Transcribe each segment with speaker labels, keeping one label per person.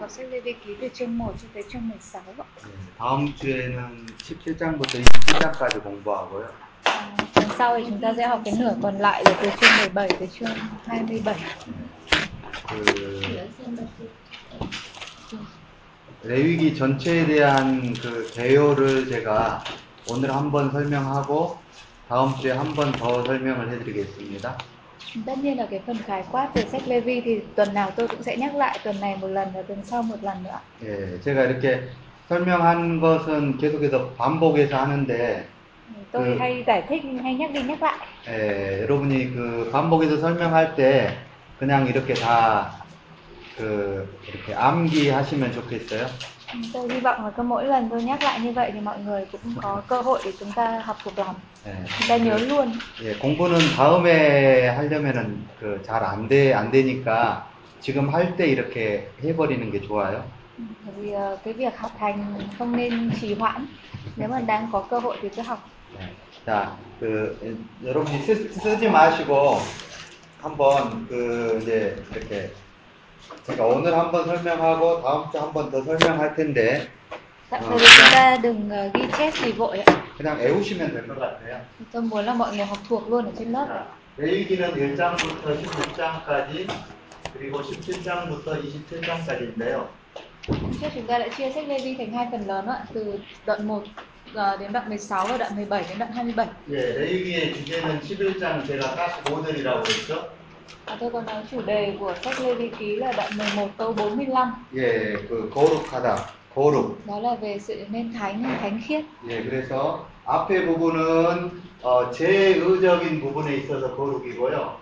Speaker 1: 거슬리게 기드중 모 주 대충 16.
Speaker 2: 다음 주에는 17장부터 27장까지 공부하고요.
Speaker 1: À, tuần sau thì chúng ta sẽ học cái nửa còn lại là từ chương 17 tới chương 27.
Speaker 2: 그 레위기 전체에 대한 그 개요를 제가 오늘 한번 설명하고 다음 주에 한 번 더 설명을 해드리겠습니다.
Speaker 1: Tất nhiên là cái phần khái quát về sách Levi thì tuần nào tôi cũng sẽ nhắc lại tuần này một lần và tuần sau một lần nữa.
Speaker 2: 예, 제가 이렇게 설명한 것은 계속해서 반복해서 하는데
Speaker 1: Tôi
Speaker 2: Ừ.
Speaker 1: hay giải thích hay nhắc đi nhắc lại.
Speaker 2: 예, 여러분이 그 반복해서 설명할 때 그냥 이렇게 다 그 이렇게 암기하시면 좋겠어요.
Speaker 1: Ừ, Tôi hy vọng là cứ mỗi lần tôi nhắc lại như vậy thì mọi người cũng có cơ hội để chúng ta học thuộc lòng,
Speaker 2: 예,
Speaker 1: chúng ta
Speaker 2: Ừ.
Speaker 1: nhớ luôn.
Speaker 2: 예, 공부는 다음에 하려면은 그 잘 안 돼, 안 되니까 지금 할 때 이렇게 해버리는 게 좋아요.
Speaker 1: Ừ, Bởi vì ờ, cái việc học hành không nên trì hoãn. Nếu mà đang có cơ hội thì cứ học.
Speaker 2: 예. 자, 그, 예, 여러분이 쓰, 지 마시고 한번 그 이제 이렇게 제가 오늘 한번 설명하고 다음 주 한 번 더 설명할 텐데
Speaker 1: Tạm
Speaker 2: Ờ.
Speaker 1: thời thì Vâng, chúng ta đừng ờ, ghi chép gì vội ạ.
Speaker 2: 그냥 애우시면 될 것 같아요.
Speaker 1: Tôi muốn là mọi người học thuộc luôn ở trên lớp. ạ.
Speaker 2: 레위기는 1장부터 16장까지 그리고 17장부터 27장까지인데요.
Speaker 1: Hôm trước chúng ta đã chia sách Levi thành hai phần lớn ạ, từ đoạn 1 ờ, đến đoạn 16 và đoạn 17 đến đoạn 27.
Speaker 2: 예, 레위기의 주제는 11장 제가 45절이라고 했죠.
Speaker 1: Và tôi có nói chủ đề của sách Levi ký là đoạn 11 câu 45,
Speaker 2: 예, 그 거룩하다, 거룩.
Speaker 1: đó là về sự nên thánh, thánh khiết.
Speaker 2: 예, 그래서 앞에 부분은 어, 제의적인 부분에 있어서 거룩이고요.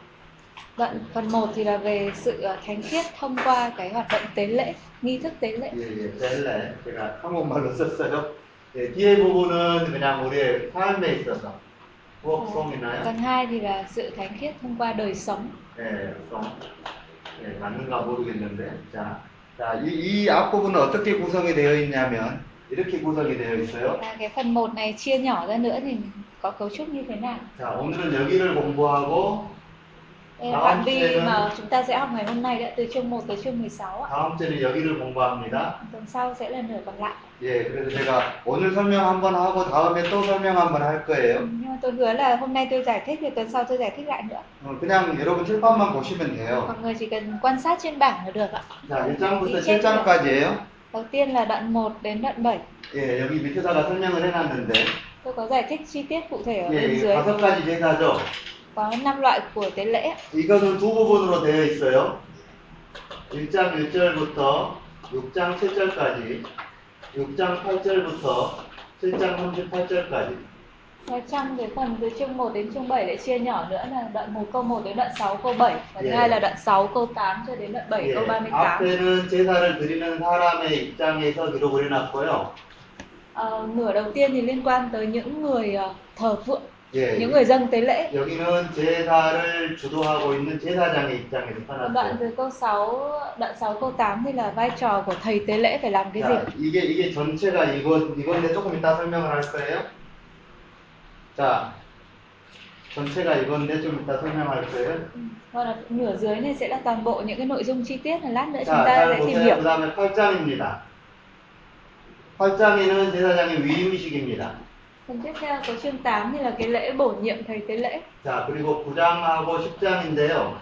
Speaker 1: Đoạn phần 1 thì là về sự ờ, thánh khiết thông qua cái hoạt động tế lễ, nghi thức tế lễ.
Speaker 2: 예, 예, 벨레. 제가 한국말로 썼어요. 예, 뒤에 부분은 그냥 우리의 삶에 있어서
Speaker 1: Phần
Speaker 2: 구속성이나요?
Speaker 1: 2 thì là sự thánh khiết thông qua đời sống.
Speaker 2: 예, 구속. 예, 맞는가 모르겠는데. 자, 자, 이, 이 앞부분은 어떻게 구성이 되어 있냐면 이렇게 구성이 되어 있어요.
Speaker 1: Và cái phần 1 này chia nhỏ ra nữa thì có cấu trúc như thế nào?
Speaker 2: 자, 오늘은 여기를 공부하고
Speaker 1: Đây là
Speaker 2: Đó,
Speaker 1: phạm vi
Speaker 2: thế nên-
Speaker 1: mà chúng ta sẽ học ngày hôm nay đã từ chương 1 tới chương 16 ạ.
Speaker 2: 다음 주에는 여기를 공부합니다.
Speaker 1: Tuần sau sẽ là nửa còn lại.
Speaker 2: 예, 그래서 제가 오늘 설명 한번 하고 다음에 또 설명 한번 할 거예요.
Speaker 1: Ừ, Nhưng mà tôi hứa là hôm nay tôi giải thích thì tuần sau tôi giải thích lại nữa.
Speaker 2: 어, 그냥 여러분 칠판만 보시면 돼요.
Speaker 1: Mọi người chỉ cần quan sát trên bảng là được ạ.
Speaker 2: 자,
Speaker 1: 이
Speaker 2: 1장부터
Speaker 1: 책이요?
Speaker 2: 7장까지예요.
Speaker 1: Đầu tiên là đoạn 1 đến đoạn 7.
Speaker 2: 예, 여기 밑에다가 설명을 해놨는데
Speaker 1: Tôi có giải thích chi tiết cụ thể ở
Speaker 2: 예,
Speaker 1: bên
Speaker 2: 이
Speaker 1: dưới.
Speaker 2: 다섯 가지 제사죠.
Speaker 1: Có 5 loại của tế lễ. ạ.
Speaker 2: 이것은 두 부분으로 되어 있어요. 1장 1절부터 6장 7절까지, 6장 8절부터 7장 38절까지.
Speaker 1: Và trong cái phần từ chương 1 đến chương 7 lại chia nhỏ nữa là đoạn 1 câu 1 đến đoạn 6 câu 7 và thứ
Speaker 2: Yeah.
Speaker 1: hai là đoạn 6 câu 8 cho đến đoạn 7
Speaker 2: 예,
Speaker 1: câu 38.
Speaker 2: 앞에는 제사를 드리는 사람의 입장에서 기록을 해놨고요.
Speaker 1: Ờ, nửa đầu tiên thì liên quan tới những người ờ, thờ phượng,
Speaker 2: 예,
Speaker 1: những người dân tế lễ.
Speaker 2: 여기는 제사를 주도하고 있는 제사장의 입장에서
Speaker 1: Đoạn
Speaker 2: 써놨어요.
Speaker 1: từ câu 6, đoạn 6 câu 8 thì là vai trò của thầy tế lễ phải làm cái gì?
Speaker 2: 자, 이게 이게 전체가 이건 이건데 조금 이따 설명을 할 거예요. 자, 전체가 이건데 좀 이따 설명할 거예요.
Speaker 1: Hoặc là nửa dưới này sẽ là toàn bộ những cái nội dung chi tiết là lát nữa chúng
Speaker 2: 자,
Speaker 1: ta
Speaker 2: 잘
Speaker 1: sẽ tìm
Speaker 2: 보세요.
Speaker 1: hiểu.
Speaker 2: 그 다음에 8장입니다. 8장에는 제사장의 위임식입니다.
Speaker 1: Phần tiếp theo có chương 8 thì là cái lễ bổ nhiệm thầy tế lễ.
Speaker 2: 자, 그리고 9장하고 10장인데요.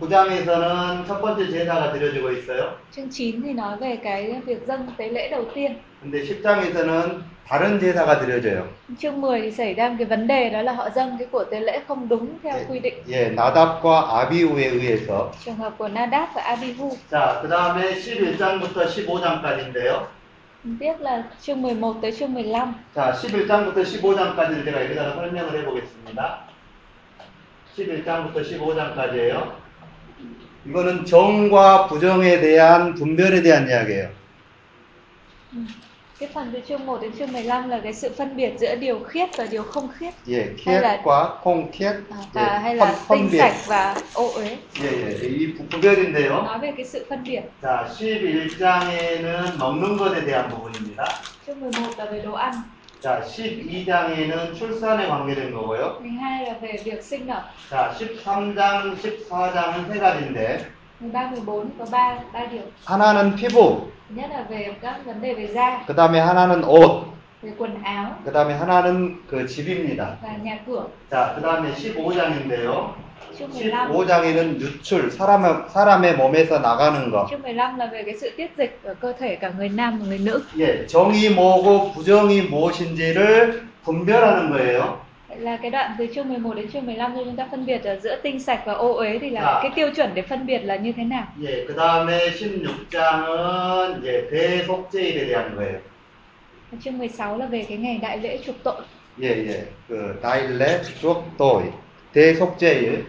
Speaker 2: 9장에서는 첫 번째 제사가 드려지고 있어요.
Speaker 1: Chương 9 thì nói về cái việc dâng tế lễ đầu tiên.
Speaker 2: 근데 10장에서는 다른 제사가 드려져요.
Speaker 1: Chương 10 thì xảy ra một cái vấn đề đó là họ dâng cái của tế lễ không đúng theo quy định.
Speaker 2: 예, 나답과 아비우에 의해서.
Speaker 1: Trường hợp của Nadab và Abihu.
Speaker 2: 자, 그 다음에 11장부터 15장까지인데요.
Speaker 1: Tiếp là chương 11 tới chương 15.
Speaker 2: 자, 11장부터 15장까지를 제가 여기다가 설명을 해보겠습니다. 11장부터 15장까지예요. 이거는 정과 부정에 대한 분별에 대한 이야기예요.
Speaker 1: Ừ. Cái phần từ chương 1 đến chương 15 là cái sự phân biệt giữa điều khiết và điều không khiết.
Speaker 2: 예,
Speaker 1: 헬라.
Speaker 2: 캣과 콩캣,
Speaker 1: À, và hay
Speaker 2: 예,
Speaker 1: là tinh
Speaker 2: 예,
Speaker 1: sạch và ô uế.
Speaker 2: 예, 이 부- 분별인데요.
Speaker 1: Nói về cái sự phân biệt.
Speaker 2: 자, 11장에는 먹는 것에 대한 부분입니다.
Speaker 1: Chương 11 là về đồ ăn,
Speaker 2: 자, 12장에는 출산에 관계된 거고요.
Speaker 1: 12 là về việc sinh nở,
Speaker 2: 자, 13장, 14장은 세 가지인데,
Speaker 1: và 13, 14 có 3 ba điều.
Speaker 2: 하나는 피부,
Speaker 1: Thứ nhất là về các vấn đề về da,
Speaker 2: 그 다음에 하나는 옷,
Speaker 1: về quần áo
Speaker 2: 그 다음에 하나는 그 집입니다.
Speaker 1: và nhà cửa.
Speaker 2: 자, 그 다음에 15장인데요.
Speaker 1: Chương 15
Speaker 2: dạ. 15장에는 유출, 사람, 사람의 몸에서 나가는 것.
Speaker 1: Chương 15 là về cái sự tiết dịch ở cơ thể cả người nam và người nữ.
Speaker 2: 예, 정이 뭐고 부정이 무엇인지를 분별하는 거예요.
Speaker 1: Vậy là cái đoạn từ chương 11 đến chương 15 cho chúng ta phân biệt là giữa tinh sạch và ô uế thì là
Speaker 2: Dạ.
Speaker 1: cái tiêu chuẩn để phân biệt là như thế nào.
Speaker 2: 예, 그 다음에 16장은 이제 대속죄일에 대한 거예요.
Speaker 1: Và Chương 16 là về cái ngày đại lễ chuộc tội.
Speaker 2: 예, 예. 그 다일레 쪽도 대속죄일.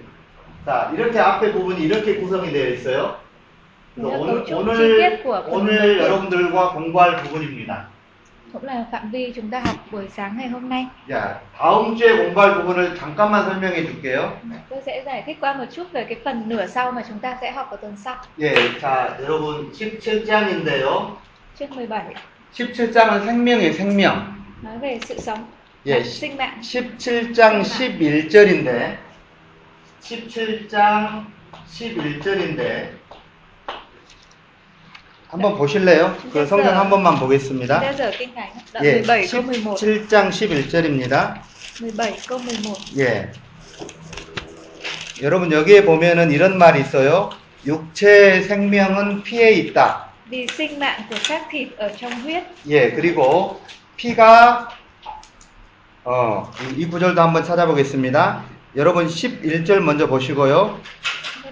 Speaker 2: 자, 이렇게 앞에 부분이 이렇게 구성이 되어 있어요. 그래서
Speaker 1: 그냥
Speaker 2: 오늘
Speaker 1: 건축 chi tiết
Speaker 2: 오늘
Speaker 1: của phần đầu
Speaker 2: 오늘
Speaker 1: tiên.
Speaker 2: 여러분들과 공부할 부분입니다.
Speaker 1: Cũng là phạm vi chúng ta học buổi sáng ngày hôm nay.
Speaker 2: 자, 다음 주에 공부할 부분을 잠깐만 설명해 줄게요.
Speaker 1: Tôi sẽ giải thích qua một chút về cái phần nửa sau mà chúng ta sẽ học vào tuần sau.
Speaker 2: 예, 자, 여러분 17장인데요.
Speaker 1: Chương 17
Speaker 2: 17장은 생명의 생명.
Speaker 1: nói về sự sống,
Speaker 2: 예,
Speaker 1: sinh mạng.
Speaker 2: 17장 11절인데 17장 11절인데 한번 보실래요? 그 성경 한 번만
Speaker 1: Chúng
Speaker 2: 보겠습니다.
Speaker 1: ta dở kinh thánh, đoạn
Speaker 2: 예,
Speaker 1: 17 câu 11,
Speaker 2: 17장 11절입니다.
Speaker 1: 17 câu 11.
Speaker 2: 예. 여러분 여기에 보면은 이런 말이 있어요. 육체의 생명은 피에 있다.
Speaker 1: Vì sinh mạng của xác thịt ở trong huyết
Speaker 2: 예, 그리고 피가 어, 이- 이 구절도 한번 찾아보겠습니다. 여러분 11절 먼저 보시고요.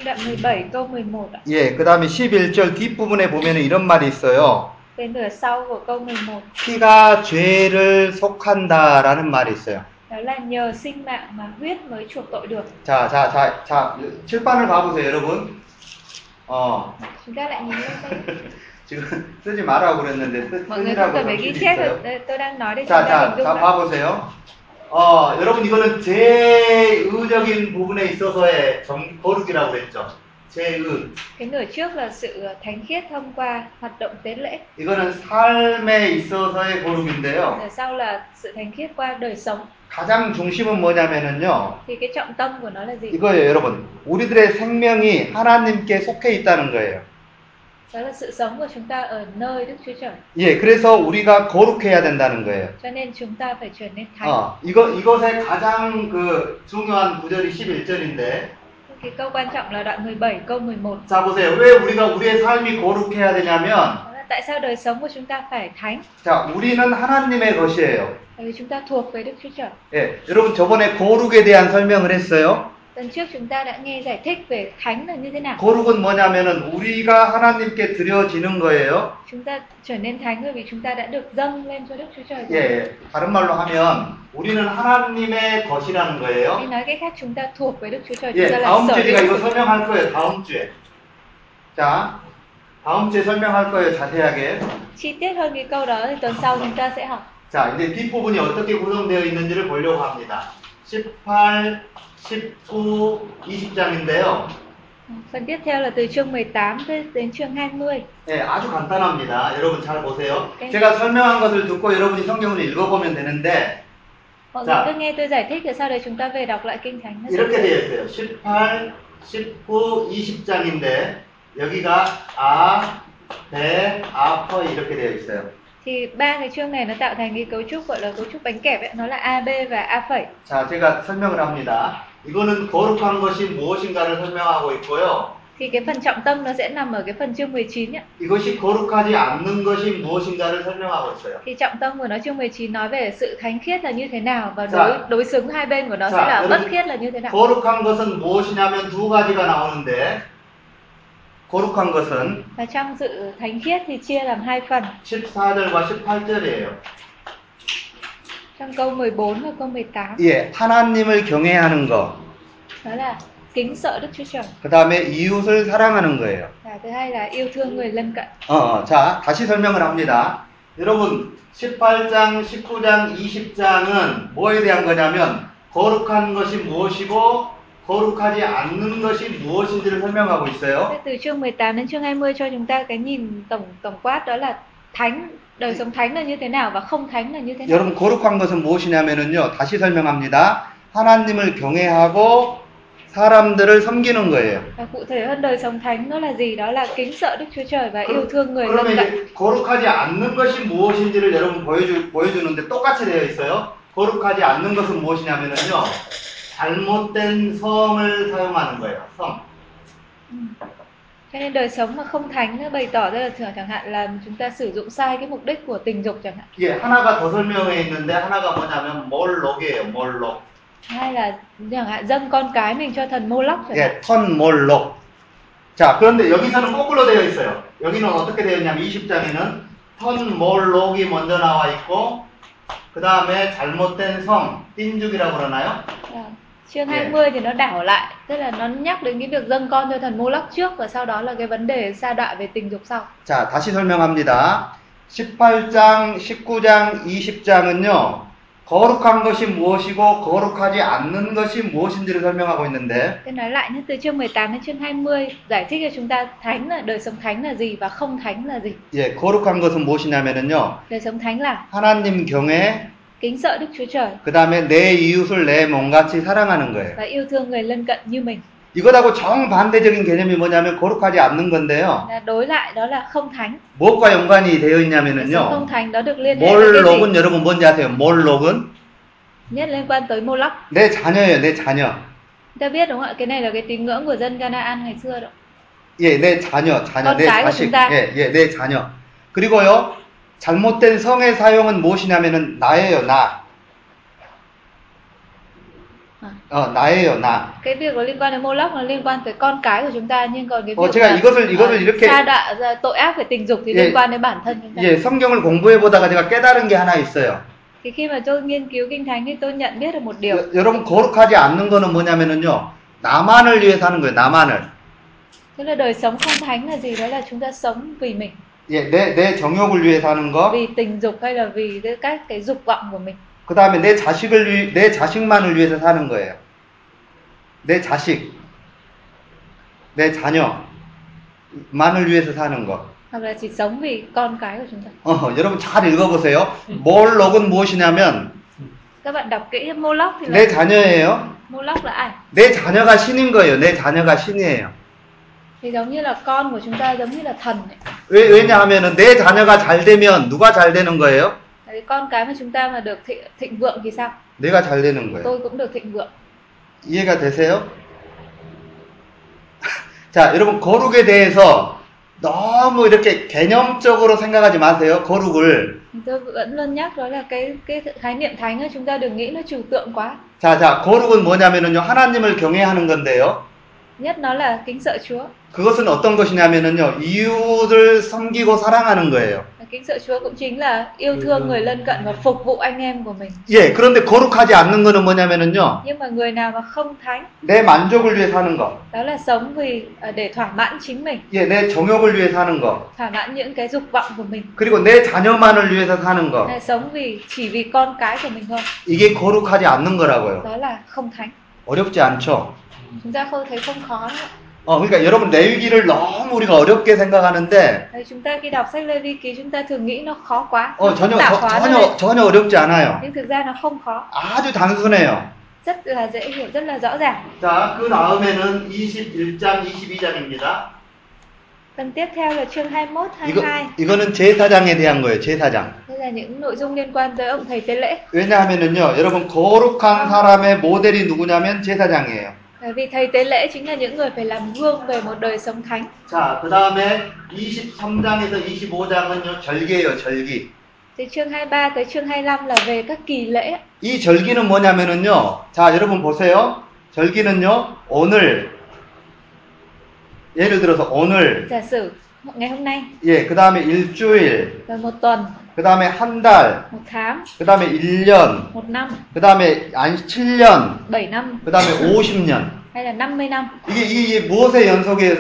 Speaker 1: Đoạn 17 câu 11 ạ.
Speaker 2: 예, 그 다음에 11절 뒷부분에 보면 이런 말이 있어요.
Speaker 1: Về nửa sau của câu 11
Speaker 2: 피가 죄를 속한다라는 말이 있어요.
Speaker 1: Đó là nhờ sinh mạng mà huyết mới chuộc tội được
Speaker 2: 자, 자, 자, 자, 칠판을 봐보세요, 여러분. 어,
Speaker 1: Chúng ta lại nhìn lên đây
Speaker 2: 지금 쓰지 말라고 그랬는데, 쓰,
Speaker 1: Mọi người không
Speaker 2: 쓰라고
Speaker 1: cần phải
Speaker 2: 적힌
Speaker 1: ghi
Speaker 2: 게
Speaker 1: chép được
Speaker 2: 있어요.
Speaker 1: Đây, Tôi đang nói để chúng
Speaker 2: 자,
Speaker 1: ta
Speaker 2: 자,
Speaker 1: hình dung
Speaker 2: 자,
Speaker 1: lại
Speaker 2: 봐보세요. 어, 여러분, 이거는 제의적인 부분에 있어서의 정, 거룩이라고 그랬죠. 제의.
Speaker 1: Cái nửa trước là sự ờ, thánh khiết thông qua hoạt động tế lễ
Speaker 2: 이거는 삶에 있어서의 거룩인데요.
Speaker 1: Nửa sau là sự thánh khiết qua đời sống
Speaker 2: 가장 중심은 뭐냐면은요.
Speaker 1: Thì cái trọng tâm của nó là gì?
Speaker 2: 이거예요, 여러분. 우리들의 생명이 하나님께 속해 있다는 거예요.
Speaker 1: Đó là sự sống của chúng ta ở nơi Đức Chúa Trời
Speaker 2: 예, 그래서 우리가 거룩해야 된다는 거예요.
Speaker 1: Cho nên chúng ta phải trở nên thánh
Speaker 2: 어, 이거, 이것의 가장 그 중요한 구절이 11절인데.
Speaker 1: Cái câu quan trọng là đoạn 17 câu 11
Speaker 2: 자, 보세요. 왜 우리가 우리의 삶이 거룩해야 되냐면,
Speaker 1: Đó là tại sao đời sống của chúng ta phải thánh
Speaker 2: 자, 우리는 하나님의 것이에요.
Speaker 1: Bởi vì chúng ta thuộc về Đức Chúa Trời
Speaker 2: 예, 여러분 저번에 거룩에 대한 설명을 했어요.
Speaker 1: Tuần trước chúng ta đã nghe giải thích về thánh là như thế nào.
Speaker 2: 거룩은 뭐냐면은 우리가 하나님께 드려지는 거예요.
Speaker 1: Chúng ta trở nên thánh bởi vì chúng ta đã được dâng lên cho Đức Chúa Trời.
Speaker 2: 예,
Speaker 1: rồi.
Speaker 2: 예, 다른 말로 하면 우리는 하나님의 것이라는 거예요.
Speaker 1: Hay nói cách khác chúng ta thuộc với Đức Chúa Trời, chúng
Speaker 2: 예,
Speaker 1: ta là
Speaker 2: 다음
Speaker 1: sở
Speaker 2: 주에 제가
Speaker 1: hữu.
Speaker 2: 이거 설명할 거예요. 다음 주에. 자, 다음 주에 설명할 거예요. 자세하게.
Speaker 1: Chi tiết hơn cái câu đó thì tuần sau
Speaker 2: Vâng.
Speaker 1: chúng ta sẽ học.
Speaker 2: 자, 이제 뒷부분이 어떻게 구성되어 있는지를 보려고 합니다. 18, 19, 20장인데요.
Speaker 1: Phần tiếp theo là từ chương 18 tới- đến chương 20.
Speaker 2: 예, 아주 간단합니다. 여러분 잘 보세요. 제가 설명한 것을 듣고 여러분이 성경을 읽어보면 되는데,
Speaker 1: Mọi
Speaker 2: Dạ.
Speaker 1: người cứ nghe tôi giải thích rồi sau đấy chúng ta về đọc lại kinh thánh. nó
Speaker 2: 이렇게
Speaker 1: sẽ-
Speaker 2: 되어 있어요. 18, 19, 20장인데, 여기가 아, 배, 아퍼 이렇게 되어 있어요.
Speaker 1: Thì ba cái chương này nó tạo thành cái cấu trúc gọi là cấu trúc bánh kẹp ấy, nó là A, B và A phẩy.
Speaker 2: 자, 제가 설명을 합니다. 이거는 거룩한 것이 무엇인가를 설명하고 있고요.
Speaker 1: Thì cái phần trọng tâm nó sẽ nằm ở cái phần chương 19 ấy.
Speaker 2: 이것이 거룩하지 않는 것이 무엇인가를 설명하고 있어요.
Speaker 1: thì trọng tâm của nó chương 19 nói về sự thánh khiết là như thế nào và
Speaker 2: Dạ.
Speaker 1: đối đối xứng hai bên của nó sẽ
Speaker 2: Dạ,
Speaker 1: là
Speaker 2: đúng.
Speaker 1: bất khiết là như thế nào.
Speaker 2: 거룩한 것은 무엇이냐면 두 가지가 나오는데, 거룩한 것은
Speaker 1: Và trong sự thánh khiết thì chia làm hai phần,
Speaker 2: 14절과 18절이에요.
Speaker 1: trong câu 14 và câu 18.
Speaker 2: 예, 하나님을 경외하는 거.
Speaker 1: Đó là kính sợ Đức Chúa Trời
Speaker 2: 그 다음에 이웃을 사랑하는 거예요.
Speaker 1: và thứ hai là yêu thương người lân cận.
Speaker 2: 어, 어, 자, 다시 설명을 합니다. 여러분, 18장, 19장, 20장은 뭐에 대한 거냐면, 거룩한 것이 무엇이고, 거룩하지 않는 것이 무엇인지를 설명하고 있어요.
Speaker 1: Thế từ chương 18 đến chương 20 cho chúng ta cái nhìn tổng tổng quát đó là thánh đời sống thánh là như thế nào và không thánh là như thế nào.
Speaker 2: 여러분, 거룩한 것은 무엇이냐면요, 다시 설명합니다. 하나님을 경외하고, 사람들을 섬기는 거예요.
Speaker 1: Và cụ thể hơn đời sống thánh nó là gì? Đó là kính sợ Đức Chúa Trời và
Speaker 2: 아,
Speaker 1: yêu thương người
Speaker 2: 그러면
Speaker 1: lân cận.
Speaker 2: 이제 거룩하지 않는 것이 무엇인지를 여러분 보여주, 보여주는데 똑같이 되어 있어요. 거룩하지 않는 것은 무엇이냐면요. 잘못된 성을 사용하는 거예요. 성.
Speaker 1: Cho nên đời sống mà không thánh nó bày tỏ ra là thường chẳng hạn là chúng ta sử dụng sai cái mục đích của tình dục chẳng hạn.
Speaker 2: 이게 하나가 더 설명해 있는데 하나가 뭐냐면 몰록이에요. 몰록.
Speaker 1: Hay là chẳng hạn dâng con cái mình cho thần Moloch chẳng hạn.
Speaker 2: 예, 턴몰록. 자, 그런데 여기서는 거꾸로 되어 있어요. 여기는 어떻게 되어 있냐면 20장에는 턴몰록이 먼저 나와 있고 그 다음에 잘못된 성, 띵죽이라고 그러나요?
Speaker 1: Và Vâng. Chương
Speaker 2: Dạ.
Speaker 1: 20 thì nó đảo lại, tức là nó nhắc đến cái việc dâng con cho thần Moloch trước và sau đó là cái vấn đề sa đọa về tình dục sau.
Speaker 2: 자, 다시 설명합니다. 18장, 19장, 20장은요, 거룩한 것이 무엇이고, 거룩하지 않는 것이 무엇인지를 설명하고 있는데,
Speaker 1: Tôi nói lại nhé, từ chương 18 đến chương 20 giải thích cho chúng ta thánh là đời sống thánh là gì và không thánh là gì.
Speaker 2: 예, 거룩한 것은 무엇이냐면요,
Speaker 1: Đời sống thánh là
Speaker 2: 하나님 경외,
Speaker 1: kính sợ Đức Chúa Trời
Speaker 2: 그 다음에 내 이웃을 내 몸같이 사랑하는 거예요.
Speaker 1: và yêu thương người lân cận như mình.
Speaker 2: 이것하고 정반대적인 개념이 뭐냐면, 거룩하지 않는 건데요,
Speaker 1: Là đối lại đó là không thánh.
Speaker 2: 무엇과 연관이 되어
Speaker 1: Đời sống không
Speaker 2: 있냐면요,
Speaker 1: thánh đó được liên hệ với cái
Speaker 2: 몰록은
Speaker 1: gì?
Speaker 2: 여러분 뭔지 아세요? 몰록은
Speaker 1: Nhất liên quan tới Moloch.
Speaker 2: 내 자녀예요, 내 자녀.
Speaker 1: Chúng ta biết đúng không ạ? Cái này là cái tín ngưỡng của dân Canaan ngày xưa đó.
Speaker 2: 예, 내 자녀, 자녀,
Speaker 1: 어,
Speaker 2: 내
Speaker 1: 나이가
Speaker 2: 자식,
Speaker 1: 든다.
Speaker 2: 예, 예, 내 자녀. 그리고요, 잘못된 성의 사용은 무엇이냐면은 나예요, 나.
Speaker 1: 아.
Speaker 2: 어, 나예요, 나.
Speaker 1: Cái việc nó liên quan đến Moloch là liên quan tới con cái của chúng ta nhưng còn cái
Speaker 2: Ờ,
Speaker 1: việc
Speaker 2: chứ là
Speaker 1: là,
Speaker 2: 이것을- 이것을
Speaker 1: ờ,
Speaker 2: 이렇게-
Speaker 1: sa đọa ra tội ác về tình dục thì
Speaker 2: 예.
Speaker 1: liên quan đến bản thân chúng ta.
Speaker 2: 예, 성경을 공부해 보다가 제가 깨달은 게 하나 있어요.
Speaker 1: Thì khi mà tôi nghiên cứu kinh thánh thì tôi nhận biết được một điều.
Speaker 2: 여, 여러분 거룩하지 않는 거는 뭐냐면은요, 나만을 위해서 하는 거예요, 나만을.
Speaker 1: Tức là đời sống không thánh là gì? Đó là chúng ta sống vì mình,
Speaker 2: 예, 내, 내 정욕을 위해서 하는 거,
Speaker 1: vì tình dục hay là vì cái- các cái dục vọng của mình.
Speaker 2: 그 다음에 내 자식을 위, 내 자식만을 위해서 사는 거예요. 내 자식, 내 자녀만을 위해서 사는 거.
Speaker 1: Hoặc là chỉ sống vì con cái của chúng ta.
Speaker 2: 어, 여러분 잘 읽어보세요. 몰록은 무엇이냐면
Speaker 1: Các bạn đọc kỹ Moloch thì
Speaker 2: 내
Speaker 1: là
Speaker 2: 자녀예요.
Speaker 1: Moloch là ai?
Speaker 2: 내 자녀가 신인 거예요. 내 자녀가 신이에요.
Speaker 1: Thì giống như là con của chúng ta giống như là thần ấy.
Speaker 2: 왜, 왜냐하면 내 자녀가 잘 되면 누가 잘 되는 거예요?
Speaker 1: Đấy, con cái mà chúng ta mà được thịnh, thịnh vượng thì sao?
Speaker 2: 내가 잘 되는 거예요.
Speaker 1: Tôi cũng được thịnh vượng.
Speaker 2: 이해가 되세요? 자, 여러분 거룩에 대해서 너무 이렇게 개념적으로 생각하지 마세요. 거룩을.
Speaker 1: Thì Tôi vẫn luôn nhắc đó là cái cái khái niệm thánh ấy, chúng ta đừng nghĩ nó trừu tượng quá.
Speaker 2: 자, 자, 거룩은 뭐냐면은요. 하나님을 경외하는 건데요.
Speaker 1: Nhất nó là kính sợ Chúa.
Speaker 2: 그것은 어떤 것이냐면은요. 이웃을 섬기고 사랑하는 거예요.
Speaker 1: Và Kính sợ Chúa cũng chính là yêu thương người lân cận và phục vụ anh em của mình.
Speaker 2: 예, 그런데 거룩하지 않는 거는 뭐냐면은요.
Speaker 1: Nhưng mà người nào mà không thánh
Speaker 2: 내 만족을 위해 사는 거.
Speaker 1: đó là sống vì à, để thỏa mãn chính mình,
Speaker 2: 예, 내 정욕을 위해 사는 거.
Speaker 1: thỏa mãn những cái dục vọng của mình.
Speaker 2: 그리고 내 자녀만을 위해서 사는 거.
Speaker 1: Là sống vì chỉ vì con cái của mình thôi.
Speaker 2: 이게 거룩하지 않는 거라고요.
Speaker 1: Đó là không thánh.
Speaker 2: 어렵지 않죠?
Speaker 1: Chúng ta không thấy không khó. nữa.
Speaker 2: 어, 그러니까 여러분 레위기를 너무 우리가 어렵게 생각하는데
Speaker 1: Đấy, chúng ta khi đọc sách Lê Vi ký chúng ta thường nghĩ nó khó quá,
Speaker 2: 어,
Speaker 1: nó phức
Speaker 2: 전혀
Speaker 1: tạp
Speaker 2: 저-
Speaker 1: quá
Speaker 2: 전혀
Speaker 1: rồi.
Speaker 2: 전혀 어렵지 않아요.
Speaker 1: Nhưng thực ra nó không khó,
Speaker 2: 아주 단순해요.
Speaker 1: rất là dễ hiểu, rất là rõ ràng.
Speaker 2: 자, 그 다음에는 21장, 22장입니다.
Speaker 1: Phần tiếp theo là chương 21,
Speaker 2: 이거
Speaker 1: 22.
Speaker 2: 이거는 제사장에 대한 거예요. 제사장.
Speaker 1: Đây là những nội dung liên quan tới ông thầy tế lễ.
Speaker 2: 왜냐하면은요, 여러분 거룩한 사람의 모델이 누구냐면 제사장이에요.
Speaker 1: Bởi vì thầy tế lễ chính là những người phải làm gương về một đời sống thánh.
Speaker 2: 자, 그 다음에 23장에서 25장은요, 절기예요, 절기.
Speaker 1: Từ chương 23 tới chương 25 là về các kỳ lễ.
Speaker 2: 이 절기는 뭐냐면은요, 자, 여러분 보세요. 절기는요, 오늘, 예를 들어서 오늘,
Speaker 1: Giả sử ngày hôm nay
Speaker 2: 예, 그 다음에 일주일,
Speaker 1: rồi một tuần,
Speaker 2: 그 다음에 한 달,
Speaker 1: một tháng,
Speaker 2: 그 다음에 1년,
Speaker 1: một năm,
Speaker 2: 그 다음에 안 7년,
Speaker 1: 7 năm
Speaker 2: 그 다음에 50년.
Speaker 1: hay là 50 năm.
Speaker 2: 이게, 이게 무엇의 연속이,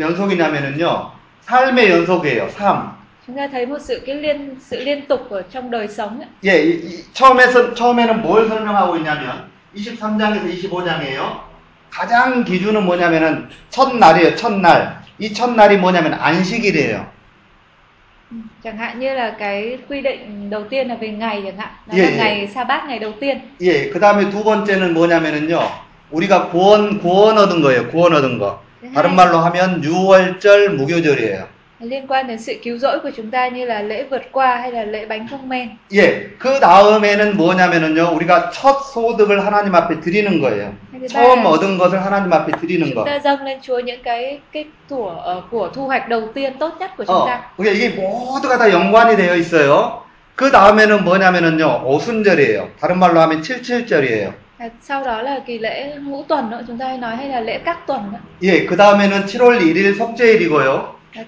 Speaker 2: 연속이냐면은요, 삶의 연속이에요, 삶.
Speaker 1: Chúng ta thấy một sự cái liên sự liên tục ở trong đời sống ấy.
Speaker 2: 예, 이- 이- 처음에서, 처음에는 뭘 설명하고 있냐면, 23장에서 25장이에요. 가장 기준은 뭐냐면은, 첫날이에요, 첫날. 이 첫날이 뭐냐면, 안식일이에요.
Speaker 1: Ừ, Chẳng hạn như là cái quy định đầu tiên là về ngày chẳng hạn, đó
Speaker 2: Dạ,
Speaker 1: là
Speaker 2: dạ.
Speaker 1: ngày sa bát ngày đầu tiên.
Speaker 2: 예, 그 다음에 두 번째는 뭐냐면은요, 우리가 구원 구원 얻은 거예요. 구원 얻은 거.
Speaker 1: 네.
Speaker 2: 다른 말로 하면 유월절 무교절이에요.
Speaker 1: liên quan đến sự cứu rỗi của chúng ta như là lễ vượt qua hay là lễ bánh không men
Speaker 2: 예, 그 다음에는 뭐냐면은요, 우리가 첫 소득을 하나님 앞에 드리는 거예요.
Speaker 1: 네,
Speaker 2: 처음
Speaker 1: 네.
Speaker 2: 얻은 것을 하나님 앞에 드리는
Speaker 1: chúng
Speaker 2: 거.
Speaker 1: ta dâng lên Chúa những cái cái thủa ờ, của thu hoạch đầu tiên tốt nhất của chúng
Speaker 2: 어,
Speaker 1: ta
Speaker 2: 그러니까 이게 모두가 다 연관이 되어 있어요. 그 다음에는 뭐냐면은요, 오순절이에요. 다른 말로 하면 칠칠절이에요.
Speaker 1: À, sau đó là kỳ lễ ngũ tuần nữa chúng ta hay nói hay là lễ các tuần nữa
Speaker 2: 예, 그 다음에는 7월 1일 속죄일이고요.
Speaker 1: 네.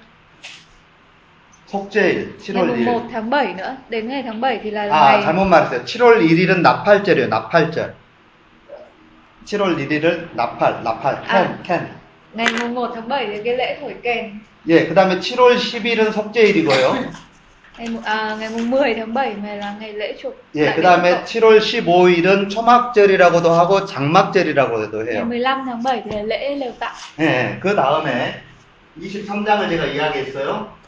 Speaker 2: 속죄일,
Speaker 1: ngày
Speaker 2: 7월
Speaker 1: mùng 1
Speaker 2: 1일.
Speaker 1: tháng 7 nữa đến ngày tháng 7 thì là
Speaker 2: 아,
Speaker 1: ngày
Speaker 2: 잘못 네, 말했어요. 7월 1일은 나팔절이에요, 나팔절. 7월 1일을 나팔, 나팔, 캔,
Speaker 1: 아.
Speaker 2: 캔.
Speaker 1: ngày mùng 1 tháng 7 là cái lễ thổi kèn
Speaker 2: 예, 그 다음에 7월 10일은 속죄일이고요.
Speaker 1: ngày mùng- à, ngày mùng 10 tháng 7 này là ngày lễ chuộc
Speaker 2: 예,
Speaker 1: tại đền
Speaker 2: 그 다음에
Speaker 1: tội.
Speaker 2: 7월 15일은 초막절이라고도 하고 장막절이라고도
Speaker 1: ngày
Speaker 2: 해요.
Speaker 1: 15 tháng 7 thì là lễ lều tạm
Speaker 2: 예, 그 다음에 23장을 제가 이야기했어요.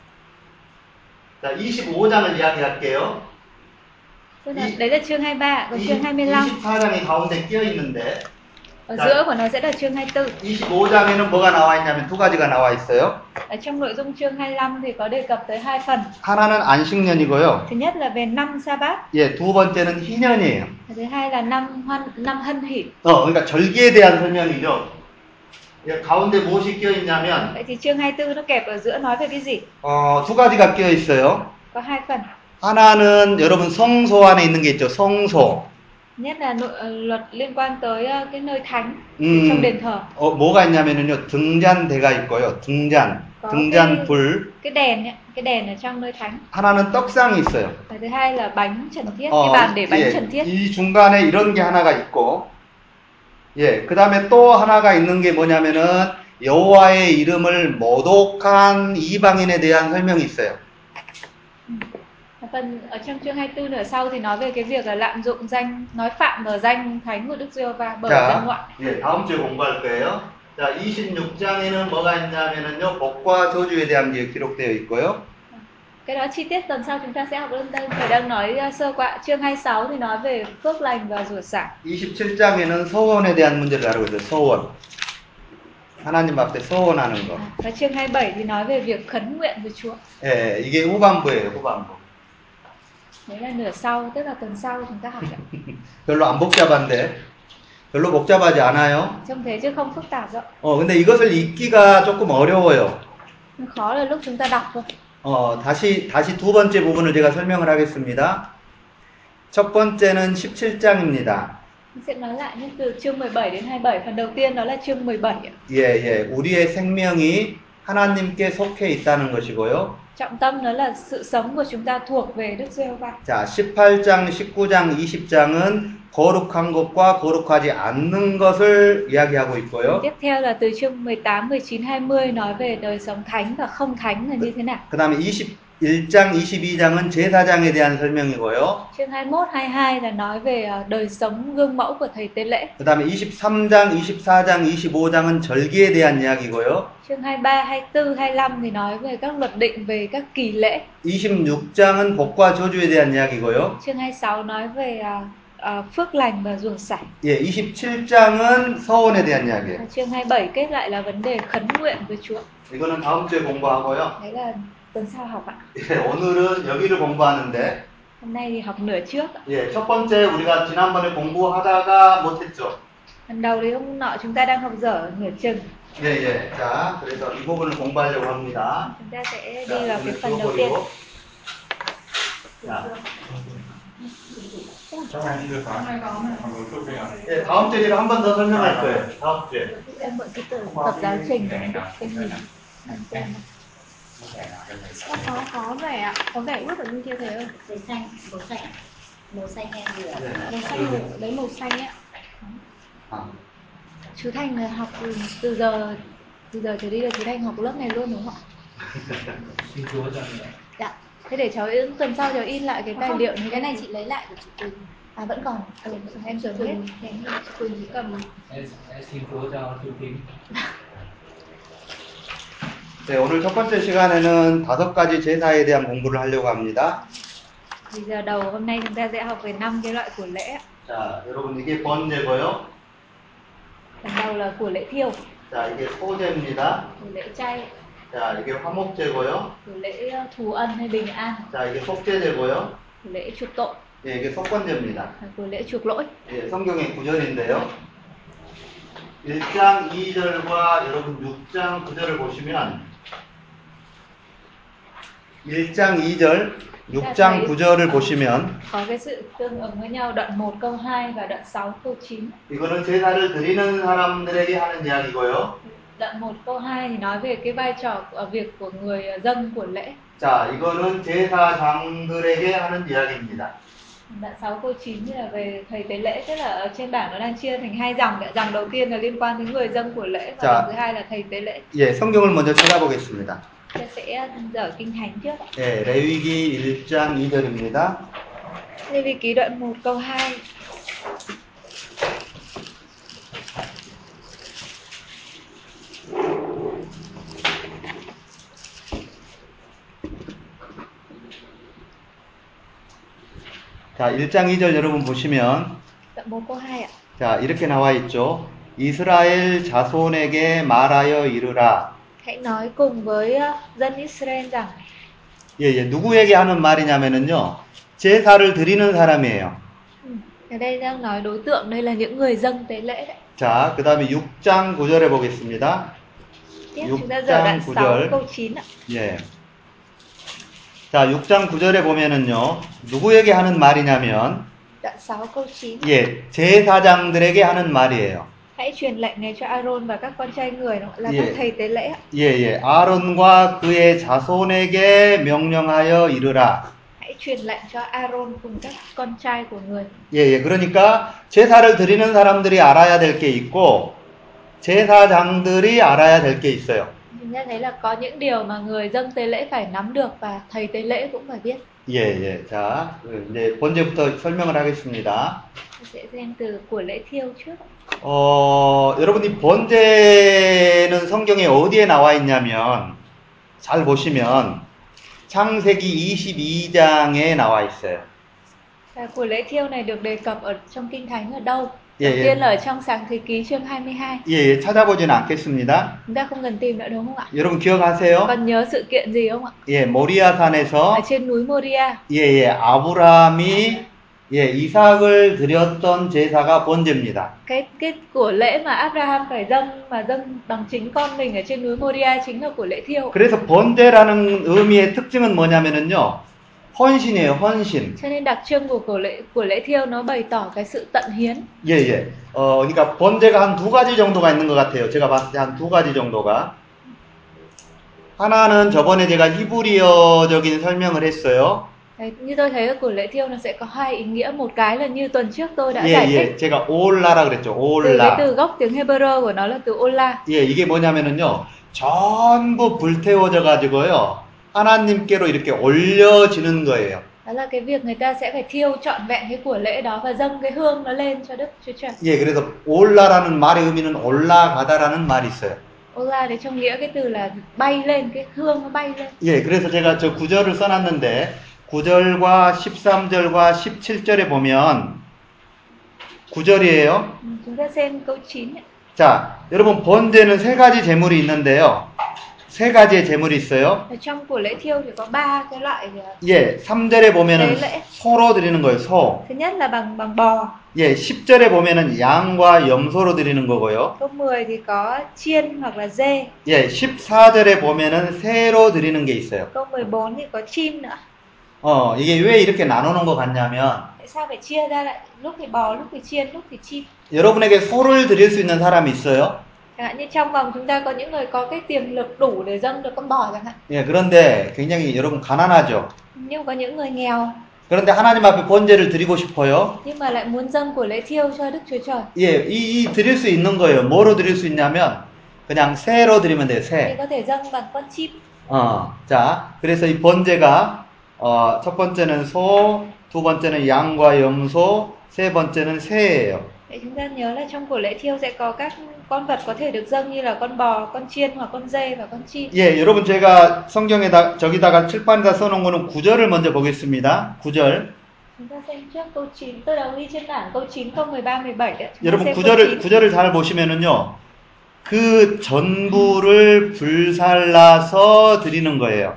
Speaker 2: 자, 25장을 이야기할게요.
Speaker 1: Tức là-
Speaker 2: Ý-
Speaker 1: đấy là chương 23 còn chương 25
Speaker 2: 24장이 가운데 끼어 있는데,
Speaker 1: ở
Speaker 2: Dạ.
Speaker 1: giữa của nó sẽ là chương 24
Speaker 2: 25장에는 뭐가 나와 있냐면 두 가지가 나와 있어요.
Speaker 1: ở trong nội dung chương 25 thì có đề cập tới hai phần
Speaker 2: 하나는 안식년이고요.
Speaker 1: thứ nhất là về năm sa bát
Speaker 2: 예, 두 번째는 희년이에요.
Speaker 1: và thứ hai là năm hoan năm hân hỷ
Speaker 2: 어, 그러니까 절기에 대한 설명이죠. 예, 가운데 무엇이 끼어 있냐면,
Speaker 1: vậy thì chương 24 nó kẹp ở giữa nói về cái gì
Speaker 2: 어, 두 가지가 끼어 있어요.
Speaker 1: có hai phần
Speaker 2: 하나는 여러분 성소 안에 있는 게 있죠. 성소.
Speaker 1: nhất là nội, ờ, luật liên quan tới ờ, cái nơi thánh trong đền
Speaker 2: 음,
Speaker 1: thờ
Speaker 2: 어, 뭐가 있냐면요. 등잔대가 있고요. 등잔.
Speaker 1: 어, 네.
Speaker 2: 등잔불.
Speaker 1: cái đèn ấy, cái đèn ở trong nơi thánh
Speaker 2: 하나는 떡상이 있어요.
Speaker 1: và thứ hai là bánh trần thiết
Speaker 2: 어,
Speaker 1: cái bàn để bánh
Speaker 2: 예,
Speaker 1: trần thiết
Speaker 2: 이 중간에 이런 게 하나가 있고, 예, 그 다음에 또 하나가 있는 게 뭐냐면은 여호와의 이름을 모독한 이방인에 대한 설명이 있어요.
Speaker 1: phần ở trong chương 24 nửa sau thì nói về cái việc là lạm dụng danh nói phạm vào danh thánh của Đức Giê-hô-va
Speaker 2: 뭐,
Speaker 1: bởi
Speaker 2: Dạ.
Speaker 1: dân ngoại
Speaker 2: 자, 예, 다음 주에 공부할 거예요. 자, 26장에는 뭐가 있냐면은요, 복과 저주에 대한 게 기록되어 있고요.
Speaker 1: cái đó chi tiết tuần sau chúng ta sẽ học lên đây thầy đang nói ờ, sơ qua chương 26 thì nói về phước lành và rủa xả
Speaker 2: 27장에는 서원에 대한 문제를 다루고 있어요. 서원. 하나님 앞에 서원하는 거.
Speaker 1: À, và chương 27 thì nói về việc khấn nguyện với Chúa
Speaker 2: 예, 이게 후반부예요, 후반부.
Speaker 1: đấy là nửa sau tức là tuần sau chúng ta học ạ.
Speaker 2: 별로 안 복잡한데. 별로 복잡하지 않아요.
Speaker 1: trông thế chứ không phức tạp đâu
Speaker 2: 어, 근데 이것을 읽기가 조금 어려워요.
Speaker 1: Nhưng khó là lúc chúng ta đọc thôi
Speaker 2: 어, 다시, 다시 두 번째 부분을 제가 설명을 하겠습니다. 첫 번째는 17장입니다.
Speaker 1: Mình sẽ nói lại nhưng từ chương 17 đến 27 phần đầu tiên đó là chương 17 ạ.
Speaker 2: 예, 예. 우리의 생명이 하나님께 속해 있다는 것이고요.
Speaker 1: trọng tâm đó là sự sống của chúng ta thuộc về Đức Giê-hô-va
Speaker 2: 자, 18장, 19장, 20장은 거룩한 것과 거룩하지 않는 것을 이야기하고 있고요.
Speaker 1: tiếp theo là từ chương 18, 19, 20 nói về đời sống thánh và không thánh là như thế nào
Speaker 2: 그 다음에 21장, 22장은 제사장에 대한 설명이고요.
Speaker 1: chương 21, 22 là nói về ờ, đời sống gương mẫu của thầy tế lễ
Speaker 2: 그 다음에 23장, 24장, 25장은 절기에 대한 이야기고요.
Speaker 1: chương 23, 24, 25 thì nói về các luật định về các kỳ lễ
Speaker 2: 26장은 복과 저주에 대한 이야기고요.
Speaker 1: chương 26 nói về ờ, ờ, phước lành và ruồng sảy
Speaker 2: 예, 27장은 서원에 대한 이야기예요.
Speaker 1: Và chương 27 kết lại là vấn đề khấn nguyện với Chúa
Speaker 2: 이거는 다음 주에 공부하고요.
Speaker 1: đấy là tuần sau học ạ
Speaker 2: 예, 오늘은 여기를 공부하는데
Speaker 1: hôm nay thì học nửa trước ạ.
Speaker 2: 예, 첫 번째 우리가 지난번에 공부하다가 못했죠.
Speaker 1: phần đầu thì hôm nọ chúng ta đang học dở nửa chừng
Speaker 2: 예, 예. 자, 그래서 이 부분을 공부하려고 합니다.
Speaker 1: chúng ta sẽ
Speaker 2: 자,
Speaker 1: đi vào cái
Speaker 2: 오늘
Speaker 1: phần đầu tiên
Speaker 2: 지워버리고. 자, 예, 다음 주에 제가 한 번 더 설명할 거예요. 다음 주에.
Speaker 1: em mượn cái tờ tập giáo trình để đọc cái gì
Speaker 3: Ờ, có có vẻ ạ
Speaker 1: có vẻ ướt ở bên kia thế không
Speaker 3: màu xanh màu xanh màu xanh em vừa
Speaker 2: 예.
Speaker 3: màu xanh
Speaker 4: Ừ.
Speaker 3: vừa lấy màu xanh ấy ạ
Speaker 2: 아,
Speaker 1: chú Thanh là học từ, từ giờ từ giờ trở đi là chú Thanh học lớp này luôn đúng không ạ dạ thế để cháu in- tuần sau cháu in lại cái tài liệu như
Speaker 3: cái này chị lấy lại của chị Quỳnh
Speaker 1: à vẫn còn ừ, em sớm hết
Speaker 3: Quỳnh ném cho chị Quỳnh chị cầm
Speaker 4: xin Chúa cho thương kính
Speaker 2: 네, 오늘 첫 번째 시간에는 다섯 가지 제사에 대한 공부를 하려고 합니다.
Speaker 1: thì giờ đầu hôm nay chúng ta sẽ học về năm cái loại của lễ ạ.
Speaker 2: 자, 여러분 이게 번제고요.
Speaker 1: phần đầu là của lễ thiêu
Speaker 2: 자, 이게 소제입니다.
Speaker 1: của lễ chay
Speaker 2: 자, 이게 화목제고요.
Speaker 1: của lễ ờ, thù ân hay bình an
Speaker 2: 자, 이게 속제제고요.
Speaker 1: của lễ chuộc tội
Speaker 2: 예, 이게 속건제입니다.
Speaker 1: và của lễ chuộc lỗi
Speaker 2: 예, 성경의 구절인데요. 1장 2절과 여러분 6장 9절을 보시면 1장 2절, 6장 9절을 보시면
Speaker 1: có cái sự tương ứng với nhau đoạn 1 câu 2 và đoạn 6 câu 9
Speaker 2: 이거는 제사를 드리는 사람들에게 하는 이야기고요.
Speaker 1: đoạn 1 câu 2 thì nói về cái vai trò của à, việc của người ờ, dâng của lễ
Speaker 2: 자, 이거는 제사장들에게 하는 이야기입니다.
Speaker 1: Đoạn 6 câu 9 thì là về thầy tế lễ tức là ở trên bảng nó đang chia thành hai dòng đấy. Dòng đầu tiên là liên quan đến người dân của lễ và
Speaker 2: Dạ.
Speaker 1: dòng thứ hai là thầy tế lễ.
Speaker 2: 예, 성경을 먼저 찾아보겠습니다.
Speaker 1: Tôi sẽ ừ, dở kinh thánh trước. ạ.
Speaker 2: 예, 레위기 1장 2절입니다.
Speaker 1: Lê vi ký đoạn 1 câu 2.
Speaker 2: 자, 1장 2절 여러분 보시면
Speaker 1: Đoạn 1 câu 2 ạ.
Speaker 2: 자, 이렇게 나와 있죠. 이스라엘 자손에게 말하여 이르라.
Speaker 1: Hãy nói cùng với ờ, dân Israel rằng
Speaker 2: 예, 예, 누구에게 하는 말이냐면은요. 제사를 드리는 사람이에요.
Speaker 1: Ừ, ở đây đang nói đối tượng đây là những người dân tế lễ đấy.
Speaker 2: 자, 그 다음에 6장 9절에 보겠습니다.
Speaker 1: Tiếp
Speaker 2: Dục
Speaker 1: chúng ta dở đoạn
Speaker 2: trang của
Speaker 1: 6
Speaker 2: giới.
Speaker 1: câu 9 ạ.
Speaker 2: 예. 자, 6장 9절에 보면은요. 누구에게 하는 말이냐면,
Speaker 1: Đoạn 6 câu 9.
Speaker 2: 예, 제사장들에게 하는 말이에요.
Speaker 1: Hãy truyền lệnh này cho Aaron và các con trai người đúng không? là
Speaker 2: Dạ.
Speaker 1: các thầy tế lễ ạ.
Speaker 2: 예, 예. 아론과 그의 자손에게 명령하여 이르라.
Speaker 1: Hãy truyền lệnh cho Aaron cùng các con trai của người.
Speaker 2: 예, 예. 그러니까 제사를 드리는 사람들이 알아야 될 게 있고 제사장들이 알아야 될 게 있어요.
Speaker 1: Chúng ta thấy là có những điều mà người dân tế lễ phải nắm được và thầy tế lễ cũng phải biết.
Speaker 2: 예, 예. 자, 그 이제 번제부터 설명을 하겠습니다.
Speaker 1: Tôi sẽ xem từ của lễ thiêu trước.
Speaker 2: 어, 여러분 이 번제는 성경에 어디에 나와 있냐면 잘 보시면 창세기 22장에 나와 있어요.
Speaker 1: Và của lễ thiêu này được đề cập ở trong kinh thánh ở đâu?
Speaker 2: 예,
Speaker 1: Đầu tiên
Speaker 2: 예.
Speaker 1: là ở trong sáng thế ký chương 22.
Speaker 2: 예, 예. 찾아보진 않겠습니다.
Speaker 1: Chúng ta không cần tìm nữa đúng không ạ?
Speaker 2: 여러분 기억하세요?
Speaker 1: Còn nhớ sự kiện gì không ạ?
Speaker 2: 예, 모리아 산에서
Speaker 1: Ở trên núi Moria,
Speaker 2: 예, 예, 아브라함이 예, 이삭을 드렸던 제사가 번제입니다.
Speaker 1: cái cái của lễ mà Abraham phải dâng mà dâng bằng chính con mình ở trên núi Moria chính là của lễ thiêu.
Speaker 2: 그래서 번제라는 의미의 특징은 뭐냐면은요. 헌신이에요, 헌신.
Speaker 1: Cho nên đặc trưng của của lễ của lễ thiêu nó bày tỏ cái sự tận hiến.
Speaker 2: 예, 예. 어, 그러니까 번제가 한 두 가지 정도가 있는 것 같아요. 제가 봤을 때 한 두 가지 정도가. 하나는 저번에 제가 히브리어적인 설명을 했어요.
Speaker 1: Đấy, như tôi thấy ở của lễ thiêu nó sẽ có hai ý nghĩa một cái là như tuần trước tôi đã
Speaker 2: 예,
Speaker 1: giải
Speaker 2: 예.
Speaker 1: thích
Speaker 2: 제가 올라라 그랬죠.
Speaker 1: từ cái
Speaker 2: 올라.
Speaker 1: từ gốc tiếng Hebrew của nó là từ Ola
Speaker 2: 예, 이게 뭐냐면은요. 전부 불태워져 가지고요. 하나님께로 이렇게 올려지는 거예요.
Speaker 1: đó là cái việc người ta sẽ phải thiêu trọn vẹn cái của lễ đó và dâng cái hương nó lên cho Đức Chúa Trời
Speaker 2: 예, 그래서 올라라는 말의 의미는 올라가다라는 말이 있어요.
Speaker 1: Ola đấy trong nghĩa cái từ là bay lên cái hương nó bay lên
Speaker 2: 예, 그래서 제가 저 구절을 써놨는데 9절과 13절과 17절에 보면 9절이에요.
Speaker 1: Ừ, chúng ta xem câu 9 ấy.
Speaker 2: 자, 여러분 번제는 세 가지 제물이 있는데요. 세 가지의 제물이 있어요.
Speaker 1: ở trong của lễ thiêu thì có ba cái loại ờ,
Speaker 2: 예, 3절에 보면은
Speaker 1: 네, 네.
Speaker 2: 소로 드리는 거예요, 소.
Speaker 1: thứ nhất là bằng bằng bò
Speaker 2: 예, 10절에 보면은 양과 염소로 드리는 거고요.
Speaker 1: câu 10 thì có chiên hoặc là dê
Speaker 2: 예, 14절에 보면은 새로 드리는 게 있어요.
Speaker 1: câu 14 thì có chim nữa
Speaker 2: 어, 이게 왜 이렇게 나누는 것 같냐면
Speaker 1: tại sao phải chia ra lại lúc thì bò lúc thì chiên lúc thì chim
Speaker 2: 여러분에게 소를 드릴 수 있는 사람이 있어요.
Speaker 1: chẳng hạn như trong vòng chúng ta có những người có cái tiềm lực đủ để dâng được con bò chẳng hạn
Speaker 2: 예, 그런데 굉장히 여러분 가난하죠.
Speaker 1: nhưng có những người nghèo
Speaker 2: 그런데 하나님 앞에 번제를 드리고 싶어요.
Speaker 1: nhưng mà lại muốn dâng của lễ thiêu cho đức chúa trời
Speaker 2: 예, 이, 이 드릴 수 있는 거예요. 뭐로 드릴 수 있냐면 그냥 새로 드리면 돼요.
Speaker 1: thì
Speaker 2: 새.
Speaker 1: có thể dâng bằng con chim
Speaker 2: 어, 자, 그래서 이 번제가 어, 첫 번째는 소, 두 번째는 양과 염소, 세 번째는 새예요.
Speaker 1: Vậy chúng ta nhớ là trong của lễ thiêu sẽ có các con vật có thể được dâng như là con bò, con chiên hoặc con dê và con chim.
Speaker 2: 예, 여러분 제가 성경에다 저기다가 칠판에다 써놓은 거는 구절을 먼저 보겠습니다. 구절.
Speaker 1: chúng ta xem trước câu 9 tôi đọc ghi trên bảng câu 9 câu 13 17 đấy. Chúng ta
Speaker 2: 여러분
Speaker 1: xem câu
Speaker 2: 구절을
Speaker 1: 9.
Speaker 2: 구절을 잘 보시면은요. 그 전부를 불살라서 드리는 거예요.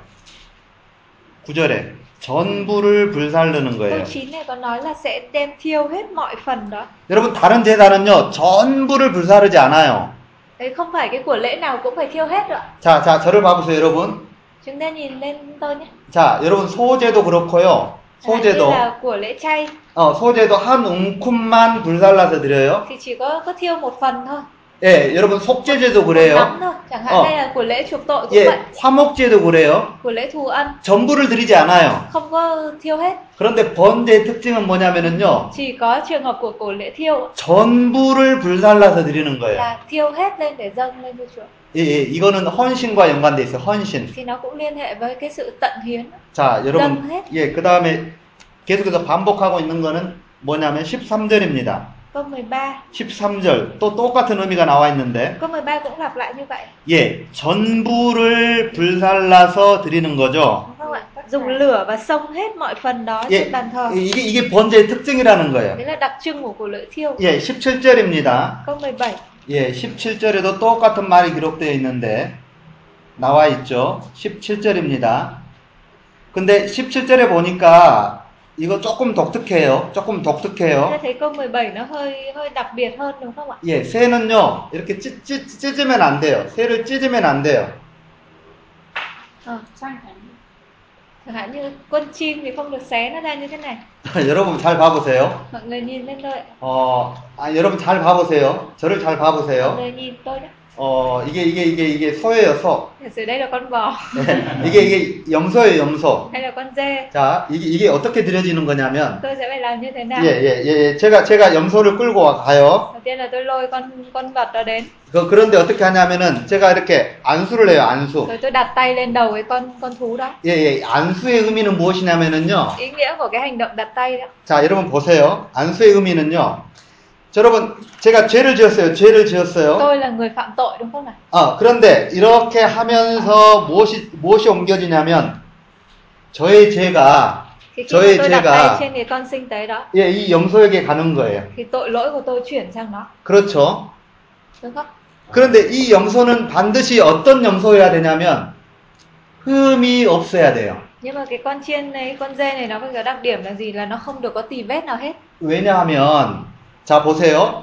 Speaker 2: 구절에 전부를 불살르는
Speaker 1: câu
Speaker 2: 거예요.
Speaker 1: 9 này có nói là sẽ đem thiêu hết mọi phần đó.
Speaker 2: 여러분 다른 제단은요. 전부를 불사르지 않아요.
Speaker 1: Đấy không phải cái của lễ nào cũng phải thiêu hết rồi. ạ.
Speaker 2: 자, 자, 저를 봐보세요, 여러분.
Speaker 1: Chúng ta nhìn lên tôi nhé.
Speaker 2: 자, 여러분 소제도 그렇고요.
Speaker 1: Chẳng hạn như
Speaker 2: 소제도
Speaker 1: là của lễ chay
Speaker 2: 어, 소제도 한 웅큼만 불살라서 드려요.
Speaker 1: thì chỉ có có thiêu một phần thôi,
Speaker 2: 예, 여러분 속제제도
Speaker 1: nóng
Speaker 2: 그래요.
Speaker 1: thôi. Chẳng hạn
Speaker 2: Ờ.
Speaker 1: hay là của lễ chuộc tội cũng
Speaker 2: 예,
Speaker 1: vậy,
Speaker 2: 화목제도 그래요.
Speaker 1: của lễ thù ân
Speaker 2: 전부를 드리지 않아요.
Speaker 1: không có thiêu hết.
Speaker 2: 그런데 번제의 특징은 뭐냐면은요.
Speaker 1: Chỉ có trường hợp của cổ lễ thiêu
Speaker 2: 전부를 불살라서 드리는 거예요.
Speaker 1: là thiêu hết lên để dâng lên cho Chúa.
Speaker 2: 예, 예, 이거는 헌신과 연관돼 있어요. 헌신.
Speaker 1: Thì nó cũng liên hệ với cái sự tận hiến.
Speaker 2: 자, 여러분.
Speaker 1: 난 해?
Speaker 2: 예, 그 다음에 계속해서 반복하고 있는 거는 뭐냐면 13절입니다.
Speaker 1: Câu 13,
Speaker 2: 13절. 또 똑같은 의미가 나와 있는데.
Speaker 1: câu 13 cũng lặp lại như vậy.
Speaker 2: 예, 전부를 불살라서 드리는 거죠.
Speaker 1: Đúng không ạ? Dùng lửa và xông hết mọi phần đó
Speaker 2: 예,
Speaker 1: trên bàn thờ.
Speaker 2: 이게, 이게 번제의 특징이라는 거예요.
Speaker 1: Đấy là đặc trưng của cổ lễ thiêu.
Speaker 2: 예, 17절입니다.
Speaker 1: Câu 17,
Speaker 2: 예, 17절에도 똑같은 말이 기록되어 있는데 나와 있죠. 17절입니다. 근데 17절에 보니까 이거 조금 독특해요.
Speaker 1: chúng
Speaker 2: 조금
Speaker 1: ta
Speaker 2: 독특해요.
Speaker 1: thấy câu 17 nó hơi hơi đặc biệt hơn đúng không ạ?
Speaker 2: 예, 새는요. 이렇게 찢, 찢, 찢으면 안 돼요. 새를 찢으면 안 돼요.
Speaker 3: Sang thánh
Speaker 1: Chẳng hạn như con chim thì không được xé nó ra như thế này.
Speaker 2: 여러분 잘 봐보세요.
Speaker 1: Mọi người nhìn lên tôi ạ.
Speaker 2: 어, 아, 여러분 잘 봐보세요. 저를 잘
Speaker 1: Mọi
Speaker 2: 봐보세요.
Speaker 1: người nhìn tôi đó.
Speaker 2: 어, 이게 이게 이게 이게 소예요, 소.
Speaker 1: Ở dưới đây là con bò
Speaker 2: 예, 이게 이게 염소예요, 염소.
Speaker 1: hay là con dê.
Speaker 2: 자, 이게 이게 어떻게 드려지는 거냐면
Speaker 1: Tôi sẽ phải làm như thế nào?
Speaker 2: 예, 예, 예, 예. 제가, 제가 염소를 끌고 와- 가요.
Speaker 1: Đầu tiên là tôi lôi con con vật đó đến,
Speaker 2: 그, 그런데 어떻게 하냐면은, 제가 이렇게 안수를 해요, 안수.
Speaker 1: rồi tôi đặt tay lên đầu cái con con thú đó.
Speaker 2: 예, 예. 안수의 의미는 무엇이냐면은요.
Speaker 1: Ý nghĩa của cái hành động đặt tay đó.
Speaker 2: 자, 여러분 보세요. 안수의 의미는요. 자, 여러분, 제가 죄를 지었어요. 죄를 지었어요.
Speaker 1: Tôi là người phạm tội đúng không nào?
Speaker 2: 아, 그런데 이렇게 하면서 무엇이, 무엇이 옮겨지냐면, 저의 죄가,
Speaker 1: Thì khi
Speaker 2: Trời
Speaker 1: mà tôi
Speaker 2: chê
Speaker 1: đặt
Speaker 2: cả.
Speaker 1: tay trên cái con sinh tế đó
Speaker 2: 예, 이 염소에게 가는 거예요.
Speaker 1: thì tội lỗi của tôi chuyển sang nó,
Speaker 2: 그렇죠.
Speaker 1: đúng không?
Speaker 2: 그런데 이 염소는 반드시 어떤 염소여야 되냐면, 흠이 없어야 돼요.
Speaker 1: Nhưng mà cái con chiên này, con dê này nó có cái đặc điểm là gì là nó không được có tì vết nào hết.
Speaker 2: 왜냐하면 자 보세요.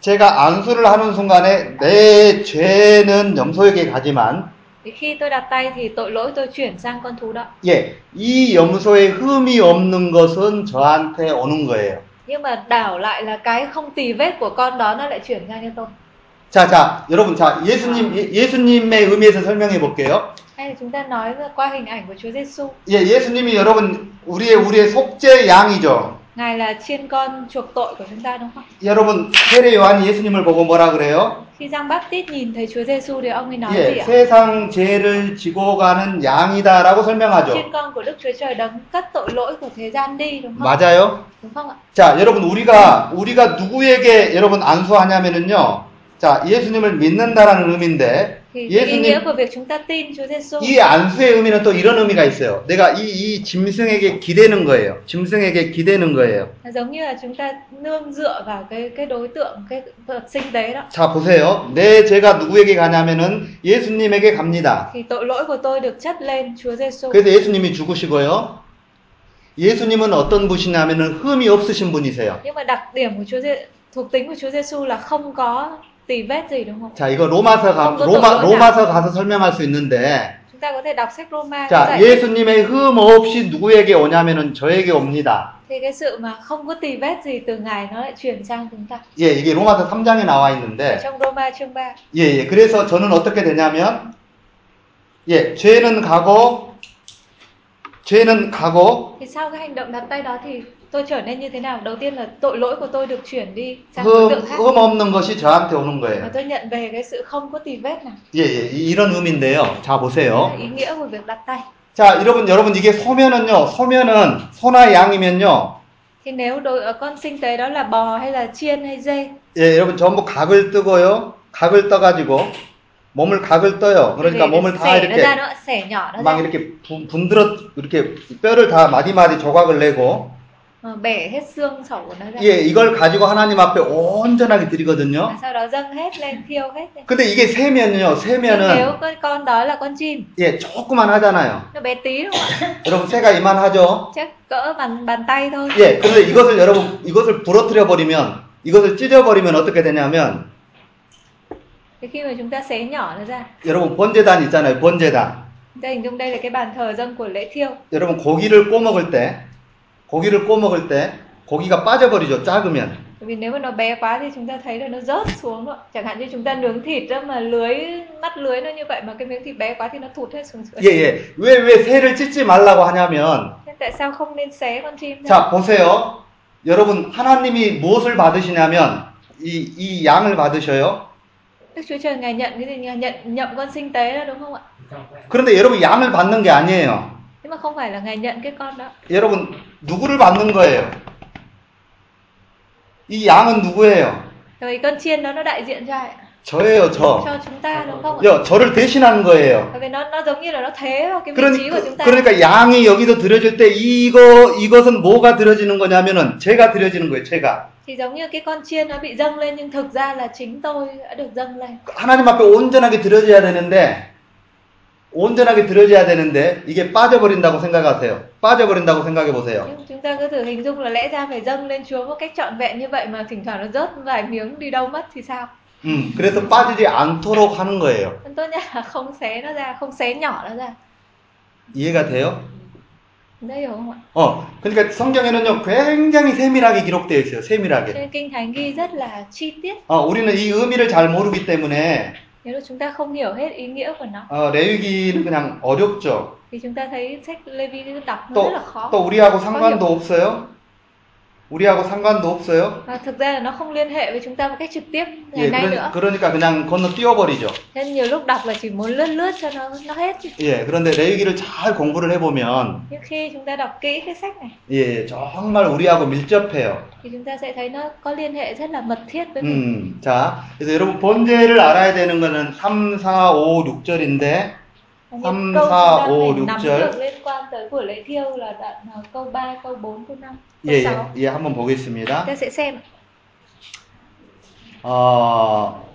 Speaker 2: 제가 안수를 하는 순간에 내 죄는 염소에게 가지만
Speaker 1: Thì khi tôi đặt tay thì tội lỗi tôi chuyển sang con thú đó.
Speaker 2: 예, 이 염소의 흠이 없는 것은 저한테 오는 거예요.
Speaker 1: Nhưng mà đảo lại là cái không tì vết của con đó nó lại chuyển sang cho tôi.
Speaker 2: 자, 자, 여러분, 자, 예수님, 예- 예수님의 의미에서 설명해 볼게요.
Speaker 1: Hay là chúng ta nói qua hình ảnh của Chúa Giêsu,
Speaker 2: 예, 예수님이 여러분, 우리의, 우리의 속죄 양이죠.
Speaker 1: Ngài là chiên con chuộc tội của chúng ta đúng không?
Speaker 2: 여러분, 세례 요한이 예수님을 보고 뭐라 그래요?
Speaker 1: Khi Giang Baptist nhìn thấy Chúa Giêsu thì ông ấy nói gì
Speaker 2: 예,
Speaker 1: ạ?
Speaker 2: 세상 죄를 지고 가는 양이다라고 설명하죠.
Speaker 1: Chiên con của Đức Chúa Trời đấng cất tội lỗi của thế gian đi đúng không?
Speaker 2: 맞아요?
Speaker 1: Đúng không ạ?
Speaker 2: 자, 여러분 우리가 우리가 누구에게 여러분 안수하냐면은요. 자, 예수님을 믿는다라는 의미인데
Speaker 1: Thì cái ý nghĩa
Speaker 2: 예수님
Speaker 1: của việc chúng ta tin Chúa Giêsu
Speaker 2: 이 안수의 의미는 또 이런 의미가 있어요. 내가 이 이 짐승에게 기대는 거예요. 짐승에게 기대는 거예요.
Speaker 1: là giống như là chúng ta nương dựa vào cái cái đối tượng cái vật sinh đấy đó
Speaker 2: 자, 보세요. 내 제가 누구에게 가냐면은 예수님에게 갑니다.
Speaker 1: thì tội lỗi của tôi được chất lên Chúa Giêsu.
Speaker 2: 그래서 예수님이 죽으시고요. 예수님은 어떤 분이냐면은 흠이 없으신 분이세요.
Speaker 1: Nhưng mà đặc điểm của Chúa Giê thuộc tính của Chúa Giêsu là không có tì vết gì đúng không?
Speaker 2: 자, 이거 로마서 가 로마 로마서 가서 설명할 수 있는데
Speaker 1: Chúng ta có thể đọc sách Roma có
Speaker 2: 자,
Speaker 1: giải thích
Speaker 2: 예수님의 흠 없이 누구에게 오냐면은 저에게 옵니다.
Speaker 1: thì cái sự mà không có tì vết gì từ Ngài nó lại chuyển sang chúng ta.
Speaker 2: 예, 이게 로마서 3장에 나와
Speaker 1: Ở
Speaker 2: 있는데,
Speaker 1: trong Roma chương 3
Speaker 2: 예, 예. 그래서 저는 어떻게 되냐면, 예, 죄는 가고, 죄는 가고,
Speaker 1: thì sau cái hành động đặt tay đó thì tôi trở nên như thế nào? Đầu tiên là tội lỗi của tôi được chuyển đi sang đối
Speaker 2: 흠,
Speaker 1: tượng khác
Speaker 2: 흠 없는 것이 저한테 오는
Speaker 1: và
Speaker 2: 거예요.
Speaker 1: tôi nhận về cái sự không có tì vết nào.
Speaker 2: 예, 예, 이- 이런 의미인데요. 자,
Speaker 1: Đó là
Speaker 2: 보세요.
Speaker 1: ý nghĩa của việc đặt tay.
Speaker 2: 자, 여러분, 여러분, 이게 소면은요, 소면은, 소나 양이면요,
Speaker 1: Thì nếu đối ở con sinh tế đó là bò hay là chiên hay dê
Speaker 2: 예, 여러분, 전부 각을 뜨고요, 각을 떠가지고, 몸을 각을 떠요.
Speaker 1: thì
Speaker 2: 그러니까
Speaker 1: phải
Speaker 2: 몸을 다
Speaker 1: xẻ nó
Speaker 2: 이렇게
Speaker 1: ra
Speaker 2: 네.
Speaker 1: đó, xẻ nhỏ nó
Speaker 2: 막
Speaker 1: ra.
Speaker 2: 이렇게 분- 분들어 이렇게 뼈를 다 마디마디 조각을 내고
Speaker 1: ờ, bẻ hết xương sẩu của nó ra
Speaker 2: 예, 이걸 가지고 하나님 앞에 온전하게
Speaker 1: và
Speaker 2: 드리거든요.
Speaker 1: sau đó dâng hết lên thiêu hết lên.
Speaker 2: 근데 이게 새면요,
Speaker 1: Nhưng nếu
Speaker 2: 새면은
Speaker 1: con con đó là con chim
Speaker 2: 예, 조그만 하잖아요.
Speaker 1: nó bé tí đúng không ạ
Speaker 2: 여러분 새가 이만하죠.
Speaker 1: chắc cỡ bàn bàn tay thôi
Speaker 2: 예, 그런데 이것을 여러분 이것을 부러뜨려 버리면 이것을 찢어 버리면 어떻게 되냐면
Speaker 1: Thế khi mà chúng ta xé nhỏ nó ra
Speaker 2: 여러분 번제단 있잖아요, 번제단.
Speaker 1: chúng ta hình dung đây là cái bàn thờ dâng của lễ thiêu
Speaker 2: 여러분 고기를 꼬 먹을 때 고기를 꼬 먹을 때 고기가 빠져버리죠, 작으면.
Speaker 1: Bởi vì nếu mà nó bé quá thì chúng ta thấy là nó rớt xuống rồi. Chẳng hạn như chúng ta nướng thịt ra mà lưới mắt lưới nó như vậy mà cái miếng thịt bé quá thì nó thụt hết xuống dưới.
Speaker 2: 예, 예. 왜 왜 새를 찢지 말라고 하냐면
Speaker 1: Thế tại sao không nên xé con chim ra?
Speaker 2: 자, 보세요. 여러분, 하나님이 무엇을 받으시냐면, 이, 이 양을 받으셔요.
Speaker 1: Đức Chúa Trời ngài nhận cái gì ngài nhận nhậm con sinh tế đó đúng không ạ?
Speaker 2: 그런데 여러분, 양을 받는 게 아니에요.
Speaker 1: Thế mà không phải là ngài nhận cái con đó.
Speaker 2: 여러분, 누구를 받는 거예요? 이 양은 누구예요?
Speaker 1: Rồi con chiên đó nó đại diện cho ai? ạ?
Speaker 2: 저예요, 저.
Speaker 1: Cho chúng ta đúng không ạ?
Speaker 2: 여, 저를 대신하는 거예요.
Speaker 1: Bởi vì nó nó giống như là nó thế vào cái vị trí của chúng
Speaker 2: 그러니까,
Speaker 1: ta.
Speaker 2: 그러니까 양이 여기서 드려질 때, 이거, 이것은 뭐가 드려지는 거냐면은, 제가 드려지는 거예요, 제가.
Speaker 1: Thì giống như cái con chiên nó bị dâng lên nhưng thực ra là chính tôi đã được dâng lên.
Speaker 2: 하나님 앞에 온전하게 드려져야 되는데 온전하게 드려져야 되는데 이게 빠져버린다고 생각하세요. 빠져버린다고 생각해 보세요.
Speaker 1: Nhưng chúng ta cứ thử hình dung là lẽ ra phải dâng lên Chúa một cách trọn vẹn như vậy mà thỉnh thoảng nó rớt vài miếng đi đâu mất thì sao?
Speaker 2: 음, 그래서 빠지지 않도록 하는 거예요.
Speaker 1: Nên tốt nhất là không xé nó ra, không xé nhỏ nó ra.
Speaker 2: 이해가 돼요?
Speaker 1: Chúng ta hiểu không ạ?
Speaker 2: 어, 그러니까 성경에는요 굉장히 세밀하게 기록되어 있어요.
Speaker 1: Cho
Speaker 2: 세밀하게.
Speaker 1: nên kinh thánh ghi rất là chi tiết.
Speaker 2: 어, 우리는 이 의미를 잘 모르기 때문에
Speaker 1: Nếu là chúng ta không hiểu hết ý nghĩa của nó
Speaker 2: 어, 레위기는 그냥 어렵죠.
Speaker 1: thì chúng ta thấy sách Lê-vi đọc nó rất
Speaker 2: 또,
Speaker 1: là khó.
Speaker 2: 또 우리하고 상관도 없어요. 우리하고 상관도 없어요.
Speaker 1: Và thực ra là nó không liên hệ với chúng ta một cách trực tiếp ngày
Speaker 2: 예,
Speaker 1: nay
Speaker 2: 그러,
Speaker 1: nữa.
Speaker 2: 그러니까 그냥 건너 뛰어버리죠.
Speaker 1: Cho Nên nhiều lúc đọc là chỉ muốn lướt lướt cho nó nó hết. chứ.
Speaker 2: 예, 그런데 레위기를 잘 공부를 해보면,
Speaker 1: Nhưng khi chúng ta đọc kỹ cái sách này
Speaker 2: 예, 정말 우리하고 밀접해요.
Speaker 1: thì chúng ta sẽ thấy nó có liên hệ rất là mật thiết với mình.
Speaker 2: 음, 자, 그래서 여러분, 번제를 알아야 되는 거는 3, 4, 5, 6절인데,
Speaker 1: Và
Speaker 2: Thăm
Speaker 1: những câu chúng
Speaker 2: xa
Speaker 1: ta
Speaker 2: ô
Speaker 1: phải
Speaker 2: lục
Speaker 1: nắm
Speaker 2: giới.
Speaker 1: được liên quan tới buổi lễ thiêu là đoạn à, câu 3, câu 4, câu 5,
Speaker 2: 예,
Speaker 1: câu
Speaker 2: 예,
Speaker 1: 6.
Speaker 2: 예, 한번 보겠습니다.
Speaker 1: Chúng ta sẽ xem.
Speaker 2: 어,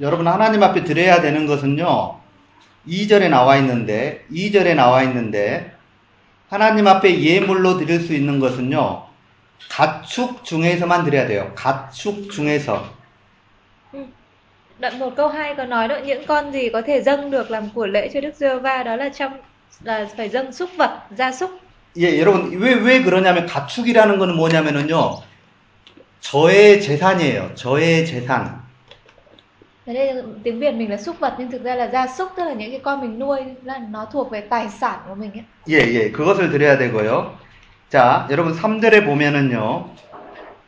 Speaker 2: 여러분, 하나님 앞에 드려야 되는 것은요, 2절에 나와 있는데, 2절에 나와 있는데, 하나님 앞에 예물로 드릴 수 있는 것은요, 가축 중에서만 드려야 돼요. 가축 중에서.
Speaker 1: Đoạn 1 câu 2 có nói đó những con gì có thể dâng được làm của lễ cho Đức giê va đó là trong là phải dâng súc vật, gia súc.
Speaker 2: 예, 여러분, 왜, 왜 그러냐면, 가축이라는 거는 뭐냐면은요, 저의 재산이에요. 저의 재산.
Speaker 1: Thế đây là- tiếng Việt mình là súc vật nhưng thực ra là gia súc tức là những cái con mình nuôi là nó thuộc về tài sản của mình ấy.
Speaker 2: 예, 예, 그것을 드려야 되고요. 자, 여러분, 3절에 보면은요,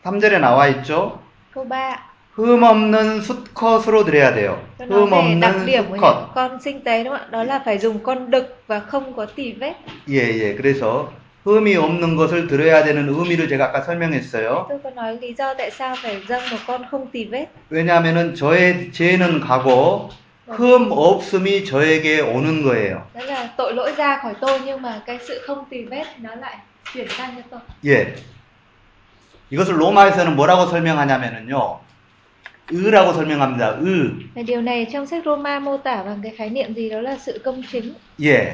Speaker 2: 3절에 나와 있죠?
Speaker 1: Câu 3
Speaker 2: 흠 없는 수컷으로 드려야 돼요.
Speaker 1: nó nói
Speaker 2: 흠
Speaker 1: về đặc
Speaker 2: 없는
Speaker 1: điểm của những
Speaker 2: 수컷.
Speaker 1: con sinh tế đúng không ạ? Đó là phải dùng con đực và không có tỉ vết.
Speaker 2: 예, 예, 그래서, 흠이 없는 것을 드려야 되는 의미를 제가 아까 설명했어요.
Speaker 1: Tôi có nói lý do tại sao phải dâng một con không tỉ vết.
Speaker 2: 왜냐하면은 저의 죄는 가고, 흠 없음이 저에게 오는 거예요.
Speaker 1: Đó là tội lỗi ra khỏi tôi nhưng mà cái sự không tì vết nó lại chuyển sang cho tôi.
Speaker 2: 예. 이것을 로마에서는 뭐라고 설명하냐면은요. 의라고 설명합니다. 의.
Speaker 1: Và điều này trong sách Roma mô tả bằng cái khái niệm gì đó là sự công chính.
Speaker 2: 예.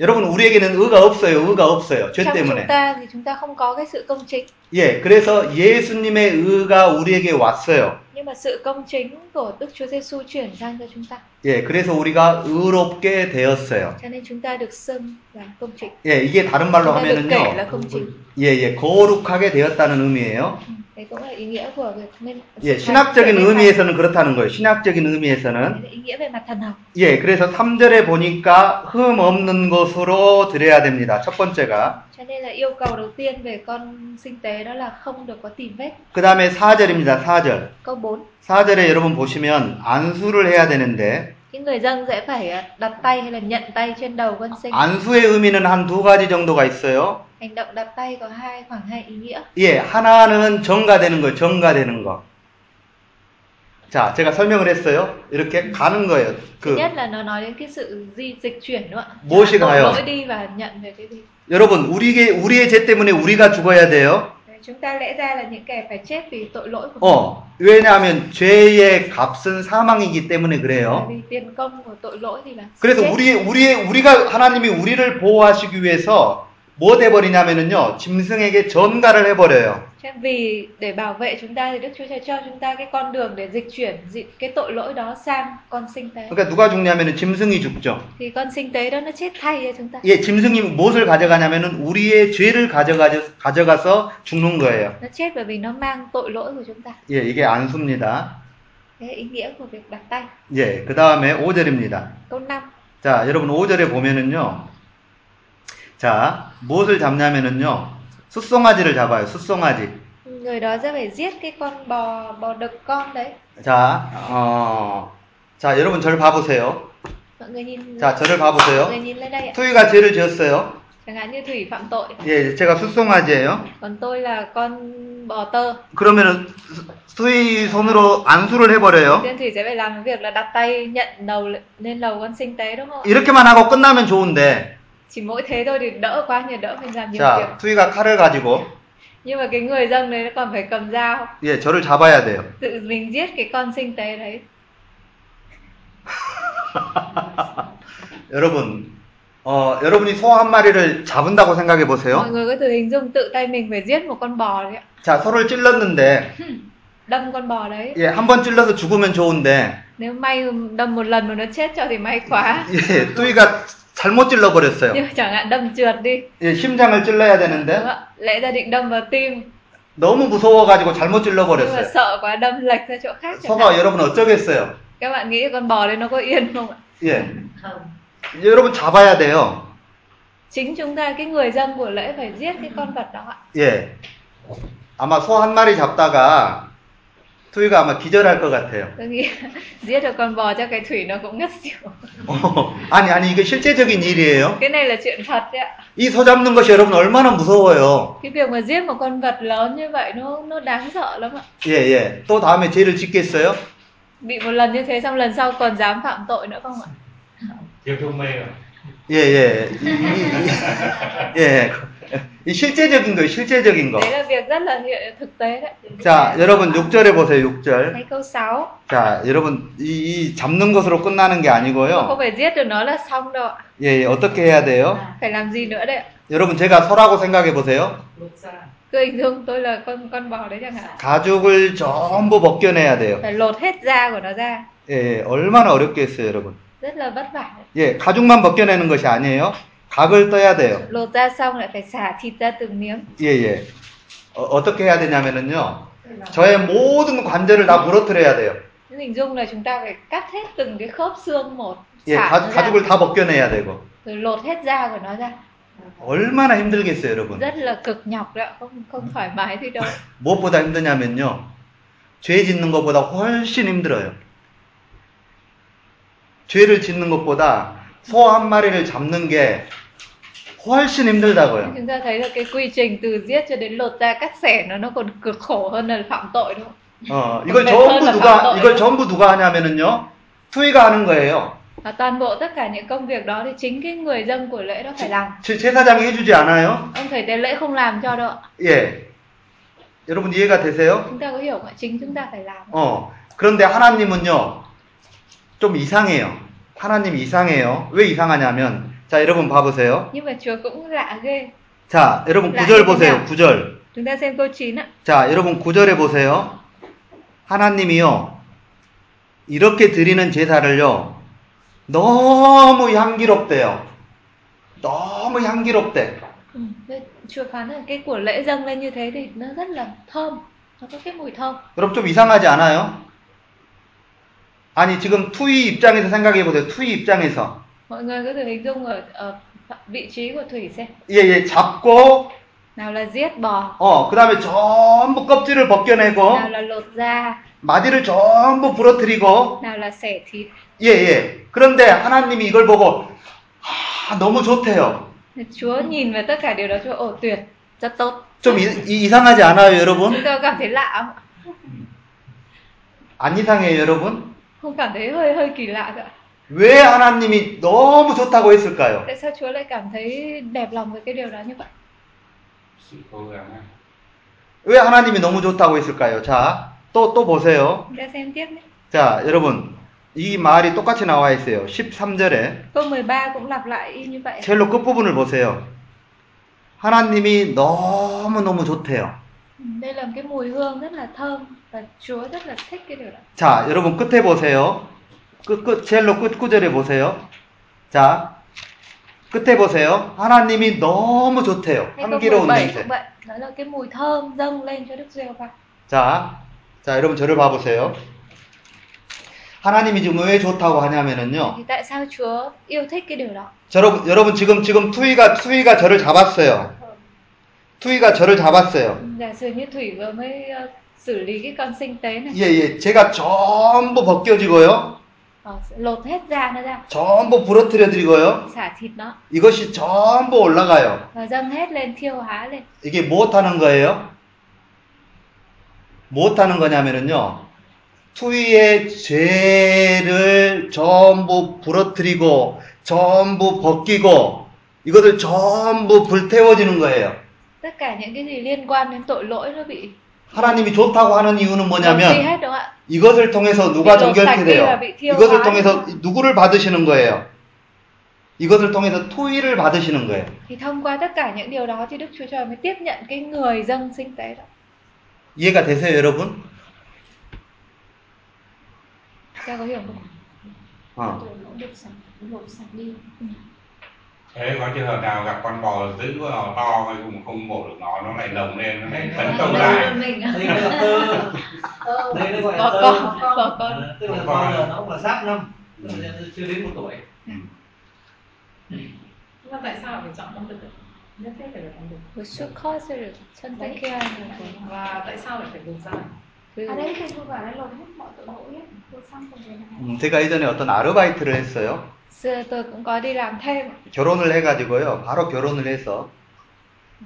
Speaker 2: 여러분 우리에게는 의가 없어요. 의가 없어요. 죄
Speaker 1: Trong
Speaker 2: 때문에.
Speaker 1: chúng ta thì chúng ta không có cái sự công chính.
Speaker 2: 예. 그래서 예수님의 의가 우리에게 왔어요.
Speaker 1: Nhưng mà sự công chính của Đức Chúa Giêsu chuyển sang cho chúng ta.
Speaker 2: 예. 그래서 우리가 의롭게 되었어요.
Speaker 1: Cho nên chúng ta được xưng là công chính.
Speaker 2: 예. 이게 다른
Speaker 1: Chúng
Speaker 2: 말로
Speaker 1: ta được kể
Speaker 2: 하면은요.
Speaker 1: là công chính.
Speaker 2: 예, 예. 거룩하게 되었다는 의미예요.
Speaker 1: Ừ, Đấy cũng là ý nghĩa của việc nên
Speaker 2: 예. 신학적인
Speaker 1: về mặt-
Speaker 2: 의미에서는 그렇다는 거예요. 신학적인 의미에서는
Speaker 1: đấy là ý nghĩa về mặt thần học.
Speaker 2: 예, 그래서 3절에 보니까 흠 없는 것으로 드려야 됩니다. 첫 번째가.
Speaker 1: Cho nên là yêu cầu đầu tiên về con sinh tế đó là không được có tỉ vết.
Speaker 2: 그 다음에 4절입니다. 4절.
Speaker 1: Câu 4
Speaker 2: 4절에 여러분 보시면 안수를 해야 되는데,
Speaker 1: Những người dân sẽ phải à, đặt tay hay là nhận tay trên đầu con sinh.
Speaker 2: 안수의 의미는 한 두 가지 정도가 있어요.
Speaker 1: Hành động đặt tay có hai khoảng hai ý nghĩa.
Speaker 2: 예, 하나는 정가되는 거, 정가되는 거. 자, 제가 설명을 했어요. 이렇게 가는 거예요.
Speaker 1: Thứ
Speaker 2: 그
Speaker 1: nhất là nó nói đến cái sự di dịch chuyển đúng không ạ?
Speaker 2: Vô sinh
Speaker 1: Tội
Speaker 2: hài
Speaker 1: lỗi
Speaker 2: hồn.
Speaker 1: đi và nhận về cái gì?
Speaker 2: 여러분, 우리의 우리의 죄 때문에 우리가 죽어야 돼요.
Speaker 1: Chúng ta lẽ ra là những kẻ phải chết vì tội lỗi của mình.
Speaker 2: 어, 왜냐하면 죄의 값은 사망이기 때문에
Speaker 1: Bởi
Speaker 2: 그래요.
Speaker 1: vì tiền công của tội lỗi thì là sự
Speaker 2: 그래서
Speaker 1: chết.
Speaker 2: 우리 우리의 우리가 하나님이 우리를 보호하시기 위해서 뭐 돼버리냐면은요, 짐승에게 전가를 해버려요.
Speaker 1: Chắc vì để bảo vệ chúng ta thì Đức Chúa Trời cho chúng ta cái con đường để dịch chuyển dị- cái tội lỗi đó sang con sinh tế.
Speaker 2: 그러니까 누가 죽냐면은 짐승이 죽죠.
Speaker 1: Thì con sinh tế đó nó chết thay cho chúng ta.
Speaker 2: 예, 짐승이 무엇을 가져가냐면은 우리의 죄를 가져가 가져가서 죽는 거예요.
Speaker 1: Nó chết bởi vì nó mang tội lỗi của chúng ta.
Speaker 2: 예, 이게 안수입니다.
Speaker 1: Thế ý nghĩa của việc đặt tay.
Speaker 2: 예, 그 다음에 5절입니다.
Speaker 1: Câu 5.
Speaker 2: 자, 여러분 5절에 보면은요. 자, 무엇을 잡냐면은요. 숫송아지를 잡아요. 숫송아지.
Speaker 1: Người đó sẽ phải giết cái con bò bò đực con đấy.
Speaker 2: 자, 어. 자, 여러분 저를 봐 보세요.
Speaker 1: Mọi người nhìn
Speaker 2: 자, 저를
Speaker 1: mọi
Speaker 2: 봐
Speaker 1: người
Speaker 2: 보세요.
Speaker 1: nhìn lên đây ạ.
Speaker 2: 토이가 죄를 지었어요.
Speaker 1: Chẳng hạn như Thủy phạm tội,
Speaker 2: 예, 제가 숫송아지예요.
Speaker 1: còn tôi là con bò tơ.
Speaker 2: 그러면은 수- 수의 손으로 안수를 해 버려요.
Speaker 1: Tiên Thủy sẽ phải làm cái việc là đặt tay nhận đầu lên- lên đầu con sinh tế đúng không ạ?
Speaker 2: 이렇게만 하고 끝나면 좋은데.
Speaker 1: Chỉ mỗi thế thôi thì đỡ quá nhiều đỡ mình làm nhiều việc.
Speaker 2: 자, 투이가 칼을 가지고
Speaker 1: Nhưng mà cái người dân đấy nó còn phải cầm dao
Speaker 2: 예, 저를 잡아야 돼요.
Speaker 1: tự mình giết cái con sinh tế đấy.
Speaker 2: 여러분, 어, 여러분이 소 한 마리를 잡은다고
Speaker 1: Mọi
Speaker 2: 생각해 보세요.
Speaker 1: người có thể hình dung tự tay mình phải giết một con bò đấy ạ.
Speaker 2: 자, 소를 찔렀는데
Speaker 1: Đâm con bò đấy.
Speaker 2: 예, 한 번 찔러서 죽으면 좋은데,
Speaker 1: Nếu may đâm một lần mà nó chết cho thì may quá.
Speaker 2: 예, 뚜이가 잘못 찔러버렸어요.
Speaker 1: Nhưng mà chẳng hạn đâm trượt đi.
Speaker 2: 예, 심장을 찔러야
Speaker 1: Đúng
Speaker 2: 되는데,
Speaker 1: ạ. Lẽ ra định đâm vào tim
Speaker 2: 너무 무서워가지고 잘못
Speaker 1: nhưng mà
Speaker 2: 찔러버렸어요.
Speaker 1: sợ quá đâm lệch ra chỗ khác chẳng hạn.
Speaker 2: 소가 여러분 어쩌겠어요?
Speaker 1: Các bạn nghĩ con bò đấy nó có yên không ạ?
Speaker 2: 예,
Speaker 3: không
Speaker 2: 여러분 잡아야 돼요.
Speaker 1: Chính chúng ta cái người dân của lễ phải giết cái con vật đó ạ.
Speaker 2: 예. 아마 소 한 마리 잡다가 뚜이가 아마 기절할 것 같아요.
Speaker 1: Tôi nghĩ giết được con bò cho cái thủy nó cũng ngất xỉu.
Speaker 2: 어, 아니, 아니, 이게 실제적인 일이에요.
Speaker 1: Cái này là chuyện thật đấy ạ.
Speaker 2: 이 소 잡는 것이 여러분 얼마나 무서워요.
Speaker 1: cái việc mà giết một con vật lớn như vậy nó nó đáng sợ lắm ạ
Speaker 2: 예, 예. 또 다음에 죄를 짓겠어요?
Speaker 1: bị một lần như thế xong lần sau còn dám phạm tội nữa không ạ
Speaker 4: Chiều trung mê rồi.
Speaker 2: 예, 예. 이, 이, 예. 이 실제적인 거예요, 실제적인 거.
Speaker 1: đấy là việc rất là hiện thực tế đấy Dạ.
Speaker 2: 자, 여러분 6절에 보세요. 6절.
Speaker 1: Thấy câu 6
Speaker 2: 자, 여러분 이, 이 잡는 것으로 끝나는 게
Speaker 1: Không
Speaker 2: 아니고요.
Speaker 1: phải giết được nó là xong đâu ạ
Speaker 2: 예, 예, 어떻게 해야 돼요?
Speaker 1: Phải làm gì nữa đấy ạ
Speaker 2: 여러분 제가 소라고 생각해 보세요.
Speaker 4: Lúc xa.
Speaker 1: Cứ hình dung tôi là con con bò đấy chẳng hạn
Speaker 2: 가죽을 전부 벗겨내야 돼요.
Speaker 1: Phải lột hết da của nó ra
Speaker 2: 예, 예, 얼마나 어렵게 했어요, 여러분.
Speaker 1: Rất là vất vả
Speaker 2: 예, 가죽만 벗겨내는 것이 아니에요. 각을 떠야 돼요.
Speaker 1: Lột da xong lại phải xả thịt ra từng miếng
Speaker 2: 예, 예. 어, 어떻게 해야 되냐면은요. 저의 모든 관절을 다 부러뜨려야 돼요.
Speaker 1: Cứ hình dung là chúng ta phải cắt hết từng cái khớp xương một
Speaker 2: 예,
Speaker 1: Xả
Speaker 2: 가,
Speaker 1: nó ra
Speaker 2: 가죽을 다 벗겨내야 되고.
Speaker 1: Rồi lột hết da của nó ra
Speaker 2: 얼마나 힘들겠어요, 여러분.
Speaker 1: rất là cực nhọc đấy ạ không không thoải mái gì đâu
Speaker 2: 무엇보다 힘드냐면요. 죄 짓는 것보다 훨씬 힘들어요. 죄를 짓는 것보다 소 한 마리를 잡는 게 훨씬 힘들다고요.
Speaker 1: chúng ta thấy là cái quy trình từ giết cho đến lột da cắt xẻ nó nó còn cực khổ hơn là phạm tội đúng không
Speaker 2: 어, 이걸 전부 누가 이걸 전부 누가 하냐면은요. 투이가 하는 거예요.
Speaker 1: và toàn bộ tất cả những công việc đó thì chính cái người dân của lễ đó phải làm
Speaker 2: 제- 제사장이 해주지 않아요.
Speaker 1: ông thầy tế lễ không làm cho đâu ạ.
Speaker 2: 예. 여러분 이해가 되세요?
Speaker 1: chúng ta có hiểu không ạ chính chúng ta phải làm
Speaker 2: 어. 그런데 하나님은요. 좀 이상해요. 하나님 이상해요. 왜 이상하냐면 자, 여러분 봐 보세요.
Speaker 1: nhưng mà chúa cũng lạ ghê
Speaker 2: 자, 여러분
Speaker 1: 라인
Speaker 2: 9절 보세요.
Speaker 1: 그냥.
Speaker 2: 9절.
Speaker 1: chúng ta xem câu 9 ạ
Speaker 2: 자, 여러분 9절에 보세요. 하나님이요. 이렇게 드리는 제사를요. 너무 향기롭대요. 너무 향기롭대.
Speaker 1: ừ. thế chúa phán là cái của lễ dâng lên như thế thì nó rất là thơm nó có cái mùi thơm
Speaker 2: 여러분 좀 이상하지 않아요? 아니, 지금 투이 입장에서 생각해 보세요. 투이 입장에서.
Speaker 1: mọi người có thể hình dung ở, ở vị trí của thủy xem
Speaker 2: 예, 예, 잡고,
Speaker 1: nào là giết bò
Speaker 2: 어, 그 다음에 전부 껍질을 벗겨내고,
Speaker 1: nào là lột da
Speaker 2: 마디를 전부 부러뜨리고,
Speaker 1: nào là xẻ thịt
Speaker 2: 예, 예. 그런데 하나님이 이걸 보고, 아, 너무 좋대요.
Speaker 1: Chúa nhìn vào tất cả điều đó Chúa ồ tuyệt rất tốt
Speaker 2: 좀 이, 상하지 않아요,
Speaker 1: chúng
Speaker 2: 여러분?
Speaker 1: tôi cảm thấy lạ không? ạ?
Speaker 2: 안 이상해요, 여러분?
Speaker 1: không cảm thấy hơi hơi kỳ lạ rồi ạ
Speaker 2: 왜 하나님이 너무 좋다고 했을까요?
Speaker 1: tại sao Chúa lại cảm thấy đẹp lòng với cái điều đó như vậy
Speaker 4: sự cố gắng ấy.
Speaker 2: 왜 하나님이 너무 좋다고 했을까요? 자, 또, 또 보세요.
Speaker 1: Chúng ta xem tiếp nhé
Speaker 2: 자, 여러분. 이 말이 똑같이 나와 있어요. 13절에.
Speaker 1: câu 13 cũng lặp lại y như vậy
Speaker 2: 첼로 끝부분을 보세요. 하나님이 너무너무 좋대요.
Speaker 1: đây là một cái mùi hương rất là thơm và Chúa rất là thích cái điều đó
Speaker 2: 자, 여러분 끝에 보세요. 끝, 끝, 첼로 끝 구절에 보세요. 자, 끝에 보세요. 하나님이 너무 좋대요.
Speaker 1: hay câu 17
Speaker 2: 향기로운 냄새.
Speaker 1: cũng vậy đó là cái mùi thơm dâng lên cho Đức Giê-hô-va
Speaker 2: 자, 자, 여러분 저를 봐보세요. 하나님이 지금 왜 좋다고 하냐면은요.
Speaker 1: thì tại sao Chúa yêu thích cái điều đó
Speaker 2: 여러분, 여러분 지금, 지금 투이가, 투이가 저를 잡았어요. 투이가 저를 잡았어요.
Speaker 1: giả sử như Thủy vừa mới ờ, xử lý cái con sinh tế này
Speaker 2: 예, 예. 제가 전부 벗겨지고요.
Speaker 1: ờ, sẽ lột hết da nó ra
Speaker 2: 전부 부러뜨려 드리고요.
Speaker 1: xả thịt nó
Speaker 2: 이것이 전부 올라가요.
Speaker 1: và dâng hết lên thiêu há lên
Speaker 2: 이게 무엇 하는 거예요? 무엇 하는 거냐면은요. 투이의 죄를 전부 부러뜨리고 전부 벗기고 이것을 전부 불태워지는 거예요.
Speaker 1: tất cả những cái gì liên quan đến tội lỗi nó bị
Speaker 2: 하나님이 좋다고 하는 이유는
Speaker 1: dâng đi
Speaker 2: 뭐냐면
Speaker 1: hết đúng không ạ
Speaker 2: 이것을 통해서 누가 정결케 돼요. 이것을 통해서 누구를 받으시는 거예요. 이것을 통해서 투이를 받으시는 거예요.
Speaker 1: thì thông qua tất cả những điều đó thì Đức Chúa Trời mới tiếp nhận cái người dâng sinh tế đó
Speaker 2: 이해가 되세요, 여러분?
Speaker 1: cha có hiểu không
Speaker 2: 어.
Speaker 3: Tôi nó lột sạch, lột sạch đi.
Speaker 4: thế có trường hợp nào gặp con bò dữ quá nó to hay cũng không mổ được nó nó lại lồng lên nó lại tấn công lại
Speaker 3: Mình
Speaker 5: đây là tơ
Speaker 3: Ờ,
Speaker 5: đây nó gọi là
Speaker 1: có
Speaker 5: tơ
Speaker 1: con có con
Speaker 5: Ờ, tức là con là nó mà giáp năm tức là chưa đến một tuổi
Speaker 6: Mà tại sao phải chọn con đực ạ? Nhất thiết phải là con đực
Speaker 1: một chút khó sẽ được chân tay kia
Speaker 6: Và tại sao lại phải đực ra?
Speaker 3: À đấy thì tôi bảo nó lột hết mọi tội lỗi ấy. Tôi xong rồi về nhà.
Speaker 2: 음, 제가 예전에 어떤 아르바이트를 했어요.
Speaker 1: xưa tôi cũng có đi làm thêm
Speaker 2: 결혼을 해가지고요. 바로 결혼을 해서.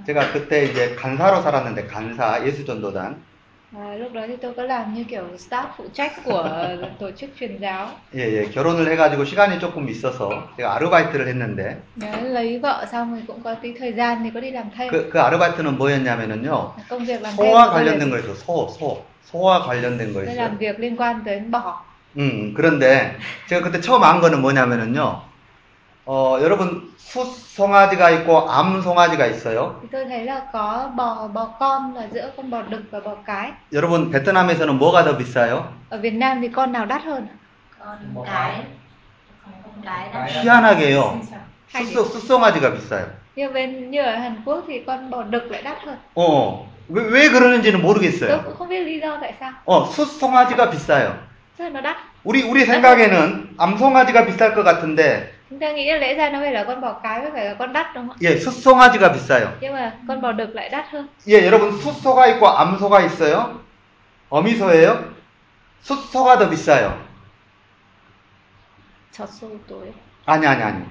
Speaker 2: 제가 그때 이제 간사로 살았는데, 간사, 예수전도단.
Speaker 1: và À, lúc đó thì tôi có làm như kiểu staff phụ trách của tổ chức truyền giáo
Speaker 2: 예, 예. 결혼을 해가지고 시간이 조금 있어서 제가 아르바이트를 했는데,
Speaker 1: Nếu lấy vợ xong thì cũng có tí thời gian thì có đi làm thêm
Speaker 2: 그, 그 아르바이트는 뭐였냐면은요.
Speaker 1: công việc làm thêm của
Speaker 2: 소와
Speaker 1: tôi là
Speaker 2: 관련된 거였어요. 소, 소. 소와 네, 관련된
Speaker 1: tôi làm
Speaker 2: 거였어요.
Speaker 1: việc liên quan đến bò
Speaker 2: 음, 그런데 제가 그때 처음 안 거는 뭐냐면은요. 어, 여러분, 숫송아지가 있고 암송아지가 있어요.
Speaker 1: thì tôi thấy là có bò bò con là giữa con bò đực và bò cái
Speaker 2: 여러분, 베트남에서는 뭐가 더 비싸요?
Speaker 1: ở Việt Nam thì con nào đắt hơn
Speaker 3: Con cái. Con cái đó.
Speaker 5: Cái
Speaker 2: 희한하게요.
Speaker 6: Xin chào.
Speaker 1: hay
Speaker 2: 숫소, 숫송아지가 비싸요.
Speaker 1: như bên như ở Hàn Quốc thì con bò đực lại đắt hơn
Speaker 2: 어, 왜, 왜 그러는지는
Speaker 1: tôi
Speaker 2: 모르겠어요.
Speaker 1: cũng không biết lý do tại sao
Speaker 2: 어, 숫송아지가 비싸요.
Speaker 1: tức là nó đắt
Speaker 2: 우리, 우리 생각에는 암송아지가 비쌀 것 같은데,
Speaker 1: chúng ta nghĩ là lẽ ra nó phải là con bò cái với phải là con đắt đúng không
Speaker 2: 예, 숫송아지가 비싸요.
Speaker 1: ạ nhưng mà con bò đực lại đắt hơn
Speaker 2: 예, 여러분, 숫소가 있고 암소가 있어요? 어미소예요? 숫소가 더 비싸요.
Speaker 1: chọt xô tối
Speaker 2: 아니, 아니, 아니.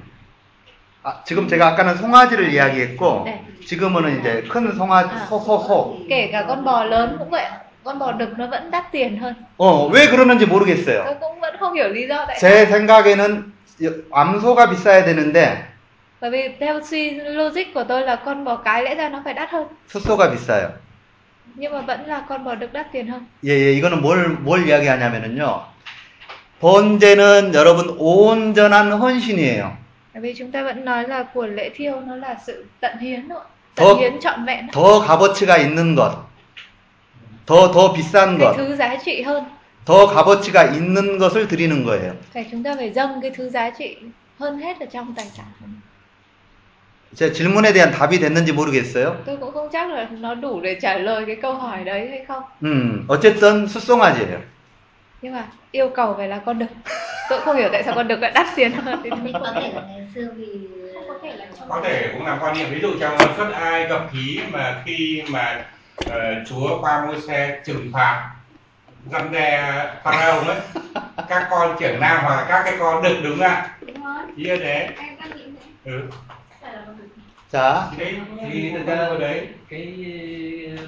Speaker 2: 아, 지금 제가 아까는 송아지를 이야기했고,
Speaker 1: 네.
Speaker 2: 지금은 이제 큰 송아지, 소, 소, 소.
Speaker 1: kể cả con bò lớn cũng vậy con bò đực nó vẫn đắt tiền hơn
Speaker 2: 어, 왜 그러는지 모르겠어요.
Speaker 1: tôi cũng vẫn không hiểu lý do tại sao
Speaker 2: 제 생각에는 암소가 비싸야 되는데
Speaker 1: bởi vì theo suy logic của tôi là con bò cái lẽ ra nó phải đắt hơn
Speaker 2: 숫소가 비싸요.
Speaker 1: nhưng mà vẫn là con bò đực đắt tiền hơn
Speaker 2: 예, 예, 이거는 뭘, 뭘 이야기하냐면은요. 번제는 여러분 온전한 헌신이에요.
Speaker 1: bởi vì chúng ta vẫn nói là của lễ thiêu nó là sự tận hiến thôi
Speaker 2: Thôi.
Speaker 1: tận hiến trọn vẹn đó.
Speaker 2: 더 값어치가 있는 것, 더, 더
Speaker 1: cái
Speaker 2: 비싼 것,
Speaker 1: thứ giá trị hơn
Speaker 2: 더 값어치가 있는 것을 드리는 거예요.
Speaker 1: phải chúng ta phải dâng cái thứ giá trị hơn hết ở trong tài sản
Speaker 2: 제 질문에 대한 답이 됐는지 모르겠어요.
Speaker 1: tôi cũng không chắc là nó đủ để trả lời cái câu hỏi đấy hay không
Speaker 2: 음, 어쨌든 숫송아지예요.
Speaker 1: nhưng mà yêu cầu phải là con đực tôi cũng không hiểu tại sao con đực lại đắt tiền hơn thì
Speaker 3: Mình
Speaker 1: tôi
Speaker 3: có
Speaker 1: không
Speaker 3: thể là ngày xưa vì
Speaker 6: Không có thể là trong
Speaker 4: có thể cũng là quan niệm ví dụ trong xuất ai cập ký mà khi mà ờ, chúa qua môi xe trừng phạt răn đe pharaoh ấy các con trưởng nam và các cái con đực đúng không ạ
Speaker 3: Đúng rồi.
Speaker 4: ý là thế
Speaker 3: Em đang nghĩ thế.
Speaker 4: ừ
Speaker 3: Phải là con đực.
Speaker 2: 자,
Speaker 4: đấy
Speaker 5: Thì
Speaker 4: thì
Speaker 5: thực
Speaker 4: thực
Speaker 5: ra-
Speaker 4: đấy
Speaker 5: cái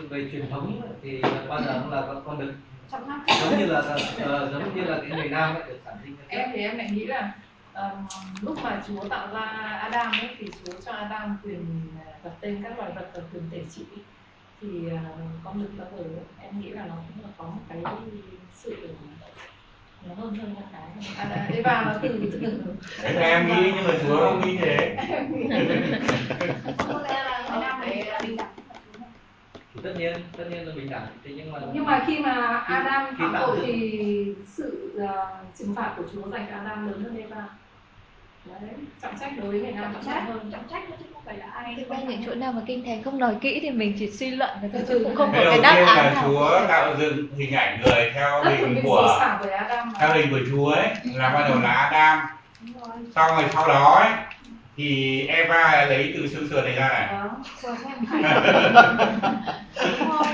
Speaker 5: về truyền thống thì bao giờ cũng là con con đực
Speaker 3: trăm năm
Speaker 5: giống như là ờ, giống như là cái người nam ấy được sản sinh ra
Speaker 6: em thì em lại nghĩ là ờm, lúc mà Chúa tạo ra Adam ấy thì Chúa cho Adam quyền ờ, đặt tên các loài vật và quyền tể trị thì ờ, con được bao giờ em nghĩ là nó cũng là có một cái sự à, nó hơn hơn một cái à, đã- Eva nó từ
Speaker 4: Đấy là em nghĩ nhưng mà Chúa không nghĩ thế.
Speaker 3: có lẽ là người nam đấy là bình đẳng
Speaker 5: thì tất nhiên tất nhiên là bình đẳng thế nhưng mà
Speaker 6: nhưng mà khi mà Adam
Speaker 5: khi
Speaker 6: phạm
Speaker 5: tạo
Speaker 6: tội
Speaker 5: dựng.
Speaker 6: thì sự ờ, trừng phạt của Chúa dành cho Adam lớn hơn Eva đấy trọng trách đối với người
Speaker 3: trọng
Speaker 6: nam trọng
Speaker 3: trách
Speaker 6: hơn
Speaker 3: trọng trách chứ không phải là ai
Speaker 1: Thực ra những chỗ nào mà kinh thánh không nói kỹ thì mình chỉ suy luận và thôi
Speaker 6: Ừ.
Speaker 1: chứ cũng không có
Speaker 4: Cái đầu
Speaker 1: cái
Speaker 4: tiên
Speaker 1: đáp án
Speaker 4: là
Speaker 1: nào.
Speaker 4: Chúa tạo dựng hình ảnh người theo
Speaker 6: tất cả
Speaker 4: hình
Speaker 6: những
Speaker 4: của
Speaker 6: sự xả với Adam
Speaker 4: theo
Speaker 6: mà
Speaker 4: hình của Chúa ấy là bắt đầu là Adam
Speaker 3: Đúng rồi
Speaker 4: xong rồi sau đó ấy, thì Eva là lấy từ xương sườn này ra này
Speaker 6: Đó.
Speaker 3: vừa không phải đúng rồi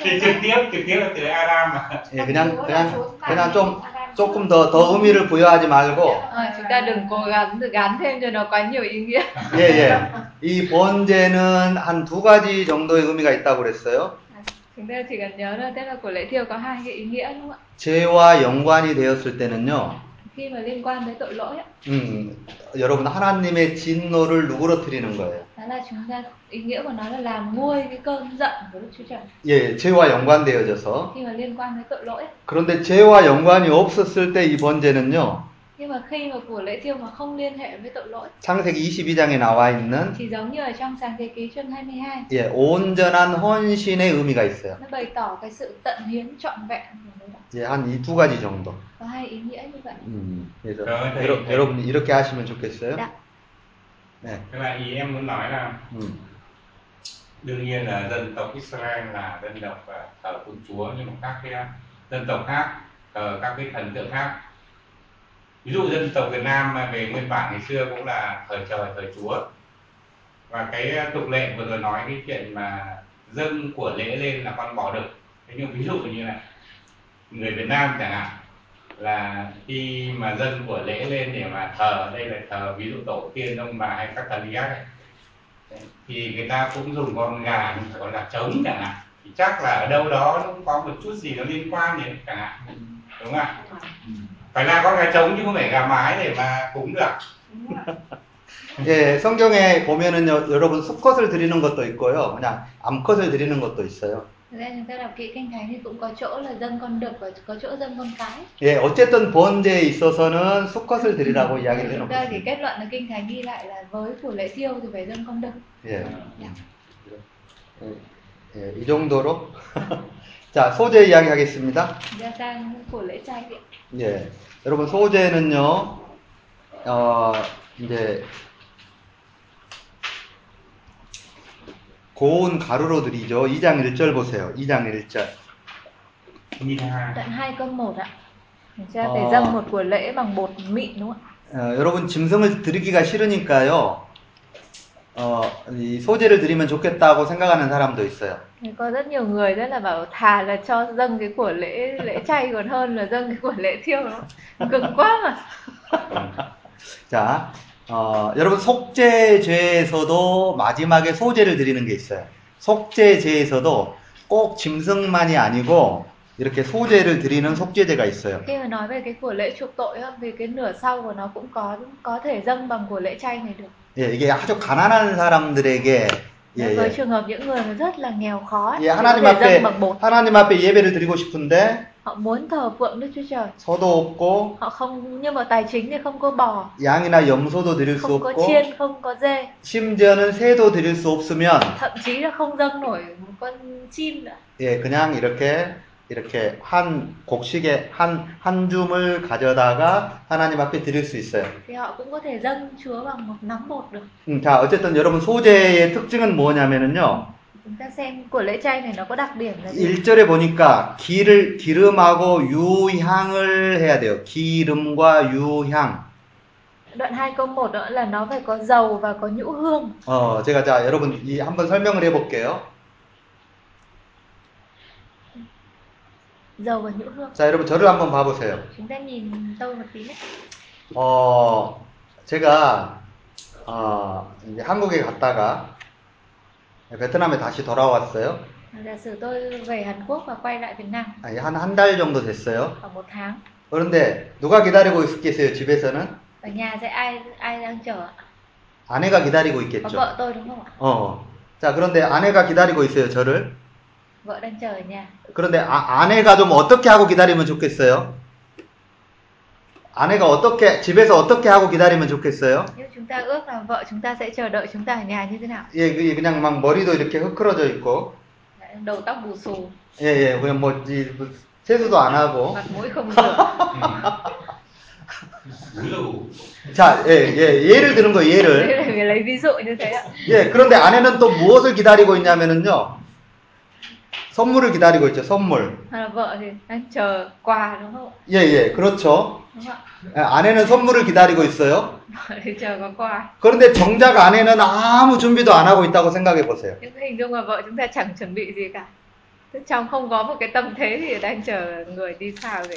Speaker 4: thì trực tiếp trực tiếp là từ Adam mà
Speaker 2: 예, 그냥 그냥 그냥 좀 조금 더 더 의미를 부여하지 말고
Speaker 1: Ờ, chúng ta đừng cố gắng tự gán thêm cho nó quá nhiều ý nghĩa.
Speaker 2: 예예 이 번제는 한 두 가지 정도의 의미가 있다고 그랬어요.
Speaker 1: Chúng ta chỉ cần nhớ là tức là của lễ thiêu có hai cái ý nghĩa đúng không ạ?
Speaker 2: 죄와 연관이 되었을 때는요.
Speaker 1: Khi mà liên quan tới tội lỗi á,
Speaker 2: 음, 여러분 하나님의 진노를 누그러뜨리는 거예요.
Speaker 1: đó là chúng ta ý nghĩa của nó là làm nguôi cái cơn giận của Đức Chúa Trời
Speaker 2: 예, 죄와 연관되어져서.
Speaker 1: khi mà liên quan tới tội lỗi. á.
Speaker 2: 그런데 죄와 연관이 없었을 때 이 번제는요.
Speaker 1: Nhưng mà khi mà của lễ thiêu mà không liên hệ với tội lỗi
Speaker 2: 창세기 22장에 나와 있는
Speaker 1: thì giống như ở trong sáng thế ký chương 22
Speaker 2: 예, 온전한 헌신의 의미가 있어요.
Speaker 1: nó bày tỏ cái sự tận hiến trọn vẹn của nó đó.
Speaker 2: 예, 한 이 두 가지 정도.
Speaker 1: có hai ý nghĩa như vậy
Speaker 2: 음, 그래서
Speaker 4: 자, 네,
Speaker 2: 여러,
Speaker 4: 네.
Speaker 2: 여러분 이렇게 하시면 좋겠어요.
Speaker 1: Dạ.
Speaker 2: 네.
Speaker 4: thế là ý em muốn nói là
Speaker 2: 음,
Speaker 4: đương nhiên là dân tộc Israel là dân tộc à, thờ cung chúa nhưng mà các cái à, dân tộc khác thờ các cái thần tượng khác ví dụ dân tộc Việt Nam mà về nguyên bản ngày xưa cũng là thờ trời thờ chúa và cái à, tục lệ vừa rồi nói cái chuyện mà dâng của lễ lên là con bỏ được thế nhưng ví dụ như là người Việt Nam chẳng hạn là khi mà dân của lễ lên để mà thờ đây là thờ ví dụ tổ tiên ông bà hay các thần giác ấy, thì người ta cũng dùng con gà nhưng phải con gà trống chẳng hạn thì chắc là ở đâu đó nó cũng có một chút gì nó liên quan đến chẳng hạn đúng không ạ phải là con gà trống chứ không phải gà mái để mà cúng được
Speaker 3: đúng rồi
Speaker 2: 예, 성경에 보면은요, 여러분 수컷을 드리는 것도 있고요, 그냥 암컷을 드리는 것도 있어요.
Speaker 1: Thực ra chúng ta đọc kỹ kinh thánh thì cũng có chỗ là dân con đực và có chỗ dân con cái.
Speaker 2: 예, 어쨌든 번제에 있어서는 수컷을 드리라고 이야기를
Speaker 1: Chúng ta chỉ
Speaker 2: 해놓고
Speaker 1: kết luận là kinh thánh ghi lại là với của lễ thiêu thì phải dân con đực.
Speaker 5: Ờ,
Speaker 2: 예. 예, 예, 이 정도로. 자, 소재 이야기하겠습니다.
Speaker 1: Ra sang của lễ trai kiện.
Speaker 2: 예. 여러분, 소재는요, 어, 이제, 고운 가루로 드리죠. 2장 1절 보세요. 2장 1절.
Speaker 4: nhìn hai
Speaker 1: Tận hai cơm một ạ. Chúng ta
Speaker 2: Ờ.
Speaker 1: phải dâng một của lễ bằng bột mịn đúng không ạ?
Speaker 2: 어, 여러분, 짐승을 드리기가 싫으니까요, 어, 이 소재를 드리면 좋겠다고 생각하는 사람도 있어요.
Speaker 1: Thì Có rất nhiều người rất là bảo thà là cho dâng cái của lễ lễ chay còn hơn là dâng cái của lễ thiêu nó cực quá mà.
Speaker 2: 자, 어, 여러분, 속죄죄에서도 마지막에 소재를 드리는 게 있어요. 속죄죄에서도 꼭 짐승만이 아니고, 이렇게 소재를 드리는 속죄죄가 있어요.
Speaker 1: Khi mà nói về cái của lễ chuộc tội á, thì cái nửa sau của nó cũng có có thể dâng bằng của lễ chay này được.
Speaker 2: 예, 이게 아주 가난한 사람들에게, 예,
Speaker 1: Đối với
Speaker 2: 예.
Speaker 1: trường hợp những người mà rất là nghèo khó ấy,
Speaker 2: 예,
Speaker 1: thì có
Speaker 2: 하나님
Speaker 1: thể
Speaker 2: 앞에,
Speaker 1: dâng bằng bột.
Speaker 2: 하나님 앞에 예배를 드리고 싶은데,
Speaker 1: Họ muốn thờ phượng Đức Chúa Trời.
Speaker 2: 소도 없고,
Speaker 1: Họ không nhưng mà tài chính thì không có bò,
Speaker 2: 양이나 염소도 드릴 수
Speaker 1: không có
Speaker 2: 없고,
Speaker 1: chiên, không có dê,
Speaker 2: 심지어는 새도 드릴 수 없으면
Speaker 1: thậm chí là không dâng nổi một con chim nữa.
Speaker 2: 예 그냥 이렇게 이렇게 한 곡식에 한 한 줌을 가져다가 하나님 앞에 드릴 수 있어요.
Speaker 1: Thì họ cũng có thể dâng Chúa bằng một nắm bột được.
Speaker 2: 음, 자 어쨌든 여러분 소재의 특징은 뭐냐면은요.
Speaker 1: Chúng ta xem của lễ chay này nó có đặc điểm là gì?
Speaker 2: 1절에 보니까 기를 기름하고 유향을 해야 돼요. 기름과 유향.
Speaker 1: Đoạn 2 câu 1 đó là nó phải có dầu và có nhũ hương.
Speaker 2: 어 제가 자 여러분 이 한번 설명을 해볼게요.
Speaker 1: Dầu và nhũ hương.
Speaker 2: 자 여러분 저를 한번 봐보세요.
Speaker 1: Chúng ta nhìn tôi một tí nhé.
Speaker 2: 어, 제가 어, 이제 한국에 갔다가 베트남에 다시 돌아왔어요.
Speaker 1: À, giả sử tôi về Hàn Quốc và quay lại Việt Nam
Speaker 2: 아니, 한, 한 달 정도 됐어요.
Speaker 1: khoảng một tháng
Speaker 2: 그런데 누가 기다리고 있겠어요, 집에서는?
Speaker 1: ở nhà sẽ ai ai đang chờ ạ?
Speaker 2: 아내가
Speaker 1: có
Speaker 2: 기다리고 있겠죠.
Speaker 1: vợ tôi đúng không ạ
Speaker 2: 어. 자, 그런데 아내가 기다리고 있어요, 저를.
Speaker 1: vợ đang chờ ở nhà
Speaker 2: 그런데 아, 아내가 좀 어떻게 하고 기다리면 좋겠어요? 아내가 어떻게, 집에서 어떻게 하고 기다리면 좋겠어요?
Speaker 1: nhưng chúng ta ước là vợ chúng ta sẽ chờ đợi chúng ta ở nhà như thế nào
Speaker 2: 예, 그- 그냥 막 머리도 이렇게 흐크러져 있고,
Speaker 1: Đã- đầu tóc bù xù
Speaker 2: 예, 예, 그냥 뭐, 이, 뭐 세수도 안 하고.
Speaker 1: mặt mũi không rửa
Speaker 4: Úi dồi ôi.
Speaker 2: 자, 예, 예, 예를 드는
Speaker 1: đấy
Speaker 2: 거예요, 예를.
Speaker 1: là mình lấy ví dụ như thế ạ
Speaker 2: 예, 그런데 아내는 또 무엇을 기다리고 있냐면은요, 선물을 기다리고 있죠, 선물.
Speaker 1: hoặc là vợ thì đang chờ quà đúng không ạ
Speaker 2: 예, 예, 그렇죠.
Speaker 1: đúng không ạ
Speaker 2: 예, 아내는 선물을 기다리고 있어요.
Speaker 1: vợ thì chờ có quà
Speaker 2: 그런데 정작 아내는 아무 준비도 안 하고 있다고 생각해 보세요.
Speaker 1: nhưng cái hình dung là vợ chúng ta chẳng chuẩn bị gì cả Tức trong không có một cái tâm thế thì đang chờ người đi xa về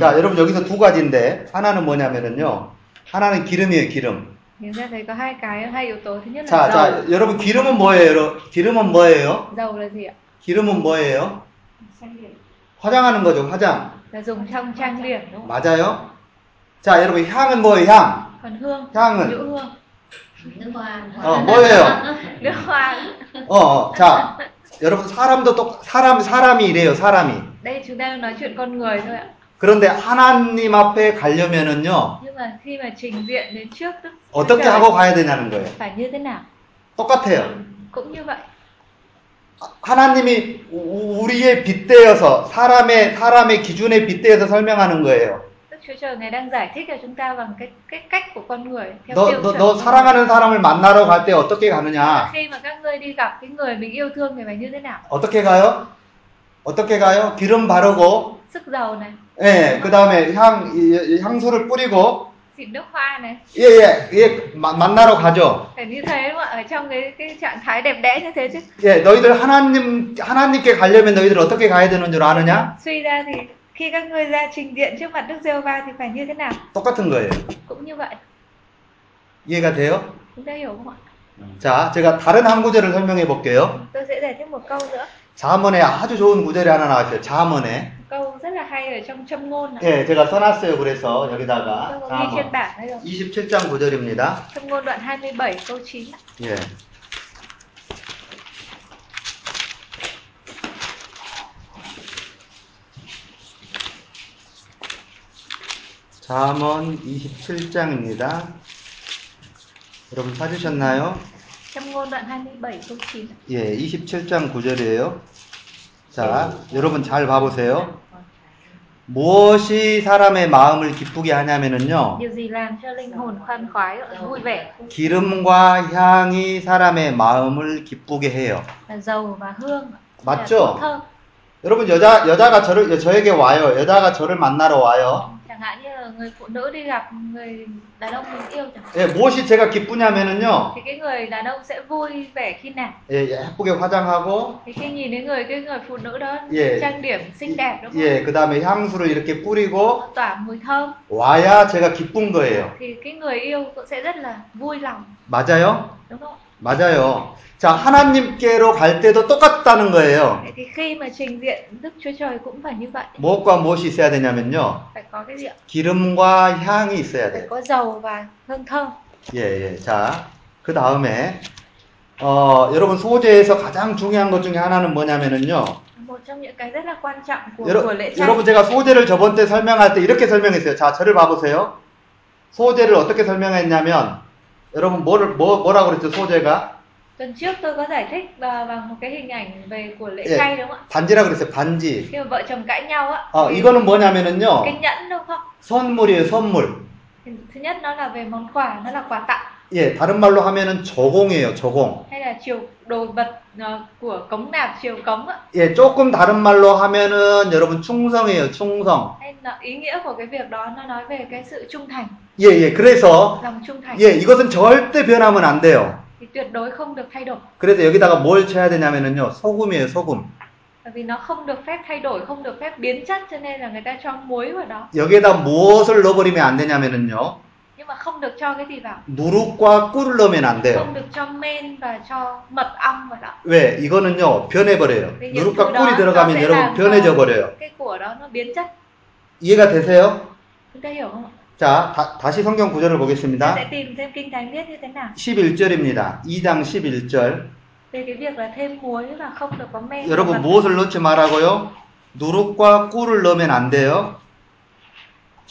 Speaker 2: 자, 여러분 여기서 두 가지인데, 하나는 뭐냐면은요, 하나는 기름이에요, 기름.
Speaker 1: nhưng ta thấy có hai cái hai yếu tố thứ nhất
Speaker 2: 자,
Speaker 1: là dầu
Speaker 2: 자, 여러분 기름은 뭐예요? 여러- 기름은 뭐예요?
Speaker 1: dầu là gì ạ
Speaker 2: 기름은 뭐예요?
Speaker 3: xanh biển
Speaker 2: 화장하는 거죠, 화장.
Speaker 1: là dùng trong trang điểm đúng không
Speaker 2: 맞아요? 자, 여러분 향은 뭐예요, 향?
Speaker 1: ạ? còn hương à?
Speaker 2: 향은
Speaker 1: nhũ hương
Speaker 3: nước hoa
Speaker 2: 어, 뭐예요?
Speaker 1: nước hoa
Speaker 2: 어, 어, 자, 여러분 사람도 똑 사람 사람이 이래요, 사람이.
Speaker 1: đây chúng ta đang nói chuyện con người thôi ạ
Speaker 2: 그런데 하나님 앞에 가려면은요,
Speaker 1: nhưng mà khi mà trình diện đến trước tức
Speaker 2: 어떻게
Speaker 1: tức là
Speaker 2: 하고 가야 되냐는 거예요.
Speaker 1: phải như thế nào
Speaker 2: 똑같아요.
Speaker 1: cũng như vậy
Speaker 2: 하나님이 우- 우리의 빗대어서 사람의 사람의 기준에 빗대어서 설명하는 거예요.
Speaker 1: Đức Chúa Trời Ngài đang giải thích cho chúng ta bằng cái cái cách của con người theo
Speaker 2: 너
Speaker 1: tiêu
Speaker 2: 너
Speaker 1: chuẩn.
Speaker 2: 너 사랑하는 사람을 만나러 갈 때 어떻게 가느냐?
Speaker 1: Khi mà các ngươi đi gặp cái người mình yêu thương thì phải như thế nào?
Speaker 2: 어떻게 가요? 어떻게 가요? 기름 바르고,
Speaker 1: Sức dầu này,
Speaker 2: 예, 그 다음에 향 이- 이 향수를 뿌리고,
Speaker 1: xịt nước hoa này,
Speaker 2: 예, 예, 예, 마- 만나러 가죠.
Speaker 1: phải như thế mà ở trong cái cái trạng thái đẹp đẽ như thế chứ.
Speaker 2: 예, 너희들 하나님 하나님께 가려면 너희들 어떻게 가야 되는 줄 아느냐?
Speaker 1: Suy ra thì khi các ngươi ra trình diện trước mặt Đức Giêsu va thì phải như thế nào?
Speaker 2: 똑같은 거예요.
Speaker 1: Cũng như vậy.
Speaker 2: 이해가 돼요?
Speaker 1: Chúng ta hiểu không ạ?
Speaker 2: 자, 제가 다른 한 구절을 설명해 볼게요.
Speaker 1: Tôi sẽ giải thích một câu nữa.
Speaker 2: 자문에 아주 좋은 구절이 하나 나왔어요. 자문에.
Speaker 1: Một câu rất là hay ở trong châm ngôn ạ.
Speaker 2: 예, 제가 써놨어요. 그래서
Speaker 1: Tôi
Speaker 2: 여기다가
Speaker 1: có ghi trên
Speaker 2: 자문.
Speaker 1: bảng đây rồi.
Speaker 2: 27장 9절입니다.
Speaker 1: Châm ngôn đoạn 27 câu 9 ạ.
Speaker 2: 예. 잠언 27장입니다. 여러분 찾으셨나요?
Speaker 1: Châm ngôn đoạn 27 câu 9. ạ.
Speaker 2: 예, 27장 9절이에요. 자, 여러분 잘 봐보세요. 무엇이 사람의 마음을 기쁘게 하냐면은요,
Speaker 1: Điều gì làm cho linh hồn khoan khoái, ạ, vui vẻ?
Speaker 2: 기름과 향이 사람의 마음을 기쁘게 해요.
Speaker 1: là dầu và hương ạ. Là
Speaker 2: 맞죠?
Speaker 1: thuốc thơm
Speaker 2: 여러분 여자 여자가 저를 저에게 와요. 여자가 저를 만나러 와요.
Speaker 1: chẳng hạn như là người phụ nữ đi gặp người đàn ông mình yêu chẳng hạn
Speaker 2: 예, 무엇이 제가 기쁘냐면은요.
Speaker 1: thì cái người đàn ông sẽ vui vẻ khi nào
Speaker 2: 예, 예, 예쁘게 화장하고
Speaker 1: thì khi nhìn thấy người cái người phụ nữ đó
Speaker 2: 예.
Speaker 1: trang điểm xinh đẹp đúng không
Speaker 2: 예, 그다음에 향수를 이렇게 뿌리고
Speaker 1: tỏa mùi thơm
Speaker 2: 와야 제가 기쁜 거예요.
Speaker 1: thì cái người yêu cũng sẽ rất là vui lòng
Speaker 2: 맞아요?
Speaker 1: đúng không
Speaker 2: 맞아요. 자, 하나님께로 갈 때도 똑같다는 거예요.
Speaker 1: vậy thì khi mà trình diện đức chúa trời cũng phải như vậy
Speaker 2: 무엇과 무엇이 있어야 되냐면요.
Speaker 1: phải có cái gì ạ
Speaker 2: 기름과 향이 있어야
Speaker 1: phải
Speaker 2: 돼요.
Speaker 1: có dầu và hương thơm
Speaker 2: 예, 예. 자, 그 다음에 어, 여러분 소재에서 가장 중요한 것 중에 하나는 뭐냐면은요.
Speaker 1: một trong những cái rất là quan trọng của
Speaker 2: 여러,
Speaker 1: của lễ trai
Speaker 2: 여러분 제가 소재를 저번 때 설명할 때 이렇게 설명했어요. 자, 저를 봐보세요. 소재를 어떻게 설명했냐면 여러분 뭐를 뭐 뭐라고 그랬죠? 소재가
Speaker 1: tuần trước tôi có giải thích và bằng một cái hình ảnh về của lễ
Speaker 2: 예,
Speaker 1: trai đúng không ạ
Speaker 2: 반지라고 그랬어요. 반지.
Speaker 1: khi mà vợ chồng cãi nhau á
Speaker 2: 어,
Speaker 1: thì
Speaker 2: 이거는 뭐냐면은요.
Speaker 1: cái nhẫn đúng không
Speaker 2: 선물이에요, 선물.
Speaker 1: Thì thứ nhất nó là về món quà nó là quà tặng
Speaker 2: 예, 다른 말로 하면은 저공이에요, 저공.
Speaker 1: hay là chiều đồ vật ờ, của cống nạp chiều cống á
Speaker 2: 예, 조금 다른 말로 하면은 여러분 충성이에요, 충성.
Speaker 1: hay là ý nghĩa của cái việc đó nó nói về cái sự trung thành
Speaker 2: 예, 예. 그래서
Speaker 1: lòng trung thành
Speaker 2: 예, 이것은 절대 변하면 안 돼요.
Speaker 1: thì tuyệt đối không được thay đổi
Speaker 2: 그래서 여기다가 뭘 쳐야 되냐면은요. 소금이에요, 소금.
Speaker 1: bởi vì nó không được phép thay đổi không được phép biến chất cho nên là người ta cho muối vào đó
Speaker 2: 여기에다 무엇을 넣어버리면 안 되냐면은요.
Speaker 1: nhưng mà không được cho cái gì vào
Speaker 2: 누룩과 꿀을 넣으면 안 돼요.
Speaker 1: không được cho men và cho mật ong vào đó
Speaker 2: 왜? 이거는요, 변해버려요.
Speaker 1: vì những
Speaker 2: 누룩과
Speaker 1: thứ đó
Speaker 2: 꿀이
Speaker 1: nó
Speaker 2: 들어가면
Speaker 1: sẽ
Speaker 2: 여러분
Speaker 1: làm
Speaker 2: 변해져
Speaker 1: cho
Speaker 2: 버려요.
Speaker 1: cái của đó nó biến chất
Speaker 2: 이해가 되세요?
Speaker 1: chúng ta hiểu không ạ
Speaker 2: 자, 다, 시 성경 구절을
Speaker 1: ta
Speaker 2: 보겠습니다.
Speaker 1: sẽ tìm thêm kinh thánh viết như thế nào
Speaker 2: 11절입니다. 2장 11절.
Speaker 1: về cái việc là thêm muối và không được có men
Speaker 2: 여러분,
Speaker 1: và-
Speaker 2: 무엇을 넣지 말라고요? 누룩과 꿀을 넣으면 안 돼요.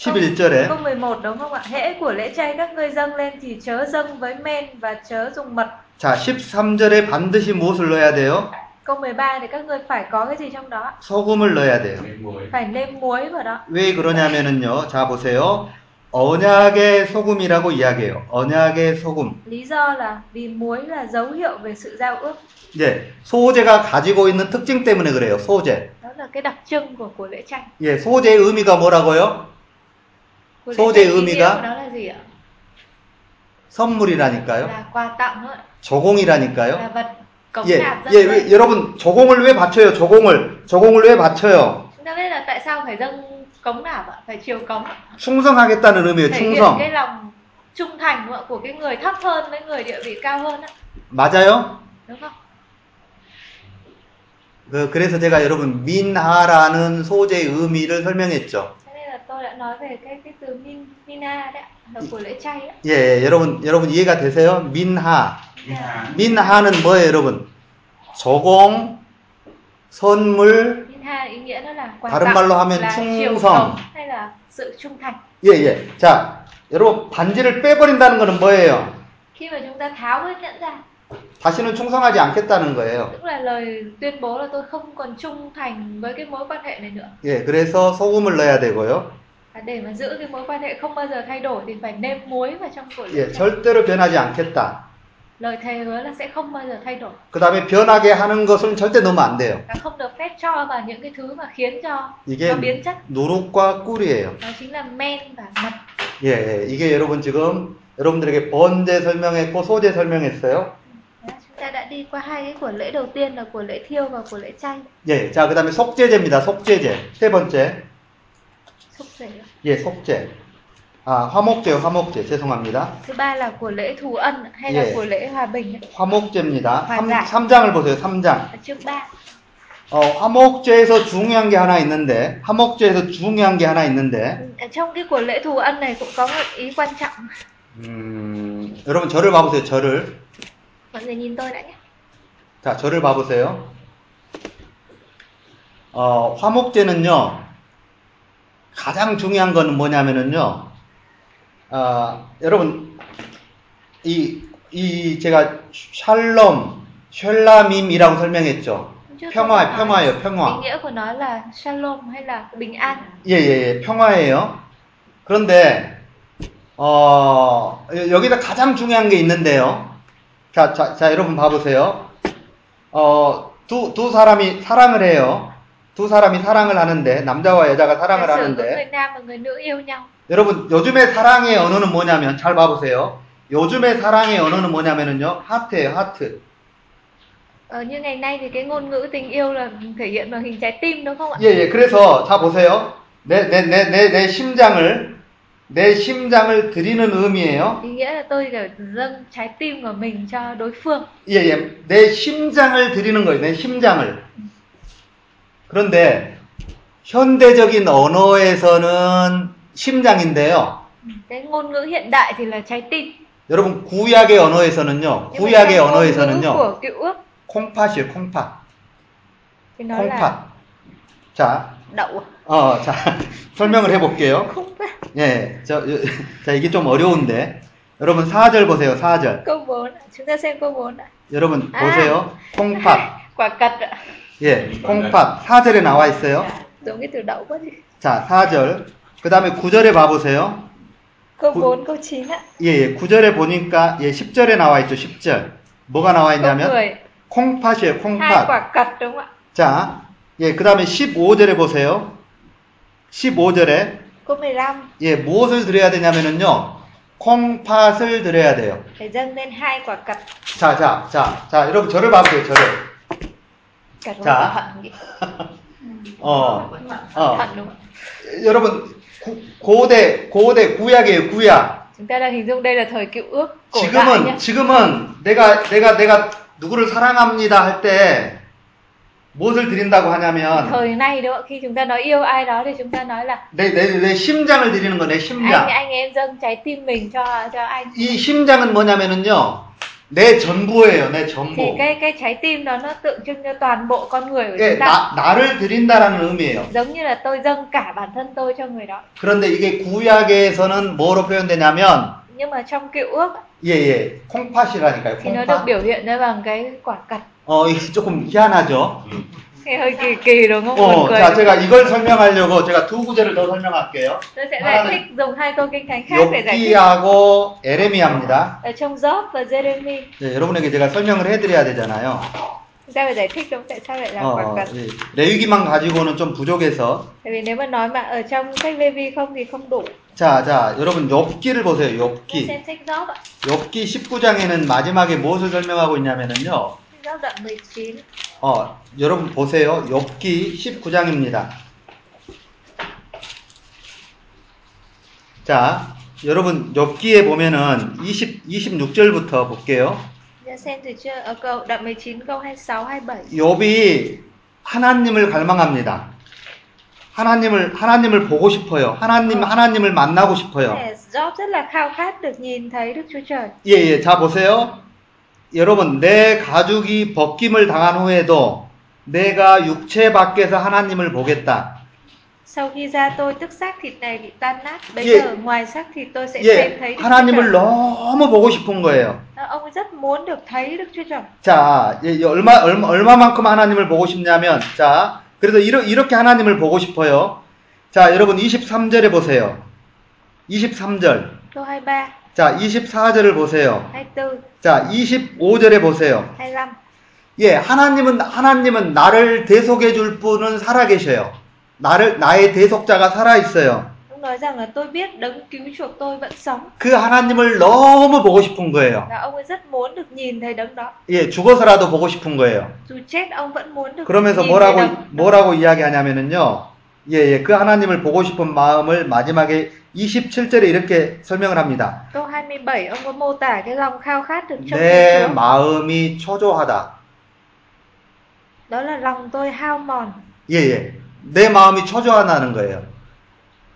Speaker 1: Câu-
Speaker 2: 11절에.
Speaker 1: Câu 11 đúng không ạ? Hễ của lễ chay các ngươi dâng lên thì chớ dâng với men và chớ dùng mật.
Speaker 2: 자, 13절에 반드시 무엇을 넣어야 돼요?
Speaker 1: Câu 13 thì các ngươi phải có cái gì trong đó?
Speaker 2: 소금을 넣어야 돼요.
Speaker 4: Đến buổi
Speaker 1: Phải nêm muối vào đó.
Speaker 2: 왜 그러냐면은요. 자, 보세요. 언약의 소금이라고 이야기해요. 언약의 소금.
Speaker 1: Lý do là vì muối là dấu hiệu về sự giao ước.
Speaker 2: 예, 소제가 가지고 있는 특징 때문에 그래요. 소제.
Speaker 1: Đó là cái đặc trưng của của lễ chay.
Speaker 2: 예, 소제의 의미가 뭐라고요?
Speaker 1: Của lễ
Speaker 2: Số
Speaker 1: chay
Speaker 2: đề
Speaker 1: ý
Speaker 2: ư mi
Speaker 1: nghĩa
Speaker 2: gá.
Speaker 1: của nó là gì ạ?
Speaker 2: 선물이라니까요.
Speaker 1: Là quà tặng đó, ạ. là
Speaker 2: 조공이라니까요.
Speaker 1: vật cống
Speaker 2: 예,
Speaker 1: nạp dân
Speaker 2: 예,
Speaker 1: lên.
Speaker 2: 왜- 여러분 조공을 왜 바쳐요? 조공을 조공을 왜 바쳐요?
Speaker 1: Chúng ta biết là tại sao phải dâng cống nạp ạ? Phải chiều cống.
Speaker 2: 충성하겠다는 네, 의미예요.
Speaker 1: Thể hiện cái
Speaker 2: 충성.
Speaker 1: lòng trung thành đúng không ạ? của cái người thấp hơn với người địa vị cao hơn á.
Speaker 2: 맞아요?
Speaker 1: Đúng không?
Speaker 2: 그, 그래서 제가 여러분 민하라는 소제의 의미를 설명했죠.
Speaker 1: Thế nên là tôi đã nói về cái cái từ min, mina đấy ạ, là của lễ chay đấy.
Speaker 2: 예, 예, 여러분 여러분 이해가 되세요? 민하.
Speaker 1: Dạ.
Speaker 4: nhà
Speaker 2: 민하는 뭐예요, 여러분? 조공, 선물,
Speaker 1: Mina ý nghĩa nó là quà
Speaker 2: 다른
Speaker 1: tặng,
Speaker 2: 말로 하면
Speaker 1: là chiều
Speaker 2: 충성.
Speaker 1: cống hay là sự trung thành.
Speaker 2: 예, 예. 자, 여러분 반지를 빼버린다는 것은 뭐예요?
Speaker 1: Khi mà chúng ta tháo cái nhẫn ra,
Speaker 2: 다시는 충성하지 않겠다는 거예요.
Speaker 1: tức là lời tuyên bố là tôi không còn trung thành với cái mối quan hệ này nữa.
Speaker 2: 예, 그래서 소금을 넣어야 되고요.
Speaker 1: Và để mà giữ cái mối quan hệ không bao giờ thay đổi thì phải nêm muối vào trong của lễ
Speaker 2: 예,
Speaker 1: chay.
Speaker 2: 절대로 변하지 않겠다.
Speaker 1: Lời thề hứa là sẽ không bao giờ thay đổi
Speaker 2: 그 다음에 변하게 하는 것은 절대 넣으면 안 돼요.
Speaker 1: và không được phép cho vào những cái thứ mà khiến cho
Speaker 2: 이게
Speaker 1: nó biến chất.
Speaker 2: 누룩과 꿀이에요.
Speaker 1: Đó chính là men và mật.
Speaker 2: 예, 예, 이게 여러분 지금 여러분들에게 번제 설명했고 소제 설명했어요.
Speaker 1: Đó, Dạ, chúng ta đã đi qua hai cái của lễ đầu tiên là của lễ thiêu và của lễ chay.
Speaker 2: 예, 자, 그 다음에 속제제입니다. 속제제. 세 번째.
Speaker 1: Xúc rể.
Speaker 2: 예, 속제. 아, 화목제요, 화목제. 죄송합니다.
Speaker 1: Thứ ba là của lễ thù ân hay
Speaker 2: Yes.
Speaker 1: là của lễ hòa bình. ấy.
Speaker 2: 화목제입니다.
Speaker 1: 맞아.
Speaker 2: 3, 장을 보세요, 3장.
Speaker 1: Ở chương 3.
Speaker 2: 어, 화목제에서 중요한 게 하나 있는데, 화목제에서 중요한 게 하나 있는데,
Speaker 1: Trong cái của lễ thù ân này cũng có một ý quan trọng.
Speaker 2: 음, 여러분 저를 봐보세요, 저를.
Speaker 1: Mọi người nhìn tôi đã nhé.
Speaker 2: 자, 저를 봐보세요. 어, 화목제는요, 가장 중요한 거는 뭐냐면은요, 아, 여러분, 이, 이, 제가 샬롬, 셜라밈이라고 설명했죠.
Speaker 1: Hôm trước tôi
Speaker 2: 평화,
Speaker 1: có nói
Speaker 2: 평화예요,
Speaker 1: Ý
Speaker 2: 평화.
Speaker 1: nghĩa của nó là shalom hay là bình an.
Speaker 2: 예, 예, 예, 평화예요. 그런데 어, 여- 여기서 가장 중요한 게 있는데요. 자, 자, 자, 여러분 봐보세요. 어, 두, 두 사람이 사랑을 해요. 두 사람이 사랑을 하는데 남자와 여자가
Speaker 1: Giả
Speaker 2: 사랑을
Speaker 1: sử có người
Speaker 2: 하는데
Speaker 1: nam và người nữ yêu nhau.
Speaker 2: 여러분 요즘의 사랑의 언어는 뭐냐면 잘 봐보세요. 요즘의 사랑의 언어는 뭐냐면은요 하트예요 하트.
Speaker 1: Ờ, như ngày nay thì cái ngôn ngữ tình yêu là thể hiện bằng hình trái tim đúng không ạ?
Speaker 2: 예, 예. 그래서 자 보세요. 내, 내, 내, 내, 내 심장을 내 심장을 드리는 의미예요.
Speaker 1: Ý nghĩa là tôi đã dâng trái tim của mình cho đối phương.
Speaker 2: 예, 예. 내 심장을 드리는 거예요. 내 심장을. 그런데 현대적인 언어에서는 심장인데요.
Speaker 1: Cái ngôn ngữ hiện đại thì là trái tim.
Speaker 2: 여러분 구약의
Speaker 1: Nhưng mà
Speaker 2: 언어에서는요.
Speaker 1: trong
Speaker 2: 구약의
Speaker 1: ngôn ngữ
Speaker 2: 언어에서는요.
Speaker 1: của cựu ước
Speaker 2: 콩팥이에요. 콩팥.
Speaker 1: thì nó là
Speaker 2: 콩팥. 자,
Speaker 1: đậu.
Speaker 2: 어, 자 설명을 해볼게요.
Speaker 1: Không phải.
Speaker 2: 예, 저, 요- 자 이게 좀 어려운데 여러분 4절 보세요. 4절.
Speaker 1: Câu 4, ạ. chúng ta xem câu 4 ạ.
Speaker 2: 여러분
Speaker 1: 아.
Speaker 2: 보세요. 콩팥.
Speaker 1: Quả cật ạ.
Speaker 2: 예, 콩팥. 4절에 나와 있어요.
Speaker 1: Giống cái từ đậu quá đi.
Speaker 2: 자, 4절. 그 다음에 9절에 봐보세요.
Speaker 1: Câu
Speaker 2: Ui.
Speaker 1: 4, câu 9 ạ.
Speaker 2: 예, 예, 9절에 보니까 예, 10절에 나와 있죠. 10절. 뭐가 나와
Speaker 1: Câu
Speaker 2: 있냐면
Speaker 1: 10,
Speaker 2: 콩팥이에요.
Speaker 1: hai
Speaker 2: 콩팥.
Speaker 1: quả cật đúng không ạ?
Speaker 2: 자, 예, 그다음에 15절에 보세요. 15절에
Speaker 1: Câu 15,
Speaker 2: 예, 무엇을 드려야 되냐면은요. 콩팥을 드려야 돼요.
Speaker 1: phải dâng lên hai quả cật.
Speaker 2: 자, 자, 자. 자, 여러분 저를 봐 보세요. 저를.
Speaker 1: Cật
Speaker 2: Chả.
Speaker 1: quả
Speaker 2: Ờ.
Speaker 1: hận nhỉ?
Speaker 2: 어. 어.
Speaker 1: Hận đúng không ạ?
Speaker 2: 여러분 구- 고대 고대 구약이에요. 구약.
Speaker 1: chúng ta đang hình dung đây là thời cựu ước cổ đại nhé
Speaker 2: 지금은 지금은 내가 내가 내가 누구를 사랑합니다 할 때 무엇을 드린다고 하냐면
Speaker 1: thời nay đúng không ạ? khi chúng ta nói yêu ai đó thì chúng ta nói là
Speaker 2: 내 내 내 심장을 드리는 거내
Speaker 1: anh
Speaker 2: 심장.
Speaker 1: anh em dâng trái tim mình cho cho anh
Speaker 2: 이 심장은 뭐냐면은요 내 전부예요 내
Speaker 1: thì
Speaker 2: 전부.
Speaker 1: cái cái trái tim đó nó tượng trưng cho toàn bộ con người của
Speaker 2: 예,
Speaker 1: chúng ta
Speaker 2: 나 나를 드린다라는 의미예요.
Speaker 1: giống như là tôi dâng cả bản thân tôi cho người đó
Speaker 2: 그런데 이게 구약에서는 뭐로 표현되냐면
Speaker 1: nhưng mà trong cựu ước
Speaker 2: 예예 콩팥이라니까요
Speaker 1: thì nó được
Speaker 2: 콩팥.
Speaker 1: biểu hiện ra bằng cái quả cặt
Speaker 2: 어 이게 조금 희한하죠.
Speaker 1: nghe hơi kỳ kỳ đúng không buồn
Speaker 2: 어,
Speaker 1: cười
Speaker 2: 자 제가 이걸 설명하려고 제가 두 구절을 더 설명할게요.
Speaker 1: tôi sẽ giải
Speaker 2: 하나는
Speaker 1: thích dùng hai câu kinh thánh khác để giải thích
Speaker 2: 욕기하고 에레미야입니다.
Speaker 1: ở trong Job và Jeremy
Speaker 2: 예, 여러분에게 제가 설명을 해드려야 되잖아요.
Speaker 1: chúng ta phải giải thích đúng tại sao lại là quả
Speaker 2: 어,
Speaker 1: cặt
Speaker 2: 예, 레위기만 가지고는 좀 부족해서
Speaker 1: tại vì nếu mà nói mà ở trong sách Levi không thì không đủ
Speaker 2: 자, 자, 여러분 욥기를 보세요.
Speaker 1: Chúng ta
Speaker 2: 욥기.
Speaker 1: xem sách Job ạ
Speaker 2: 욥기 19장에는 마지막에 무엇을 설명하고 있냐면은요.
Speaker 1: sách Job đoạn 19
Speaker 2: 어, 여러분 보세요. 욥기 19장입니다. 자, 여러분 욥기에 보면은 20 26절부터 볼게요.
Speaker 1: chúng ta xem từ chưa ở câu đoạn 19 câu 26 27
Speaker 2: 욥이 하나님을 갈망합니다. 하나님을 하나님을 보고 싶어요. 하나님 하나님을 만나고 싶어요.
Speaker 1: Thế Job rất là khao khát được nhìn thấy Đức Chúa Trời
Speaker 2: 예, 예. 자, 보세요. 여러분, 내 가죽이 벗김을 당한 후에도 내가 육체 밖에서 하나님을 보겠다.
Speaker 1: Sau khi da tôi tức xác thịt này bị tan nát Bây
Speaker 2: Gì?
Speaker 1: giờ ngoài xác thịt tôi sẽ xem thấy
Speaker 2: 예,
Speaker 1: Đức Chúa
Speaker 2: 하나님을
Speaker 1: Trời
Speaker 2: 너무 보고 싶은 거예요.
Speaker 1: Ờ, Ông ấy rất muốn được thấy Đức Chúa Trời
Speaker 2: 자, 예, 예, 얼마, 얼마, 얼마만큼 하나님을 보고 싶냐면, 자, 그래서 이러, 이렇게 하나님을 보고 싶어요. 자, 여러분, 23절에 보세요. 23절.
Speaker 1: Câu 23,
Speaker 2: 자, 24절을 보세요.
Speaker 1: 24,
Speaker 2: 자, 25절에 보세요.
Speaker 1: 25
Speaker 2: 예, 하나님은 하나님은 나를 대속해 줄 분은 살아 계셔요. 나를 나의 대속자가 살아 있어요.
Speaker 1: Ông nói rằng là tôi biết đấng cứu chuộc tôi vẫn sống
Speaker 2: 그 하나님을 너무 보고 싶은 거예요.
Speaker 1: Và ông ấy rất muốn được nhìn thấy đấng đó
Speaker 2: 예, 죽어서라도 보고 싶은 거예요.
Speaker 1: Dù chết ông vẫn muốn được nhìn
Speaker 2: 그러면서
Speaker 1: thấy
Speaker 2: 뭐라고
Speaker 1: đấng
Speaker 2: 뭐라고 이야기하냐면은요. 예, 예. 그 하나님을 보고 싶은 마음을 마지막에 27절에 이렇게 설명을 합니다.
Speaker 1: Câu 27, ông có mô tả cái lòng khao khát được trong Thiên
Speaker 2: 내
Speaker 1: Chúa
Speaker 2: 마음이 초조하다.
Speaker 1: Đó là lòng tôi hao mòn
Speaker 2: 예, 예. 내 마음이 초조하다는 거예요.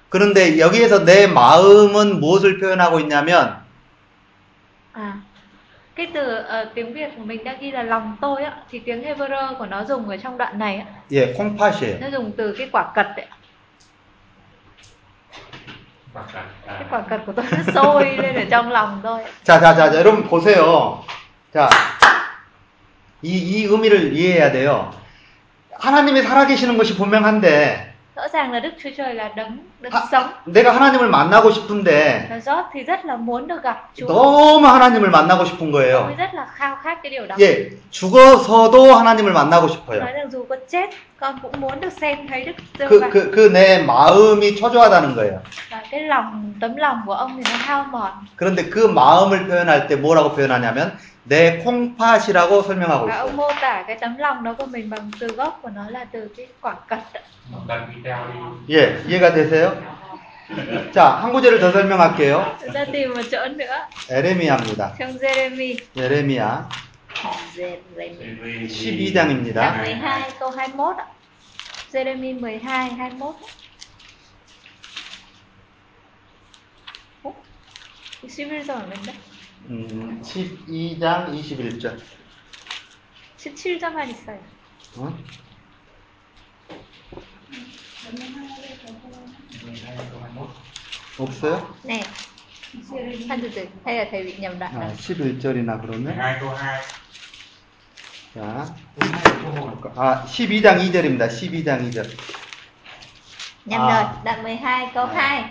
Speaker 2: 그런데 여기에서 내 마음은 무엇을 표현하고 있냐면
Speaker 1: À, cái từ ờ, tiếng Việt của mình đang ghi là lòng tôi á, thì tiếng Hebrew của nó dùng ở trong đoạn này á,
Speaker 2: 예, 콩팥이에요.
Speaker 1: nó dùng từ cái quả cật ấy.
Speaker 4: Quả cật.
Speaker 1: Cái
Speaker 4: À.
Speaker 1: quả cật của tôi nó sôi lên ở trong lòng tôi. ấy.
Speaker 2: 자, 자, 자, 자, 여러분 보세요. 자, 이, 이 의미를 이해해야 돼요. 하나님이 살아계시는 것이 분명한데,
Speaker 1: Rõ ràng là Đức Chúa Trời là đấng đấng
Speaker 2: 하-
Speaker 1: sống.
Speaker 2: 내가 하나님을 만나고 싶은데,
Speaker 1: Và Job thì rất là muốn được gặp Chúa.
Speaker 2: 너무 하나님을 만나고 싶은
Speaker 1: Ông ấy
Speaker 2: 거예요.
Speaker 1: rất là khao khát cái điều đó.
Speaker 2: 예, 죽어서도 하나님을 만나고 싶어요.
Speaker 1: Nói rằng dù con chết, con cũng muốn được xem thấy Đức Chúa
Speaker 2: 그,
Speaker 1: và,
Speaker 2: 그, 그 내 마음이 초조하다는 거예요.
Speaker 1: và cái lòng tấm lòng của ông thì nó hao mòn.
Speaker 2: 그런데 그 마음을 표현할 때 뭐라고 표현하냐면, 내 콩팥이라고 설명하고
Speaker 1: Và ông
Speaker 2: 있어요.
Speaker 1: mô tả cái tấm lòng đó của mình bằng từ gốc của nó là từ cái quả cật. ấy.
Speaker 4: Đặt video đi.
Speaker 2: 예, 이해가 되세요? 자, 한 구절을 더 설명할게요.
Speaker 1: Chúng ta tìm một chỗ nữa
Speaker 2: 에레미야입니다.
Speaker 1: trong Jeremy.
Speaker 2: 예레미야
Speaker 1: Jeremy
Speaker 4: Thì vì-
Speaker 2: 12장입니다.
Speaker 1: đoạn 12 câu 21 ạ. Jeremy 12 21. ạ. Ủa? 11절 맞나?
Speaker 2: 음, 12장 21절.
Speaker 1: 17절만 있어요.
Speaker 2: 어? 없어요?
Speaker 1: Nè, anh từ từ, hay là thầy bị nhầm đoạn
Speaker 2: 아,
Speaker 1: rồi.
Speaker 2: 11절이나 그러면.
Speaker 4: 12 câu 2.
Speaker 2: 자. 아, 12장 2절입니다. 12장 2절.
Speaker 1: Nhầm
Speaker 2: À.
Speaker 1: rồi, đoạn 12 câu
Speaker 2: 아,
Speaker 1: 2.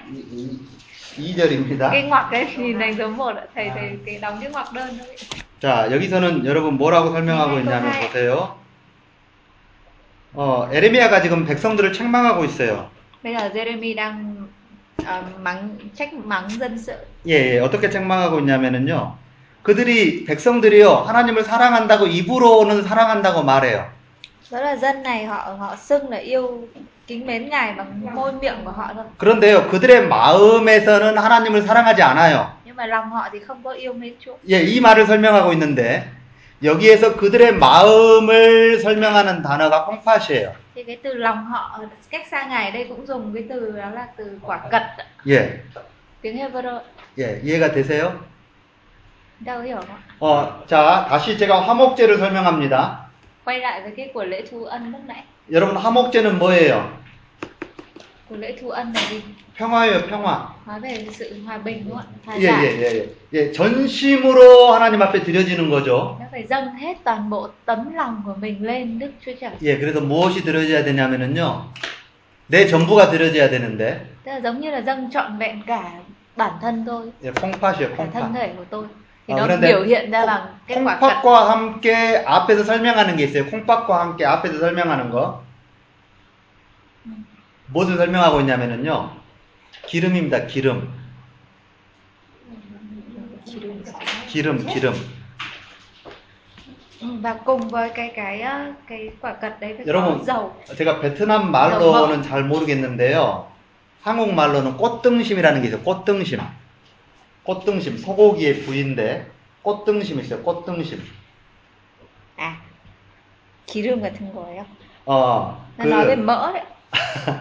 Speaker 2: 2절입니다.
Speaker 1: Cái ngoặc đấy nhìn đánh dấu một ạ, thầy thầy cái đóng cái ngoặc đơn thôi.
Speaker 2: 자, 여기서는 여러분 뭐라고 설명하고 있냐면 보세요. 어, 에레미야가 지금 백성들을 책망하고 있어요.
Speaker 1: Bây giờ Jeremy đang ờ, mắng trách mắng dân sự.
Speaker 2: 예, 예, 어떻게 책망하고 있냐면은요. 그들이 백성들이요. 하나님을 사랑한다고 입으로는 사랑한다고 말해요.
Speaker 1: Đó là dân này họ họ xưng là yêu kính mến ngài bằng môi miệng của họ thôi.
Speaker 2: 그런데요. 그들의 마음에서는 하나님을 사랑하지 않아요.
Speaker 1: Nhưng nhưng mà lòng họ thì không có yêu mến Chúa.
Speaker 2: 예, 이 말을 설명하고 있는데 여기에서 그들의 마음을 설명하는 단어가 펑팟이에요.
Speaker 1: Thì cái từ lòng họ cách xa ngài ở đây cũng dùng cái từ đó là từ quả cật ạ.
Speaker 2: 예,
Speaker 1: tiếng Hebrew.
Speaker 2: 예, 이해가 되세요?
Speaker 1: Đâu hiểu không? ạ?
Speaker 2: 어, 자, 다시 제가 화목제를 설명합니다.
Speaker 1: Quay lại với cái của lễ thú ân lúc nãy.
Speaker 2: 여러분, 화목제는 뭐예요?
Speaker 1: Của lễ thú ân là gì?
Speaker 2: 평화예요, 평화.
Speaker 1: Nói về sự hòa bình đúng không ạ? Hòa
Speaker 2: 예,
Speaker 1: giải.
Speaker 2: 예, 예, 예. 예, 전심으로 하나님 앞에 드려지는 거죠.
Speaker 1: Nó phải dâng hết toàn bộ tấm lòng của mình lên Đức Chúa Trời.
Speaker 2: 예, 그래서 무엇이 드려져야 되냐면은요. 내 전부가 드려져야 되는데.
Speaker 1: Tức là giống như là dâng trọn vẹn cả bản thân tôi,
Speaker 2: 예, 콩팥이에요,
Speaker 1: cả thân
Speaker 2: 콩팥.
Speaker 1: thể của tôi. Thì
Speaker 2: Ờ,
Speaker 1: nó
Speaker 2: 그런데
Speaker 1: biểu hiện ra bằng cái quả cật.
Speaker 2: 콩팥과 함께 앞에서 설명하는 게 있어요. 콩팥과 함께 앞에서 설명하는 거. 뭐를 설명하고 있냐면은요. 기름입니다. 기름. 기름, 기름.
Speaker 1: Ừ, Và cùng với cái cái ờ, cái quả cật đấy phải có
Speaker 2: 여러분,
Speaker 1: dầu.
Speaker 2: 제가 베트남 말로는 잘 모르겠는데요. 한국말로는 꽃등심이라는 게 있어요. 꽃등심. 꽃등심. 소고기의 부위인데 꽃등심이 있어요. 꽃등심.
Speaker 1: À, 기름 같은 거예요.
Speaker 2: 어,
Speaker 1: Nó nói về
Speaker 2: 그
Speaker 1: mỡ đấy.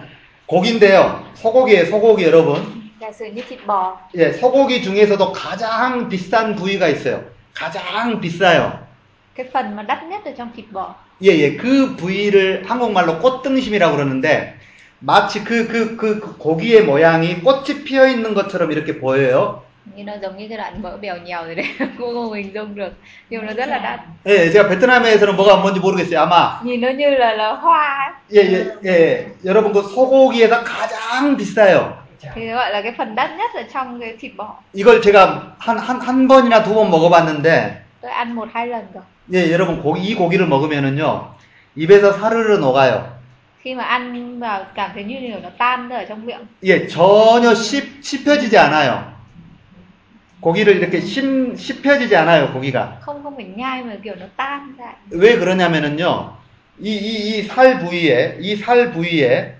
Speaker 2: 고기인데요. 소고기에 소고기 여러분.
Speaker 1: Giả sử như thịt bò.
Speaker 2: 예, 소고기 중에서도 가장 비싼 부위가 있어요. 가장 비싸요.
Speaker 1: Cái phần mà đắt nhất ở trong thịt bò.
Speaker 2: 예, 예. 그 부위를 한국말로 꽃등심이라고 그러는데 마치 그 그, 그, 그 고기의 모양이 꽃이 피어 있는 것처럼 이렇게 보여요.
Speaker 1: Như nó giống như cái đoạn mỡ bèo nhèo rồi đấy. Cũng không hình dung được. Nhưng nó rất là đắt.
Speaker 2: 예, 제가 베트남에서는 뭐가 뭔지 모르겠어요. 아마
Speaker 1: Nhìn nó như là là hoa ấy.
Speaker 2: 예, 예, 예, 예. 여러분 그 소고기에서 가장 비싸요.
Speaker 1: Thì gọi là cái phần đắt nhất ở trong cái thịt bò.
Speaker 2: 이걸 제가 한 한 한 번이나 두 번 먹어봤는데
Speaker 1: Tôi ăn một hai lần rồi.
Speaker 2: 예, 여러분 고기 이 고기를 먹으면은요 입에서 사르르 녹아요.
Speaker 1: Khi mà ăn vào cảm thấy như kiểu nó tan ra ở trong miệng.
Speaker 2: 예, 전혀 씹 씹혀지지 않아요. 고기를 이렇게 씹 씹혀지지 않아요 고기가.
Speaker 1: Không không phải nhai mà kiểu nó tan ra.
Speaker 2: 왜 그러냐면은요 이 이 이 살 부위에 이 살 부위에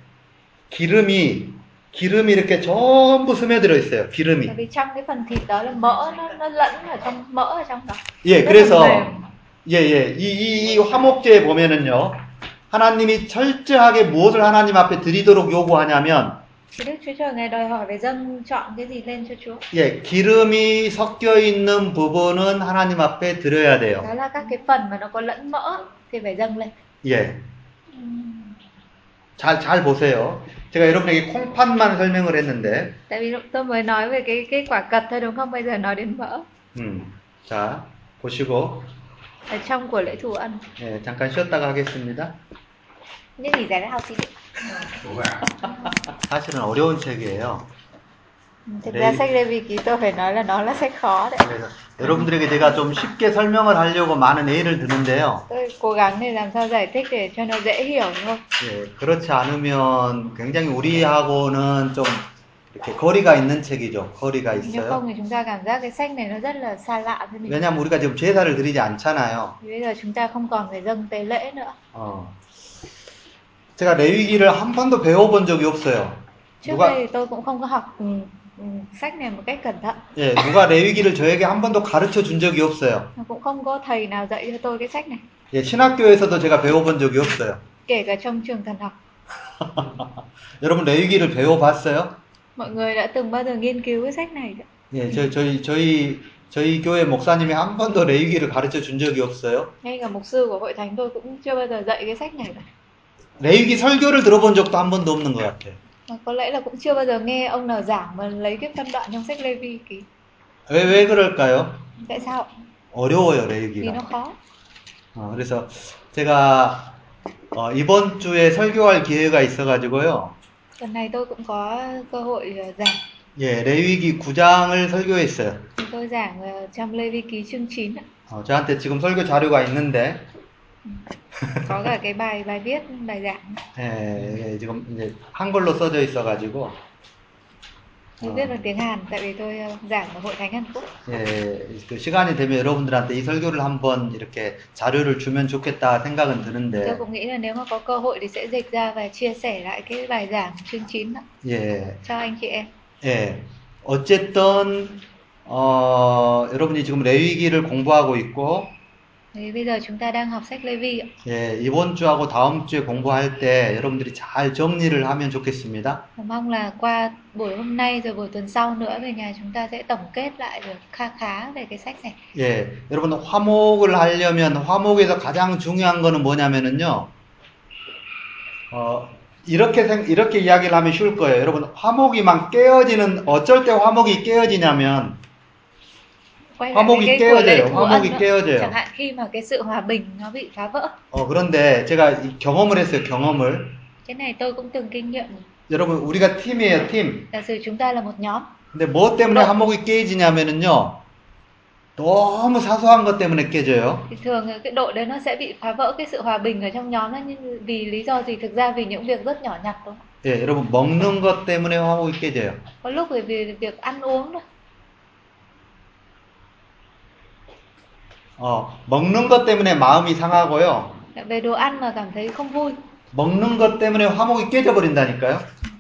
Speaker 2: 기름이 기름이 이렇게 전부 스며들어 있어요 기름이.
Speaker 1: Bởi vì trong cái phần thịt đó là mỡ nó nó lẫn ở trong mỡ ở trong đó.
Speaker 2: 예,
Speaker 1: Rất là
Speaker 2: 그래서
Speaker 1: mềm.
Speaker 2: 예예 이 이 이 화목제에 보면은요 하나님이 철저하게 무엇을 하나님 앞에 드리도록 요구하냐면
Speaker 1: Thì Đức Chúa Trời ngày đòi hỏi phải dâng chọn cái gì lên cho Chúa.
Speaker 2: 예 기름이 섞여 있는 부분은 하나님 앞에 드려야 돼요
Speaker 1: Đó là các cái phần mà nó có lẫn mỡ thì phải dâng lên.
Speaker 2: 예잘 잘 보세요 제가 여러분에게 콩팥만 설명을 했는데
Speaker 1: Tại vì lúc tôi mới nói về cái cái quả cật thôi đúng không? Bây giờ nói đến mỡ.
Speaker 2: 음자 보시고
Speaker 1: Ở trong của lễ thù ân.
Speaker 2: 예 잠깐 쉬었다가 하겠습니다
Speaker 1: Nhưng nghỉ giải đã học thì
Speaker 4: đúng ạ
Speaker 2: 사실은 어려운 책이에요
Speaker 1: Ừ, Thực
Speaker 2: Đây.
Speaker 1: ra sách Lê Vi Ký tôi phải nói là nó là sách khó đấy.
Speaker 2: 그래서 여러분들에게 제가 좀 쉽게 설명을 하려고 많은 애를 드는데요
Speaker 1: Tôi cố gắng để làm sao giải thích để cho nó dễ hiểu thôi.
Speaker 2: 예, 그렇지 않으면 굉장히 우리하고는 좀 이렇게 거리가 있는 책이죠. 거리가
Speaker 1: Nếu không
Speaker 2: 있어요.
Speaker 1: thì chúng ta cảm giác cái sách này nó rất là xa lạ với mình.
Speaker 2: 왜냐하면 우리가 지금 제사를 드리지 않잖아요.
Speaker 1: Thì Bây giờ chúng ta không còn phải dâng tế lễ nữa.
Speaker 2: 어. 제가 레위기를 한 번도 배워본 적이 없어요.
Speaker 1: Trước
Speaker 2: 누가
Speaker 1: đây tôi cũng không có học ừ, ừ, sách này một cách cẩn thận.
Speaker 2: 예, 누가 레위기를 저에게 한 번도 가르쳐 준 적이 없어요.
Speaker 1: Mà Cũng không có thầy nào dạy cho tôi cái sách này.
Speaker 2: 예, 신학교에서도 제가 배워본 적이 없어요.
Speaker 1: Kể cả trong trường thần học.
Speaker 2: 여러분 레위기를 배워봤어요?
Speaker 1: Mọi người đã từng bao giờ nghiên cứu cái sách này chưa?
Speaker 2: 예, 저, 저희 저희 저희 교회 목사님이 한 번도 레위기를 가르쳐 준 적이 없어요.
Speaker 1: Ngay cả mục sư của hội thánh tôi cũng chưa bao giờ dạy cái sách này cả.
Speaker 2: 레위기 설교를 들어본 적도 한 번도 없는 것 같아요.
Speaker 1: Mà có lẽ là cũng chưa bao giờ nghe ông nào giảng mà lấy cái phân đoạn trong sách Lê Vi ký.
Speaker 2: 왜, 왜 그럴까요?
Speaker 1: Tại sao?
Speaker 2: 어려워요,
Speaker 1: Vì nó
Speaker 2: 레위기가.
Speaker 1: khó.
Speaker 2: 어, 그래서 제가 어, 이번 주에 설교할 기회가 있어가지고요.
Speaker 1: Tuần này tôi cũng có cơ hội ờ, giảng.
Speaker 2: 예, 레위기 9장을 설교했어요.
Speaker 1: Thì Tôi giảng ờ, trong Lê Vi ký chương 9 ạ.
Speaker 2: 어, 저한테 지금 설교 자료가 있는데,
Speaker 1: Có cả cái bài bài viết, bài giảng.
Speaker 2: 예, 예, 지금 이제 한글로 써져 있어가지고,
Speaker 1: Tôi
Speaker 2: Ờ.
Speaker 1: viết bằng tiếng Hàn tại vì tôi ờ, giảng ở hội thánh Hàn Quốc.
Speaker 2: 예, 그 시간이 되면 여러분들한테 이 설교를 한번 이렇게 자료를 주면 좋겠다 생각은
Speaker 1: Tôi
Speaker 2: 드는데,
Speaker 1: cũng nghĩ là nếu mà có cơ hội thì sẽ dịch ra và chia sẻ lại cái bài giảng chương 9 đó
Speaker 2: 예,
Speaker 1: cho anh chị em.
Speaker 2: 예, 어쨌든 어, 여러분이 지금 레위기를 공부하고 있고
Speaker 1: Đấy, bây giờ chúng ta đang học sách Lê Vi ạ.
Speaker 2: 예, 이번 주하고 다음 주에 공부할 때 여러분들이 잘 정리를 하면 좋겠습니다.
Speaker 1: Và mong là qua buổi hôm nay rồi buổi tuần sau nữa về nhà chúng ta sẽ tổng kết lại được kha khá về cái sách này.
Speaker 2: 예, 여러분 화목을 하려면 화목에서 가장 중요한 거는 뭐냐면은요. 어, 이렇게 생- 이렇게 이야기를 하면 쉬울 거예요. 여러분 화목이만 깨어지는 어쩔 때 화목이 깨어지냐면
Speaker 1: Quay
Speaker 2: Hoa
Speaker 1: lại
Speaker 2: mô
Speaker 1: với
Speaker 2: kì
Speaker 1: cái
Speaker 2: kêu
Speaker 1: của lễ
Speaker 2: đều,
Speaker 1: Ngũ
Speaker 2: hoa mô
Speaker 1: Ân
Speaker 2: kì
Speaker 1: đó.
Speaker 2: kêu đều.
Speaker 1: Chẳng hạn khi mà cái sự hòa bình nó bị phá vỡ.
Speaker 2: 어, 그런데 제가 이 경험을 했어요. 경험을.
Speaker 1: Cái này tôi cũng từng kinh nghiệm.
Speaker 2: 여러분 우리가 팀이에요, 팀.
Speaker 1: Giả sử chúng ta là một nhóm
Speaker 2: 근데 뭐 때문에 화목이 깨지냐면은요. 너무 사소한 것 때문에 깨져요.
Speaker 1: thì thường là cái đội đấy nó sẽ bị phá vỡ cái sự hòa bình ở trong nhóm đó nhưng vì lý do gì thực ra vì những việc rất nhỏ nhặt thôi.
Speaker 2: 예, 여러분 먹는 것 때문에 화목이 깨져요.
Speaker 1: Có lúc bởi vì việc ăn uống thôi.
Speaker 2: 어, 먹는 것 때문에 마음이 상하고요.
Speaker 1: Lại Về đồ ăn mà cảm thấy không vui.
Speaker 2: 먹는 것 때문에 화목이 깨져버린다니까요.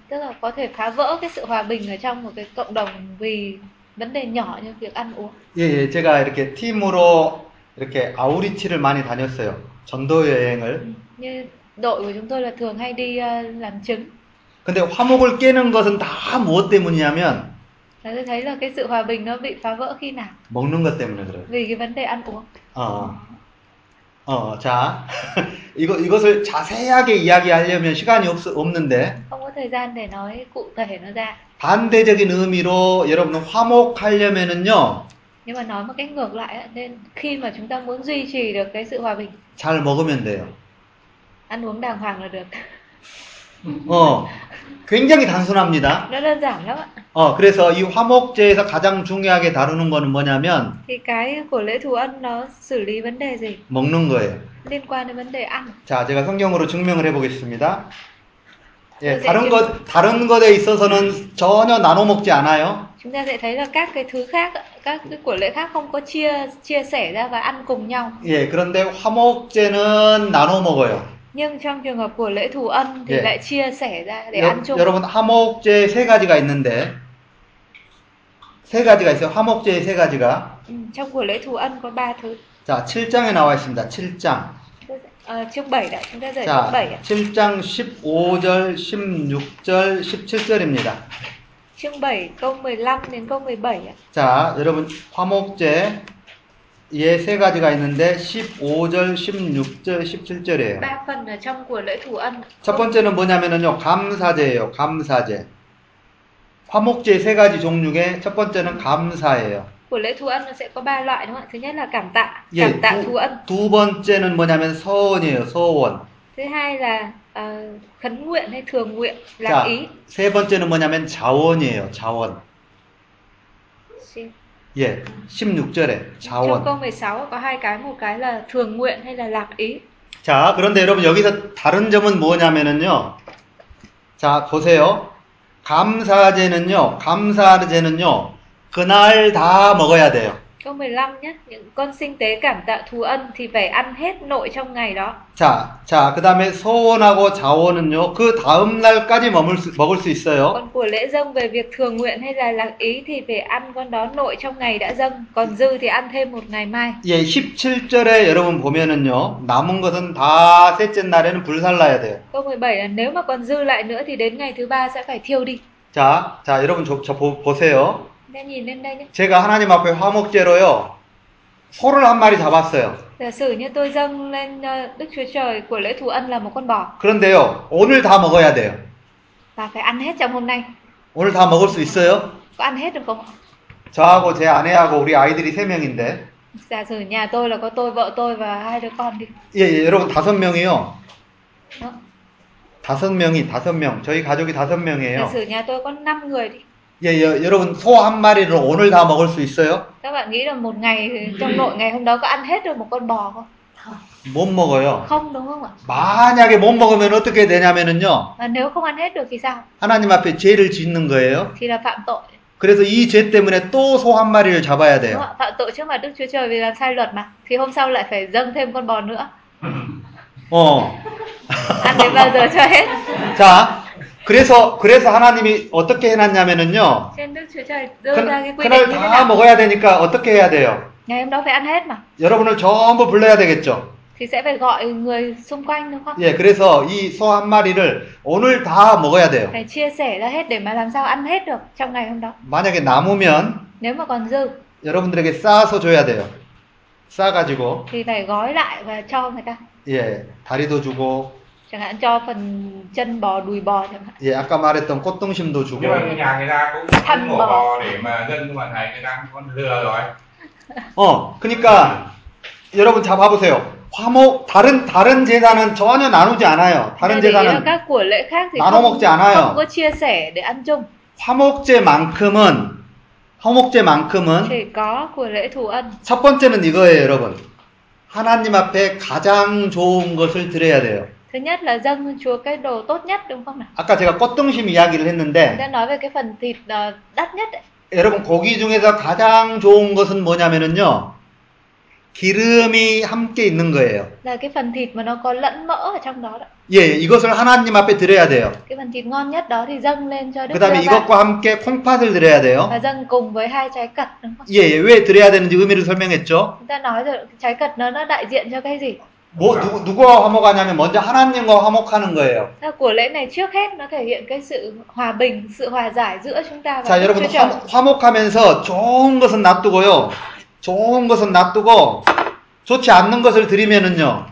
Speaker 1: Tức là có thể phá vỡ cái sự hòa bình ở trong một cái cộng đồng vì vấn đề nhỏ như việc ăn uống.
Speaker 2: 예, 예, 제가 이렇게 팀으로 이렇게 아우리치를 많이 다녔어요. 전도 여행을.
Speaker 1: Như đội của chúng tôi là thường hay đi ờ, làm chứng.
Speaker 2: 근데 화목을 깨는 것은 다 무엇 때문이냐면
Speaker 1: Và tôi thấy là cái sự hòa bình nó bị phá vỡ khi nào?
Speaker 2: 먹는 것 때문에 그래요.
Speaker 1: Vì cái vấn đề ăn uống.
Speaker 2: 어, 어, 자, 이거 이것을 자세하게 이야기하려면 시간이 없, 없는데
Speaker 1: Không có thời gian để nói cụ thể nó ra.
Speaker 2: 반대적인 의미로 여러분은 화목하려면은요
Speaker 1: Nhưng mà nói một cách ngược lại á, nên khi mà chúng ta muốn duy trì được cái sự hòa bình,
Speaker 2: 잘 먹으면 돼요.
Speaker 1: ăn uống đàng hoàng là được.
Speaker 2: 어, 굉장히 단순합니다.
Speaker 1: Nó đơn giản lắm ạ.
Speaker 2: 어, 그래서 이 화목제에서 가장 중요하게 다루는 거는 뭐냐면
Speaker 1: Thì cái của lễ thù ân nó xử lý vấn đề gì?
Speaker 2: 먹는 거예요.
Speaker 1: Liên quan đến vấn đề ăn.
Speaker 2: 자, 제가 성경으로 증명을 해보겠습니다. 예,
Speaker 1: 네,
Speaker 2: 다른
Speaker 1: 네.
Speaker 2: 것, 다른 것에 있어서는 전혀 나눠 먹지 않아요.
Speaker 1: Chúng ta sẽ thấy là các cái thứ khác, ạ, các cái của lễ khác không có chia chia sẻ ra và ăn cùng nhau.
Speaker 2: 예, 그런데 화목제는 나눠 먹어요.
Speaker 1: Nhưng trong trường hợp của lễ thù ân thì
Speaker 2: Dạ.
Speaker 1: lại chia sẻ ra để
Speaker 2: 여,
Speaker 1: ăn chung.
Speaker 2: 러분 화목제 세 가지가 있는데 세 가지가 있어요. 화목제의 세 가지가.
Speaker 1: Ừ, Trong của lễ thù ân có ba thứ.
Speaker 2: 자, 7장에 나와 있습니다. 7장.
Speaker 1: Ờ, chương 7 đã, chúng ta rời
Speaker 2: 자,
Speaker 1: chương 7 ạ.
Speaker 2: 7장 15절, 16절, 17절입니다.
Speaker 1: Chương 7 câu 15 đến câu 17 ạ.
Speaker 2: 자, 여러분 화목제 예세 가지가 있는데 15절, 16절, 17절이에요.
Speaker 1: Ba phần ở trong của lễ thù ân.
Speaker 2: 첫 번째는 뭐냐면은요. 감사제예요. 감사제. 화목제 세 가지 종류 중에 첫 번째는 감사예요.
Speaker 1: Của lễ thù ân nó sẽ có ba loại đúng không ạ? Thứ nhất là cảm tạ,
Speaker 2: 예,
Speaker 1: cảm tạ
Speaker 2: 두,
Speaker 1: thù ân.
Speaker 2: 두 번째는 뭐냐면 서원이에요. 서원.
Speaker 1: Thứ hai là ờ, khấn nguyện hay thường nguyện, lạc
Speaker 2: 자,
Speaker 1: ý.
Speaker 2: 세 번째는 뭐냐면 자원이에요. 자원.
Speaker 1: Xin.
Speaker 2: 예. 16절에
Speaker 1: Trong câu
Speaker 2: 자원.
Speaker 1: 16 có hai cái, một cái là thường nguyện hay là lạc ý.
Speaker 2: 자, 그런데 여러분 여기서 다른 점은 뭐냐면은요. 자, 보세요. 감사제는요. 감사제는요. 그날 다 먹어야 돼요.
Speaker 1: Câu 15 nhé, những con sinh tế cảm tạ thù ân thì phải ăn hết nội trong ngày đó.
Speaker 2: 자, 자, 그다음에 소원하고 자원은요. 그 다음 날까지 머물 수, 먹을 수 있어요.
Speaker 1: Còn của lễ dâng về việc thường nguyện hay là lạc ý thì phải ăn con đó nội trong ngày đã dâng, còn dư thì ăn thêm một ngày mai.
Speaker 2: 예, 17절에 여러분 보면은요. 남은 것은 다 셋째 날에는 불살라야 돼요.
Speaker 1: Câu 17 là nếu mà còn dư lại nữa thì đến ngày thứ ba sẽ phải thiêu đi.
Speaker 2: 자, 자, 여러분 저, 저 보, 보세요.
Speaker 1: Nên nhìn lên đây nhé.
Speaker 2: 제가 하나님 앞에 화목제로요. 소를 한 마리 잡았어요.
Speaker 1: Giả sử như tôi dâng lên ờ, Đức Chúa Trời của lễ thù ân là một con bò
Speaker 2: 그런데요, 오늘 다 먹어야 돼요.
Speaker 1: và phải ăn hết trong hôm nay.
Speaker 2: 오늘 다 먹을 수 있어요?
Speaker 1: Có ăn hết được không ạ?
Speaker 2: 저하고 제 아내하고 우리 아이들이 세명인데
Speaker 1: Giả sử nhà tôi là có tôi, vợ tôi và hai đứa con đi.
Speaker 2: 예, 예, 여러분 다섯 명이요
Speaker 1: Đó.
Speaker 2: 다섯 명이 다섯 명 저희 가족이 다섯 명이
Speaker 1: Giả
Speaker 2: 에요
Speaker 1: sử nhà tôi có 5 người đi.
Speaker 2: 예, 예, 여러분 소 한 마리를 오늘 다 먹을 수 있어요?
Speaker 1: Các bạn nghĩ là một ngày trong nội ngày hôm đó có ăn hết được một con bò không?
Speaker 2: 못 먹어요.
Speaker 1: Không đúng không ạ?
Speaker 2: 만약에 못 먹으면 어떻게 되냐면은요.
Speaker 1: Và nếu không ăn hết được thì sao?
Speaker 2: 하나님 앞에 죄를 짓는 거예요.
Speaker 1: Thì là phạm tội.
Speaker 2: 그래서 이 죄 때문에 또 소 한 마리를 잡아야
Speaker 1: Đúng
Speaker 2: 돼요.
Speaker 1: không ạ? Phạm tội trước mặt Đức Chúa Trời vì làm sai luật mà. Thì hôm sau lại phải dâng thêm con bò nữa.
Speaker 2: 어.
Speaker 1: Ăn đến bao giờ cho hết.
Speaker 2: 자, 그래서 그래서 하나님이 어떻게 해놨냐면은요.
Speaker 1: Trên Đức Chúa Trời đưa ra cái
Speaker 2: 큰,
Speaker 1: quy định
Speaker 2: 큰아들
Speaker 1: như thế
Speaker 2: 다
Speaker 1: nào?
Speaker 2: 먹어야 되니까 어떻게 해야 돼요?
Speaker 1: Ngày hôm đó phải ăn hết mà.
Speaker 2: 여러분을 전부 불러야 되겠죠.
Speaker 1: Thì sẽ phải gọi người xung quanh đúng không?
Speaker 2: 예, 그래서 이 소 한 마리를 오늘 다 먹어야 돼요.
Speaker 1: Phải chia sẻ ra hết để mà làm sao ăn hết được trong ngày hôm đó.
Speaker 2: 만약에 남으면
Speaker 1: Nếu mà còn dư
Speaker 2: 여러분들에게 싸서 줘야 돼요. 싸가지고
Speaker 1: thì phải gói lại và cho người ta.
Speaker 2: 예, 다리도 주고
Speaker 1: Chẳng hạn cho phần chân bò, đùi bò chẳng hạn.
Speaker 2: 예, 아까 말했던 꽃등심도 주고
Speaker 4: nhưng mà nhà người ta cũng
Speaker 1: Thăn
Speaker 4: cũng mổ
Speaker 1: bò.
Speaker 4: bò để mà dân ngoài này người ta cũng lừa rồi
Speaker 2: 어, 그러니까 여러분 잘 봐보세요. 화목 다른 다른 재단은 전혀 나누지 않아요. 다른
Speaker 1: Nên để ý là
Speaker 2: 재단은
Speaker 1: các của lễ khác thì
Speaker 2: 나눠
Speaker 1: không,
Speaker 2: 먹지 않아요.
Speaker 1: không có chia sẻ để ăn chung.
Speaker 2: 화목제만큼은 화목제만큼은
Speaker 1: Chỉ có của lễ thù ân.
Speaker 2: 첫 번째는 이거예요, 여러분. 하나님 앞에 가장 좋은 것을 드려야 돼요.
Speaker 1: Thứ nhất là dâng Chúa cái đồ tốt nhất đúng không nào?
Speaker 2: 아까 제가 꽃등심 이야기를
Speaker 1: Chúng
Speaker 2: 했는데
Speaker 1: ta nói về cái phần thịt ờ, đắt nhất ấy.
Speaker 2: 여러분 고기 중에서 가장 좋은 것은 뭐냐면은요. 기름이 함께 있는 거예요.
Speaker 1: là cái phần thịt mà nó có lẫn mỡ ở trong đó đó.
Speaker 2: 예, 이것을 하나님 앞에 드려야 돼요.
Speaker 1: Cái phần thịt ngon nhất đó thì dâng lên cho Đức
Speaker 2: 그다음에
Speaker 1: Giê-hô-va
Speaker 2: 이것과 함께 콩팥을 드려야 돼요.
Speaker 1: và dâng cùng với hai trái cật đúng không?
Speaker 2: 예, 예, 왜 드려야 되는지 의미를 설명했죠.
Speaker 1: Chúng ta nói rồi trái cật nó nó đại diện cho cái gì?
Speaker 2: 뭐 누구 누구와 화목하냐면 먼저 하나님과 화목하는 거예요.
Speaker 1: Là của lễ này trước hết nó thể hiện cái sự hòa bình, sự hòa giải giữa chúng ta và
Speaker 2: 자,
Speaker 1: Đức
Speaker 2: 여러분
Speaker 1: Chúa Trời.
Speaker 2: 화, 목하면서 좋은 것은 놔두고요. 좋은 것은 놔두고 좋지 않는 것을 드리면은요.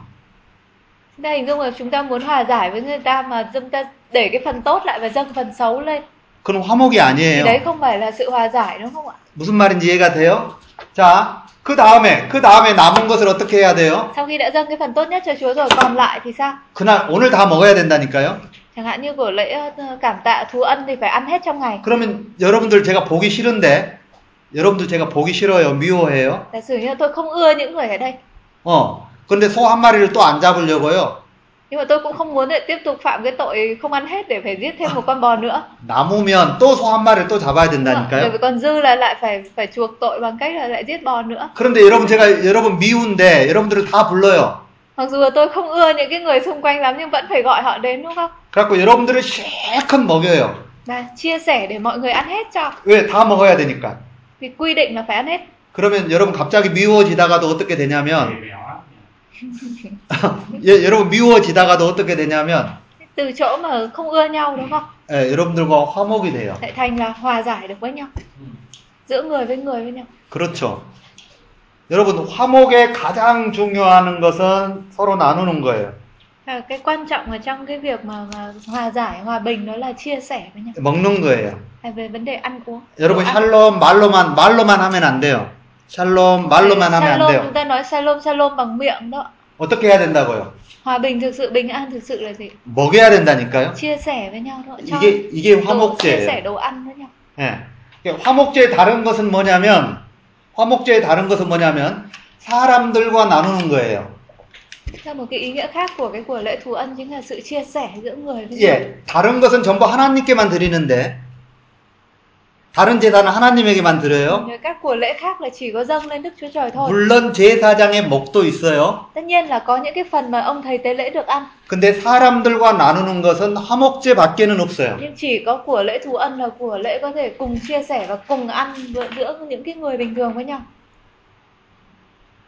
Speaker 1: Chúng ta hình dung là chúng ta muốn hòa giải với người ta mà chúng ta để cái phần tốt lại và dâng phần xấu lên.
Speaker 2: 그건 화목이
Speaker 1: Thì đấy
Speaker 2: 아니에요.
Speaker 1: không phải là sự hòa giải đúng không ạ?
Speaker 2: 무슨 말인지 이해가 돼요? 자, 그 다음에 그 다음에 남은 것을 어떻게 해야 돼요?
Speaker 1: Sau khi đã dâng cái phần tốt nhất cho Chúa rồi còn lại thì sao?
Speaker 2: 그날 오늘 다 먹어야 된다니까요.
Speaker 1: Chẳng hạn như của lễ ờ, cảm tạ thú ân thì phải ăn hết trong ngày.
Speaker 2: 그러면 여러분들 제가 보기 싫은데 여러분들 제가 보기 싫어요. 미워해요.
Speaker 1: Giả sử như tôi không ưa những người ở đây
Speaker 2: 어. 근데 소 한 마리를 또 안 잡으려고요.
Speaker 1: nhưng mà tôi cũng không muốn lại tiếp tục phạm cái tội không ăn hết để phải giết thêm một con bò nữa
Speaker 2: 남으면 또 소 한 마리를 또 잡아야
Speaker 1: Đúng không ạ? bởi vì
Speaker 2: 된다니까요.
Speaker 1: còn dư là lại phải phải chuộc tội bằng cách là lại giết bò nữa
Speaker 2: 그런데 여러분 제가 여러분 미운데 여러분들을 다 불러요.
Speaker 1: mặc dù là tôi không ưa những cái người xung quanh lắm nhưng vẫn phải gọi họ đến đúng không
Speaker 2: 그래갖고 여러분들을 실컷 먹여요.
Speaker 1: và chia sẻ để mọi người ăn hết cho
Speaker 2: 왜 다 먹어야 되니까.
Speaker 1: vì quy định là phải ăn hết
Speaker 2: 그러면 여러분 갑자기 미워지다가도 어떻게 되냐면
Speaker 4: Béo.
Speaker 2: 예, 여러분 미워지다가도 어떻게 되냐면
Speaker 1: từ chỗ mà không ưa nhau đúng không
Speaker 2: 예, 여러분들과 화목이 돼요.
Speaker 1: lại thành là hòa giải được với nhau giữa người với người với nhau
Speaker 2: 그렇죠. 여러분 화목의 가장 중요한 것은 서로 나누는 거예요.
Speaker 1: và cái quan trọng ở trong cái việc mà, mà hòa giải hòa bình đó là chia sẻ với nhau
Speaker 2: 먹는 거예요.
Speaker 1: à, về vấn đề ăn uống
Speaker 2: 여러분
Speaker 1: Đồ ăn.
Speaker 2: 샬롬 말로만 말로만 하면 안 돼요. 샬롬 말로만 하면 안
Speaker 1: Shalom, chúng
Speaker 2: 돼요.
Speaker 1: ta nói shalom shalom bằng miệng đó
Speaker 2: 어떻게 해야 된다고요?
Speaker 1: hòa bình thực sự bình an thực sự là gì
Speaker 2: 먹여야 된다니까요.
Speaker 1: chia sẻ với nhau đó cho
Speaker 2: 이게 이게
Speaker 1: đồ, chia sẻ
Speaker 2: 화목제예요.
Speaker 1: đồ ăn với nhau
Speaker 2: 예. 이게 화목제의 다른 것은 뭐냐면 화목제의 다른 것은 뭐냐면 사람들과 나누는 거예요.
Speaker 1: theo một cái ý nghĩa khác của cái của lễ thù ân chính là sự chia sẻ giữa người với nhau
Speaker 2: 예. 다른 것은 전부 하나님께만 드리는데 다른 제단은 하나님에게만 드려요.
Speaker 1: Nhớ các của lễ khác là chỉ có dâng lên đức chúa trời thôi
Speaker 2: 물론 제사장의 목도 있어요.
Speaker 1: tất nhiên là có những cái phần mà ông thầy tế lễ được ăn
Speaker 2: 근데 사람들과 나누는 것은 화목제 밖에는 없어요.
Speaker 1: nhưng chỉ có của lễ thù ân là của lễ có thể cùng chia sẻ và cùng ăn giữa, giữa những cái người bình thường với nhau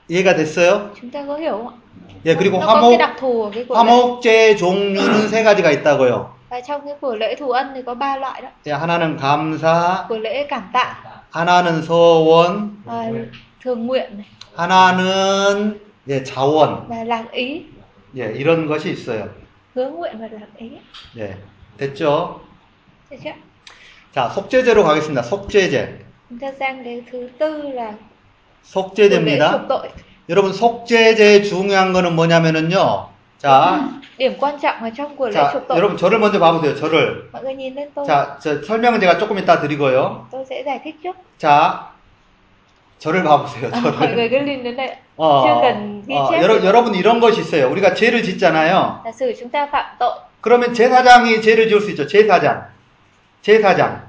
Speaker 2: 이해가 됐어요?
Speaker 1: chúng ta có hiểu không ạ
Speaker 2: 예,
Speaker 1: Nó-
Speaker 2: 그리고
Speaker 1: nó có cái
Speaker 2: 화목,
Speaker 1: đặc thù của cái của lễ
Speaker 2: 화목제 종류는 세 가지가 있다고요.
Speaker 1: và trong cái của lễ thù ân thì có ba loại đó
Speaker 2: 예, 하나는 감사,
Speaker 1: của lễ cảm tạ
Speaker 2: 하나는 서원,
Speaker 1: à, thường nguyện này
Speaker 2: 하나는 예, 자원,
Speaker 1: và lạc ý
Speaker 2: 예, 이런 것이 있어요.
Speaker 1: hướng nguyện và lạc ý
Speaker 2: 예, 됐죠?
Speaker 1: được chưa
Speaker 2: 자, 속죄제로 가겠습니다. 속죄제.
Speaker 1: chúng ta sang đến thứ tư là của lễ chuộc
Speaker 2: 네, 속죄제입니다.
Speaker 1: tội
Speaker 2: 여러분, 속죄제의 중요한 거는 뭐냐면은요. 자,
Speaker 1: điểm quan trọng ở trong của lễ
Speaker 2: 자,
Speaker 1: chuộc tội
Speaker 2: 여러분, 저를 먼저 봐보세요. 저를.
Speaker 1: mọi người nhìn lên tôi
Speaker 2: 자, 저 설명은 제가 조금 이따 드리고요.
Speaker 1: tôi sẽ giải thích trước
Speaker 2: 자, 저를 봐보세요.
Speaker 1: mọi
Speaker 2: 저를.
Speaker 1: người cứ nhìn đến đây
Speaker 2: 어,
Speaker 1: chưa cần ghi
Speaker 2: 어,
Speaker 1: chép
Speaker 2: 여러,
Speaker 1: gì.
Speaker 2: 여러분 이런 것이 있어요. 우리가 죄를 짓잖아요.
Speaker 1: giả sử chúng ta phạm tội
Speaker 2: 그러면 제사장이 죄를 지을 수 있죠. 제사장. 제사장.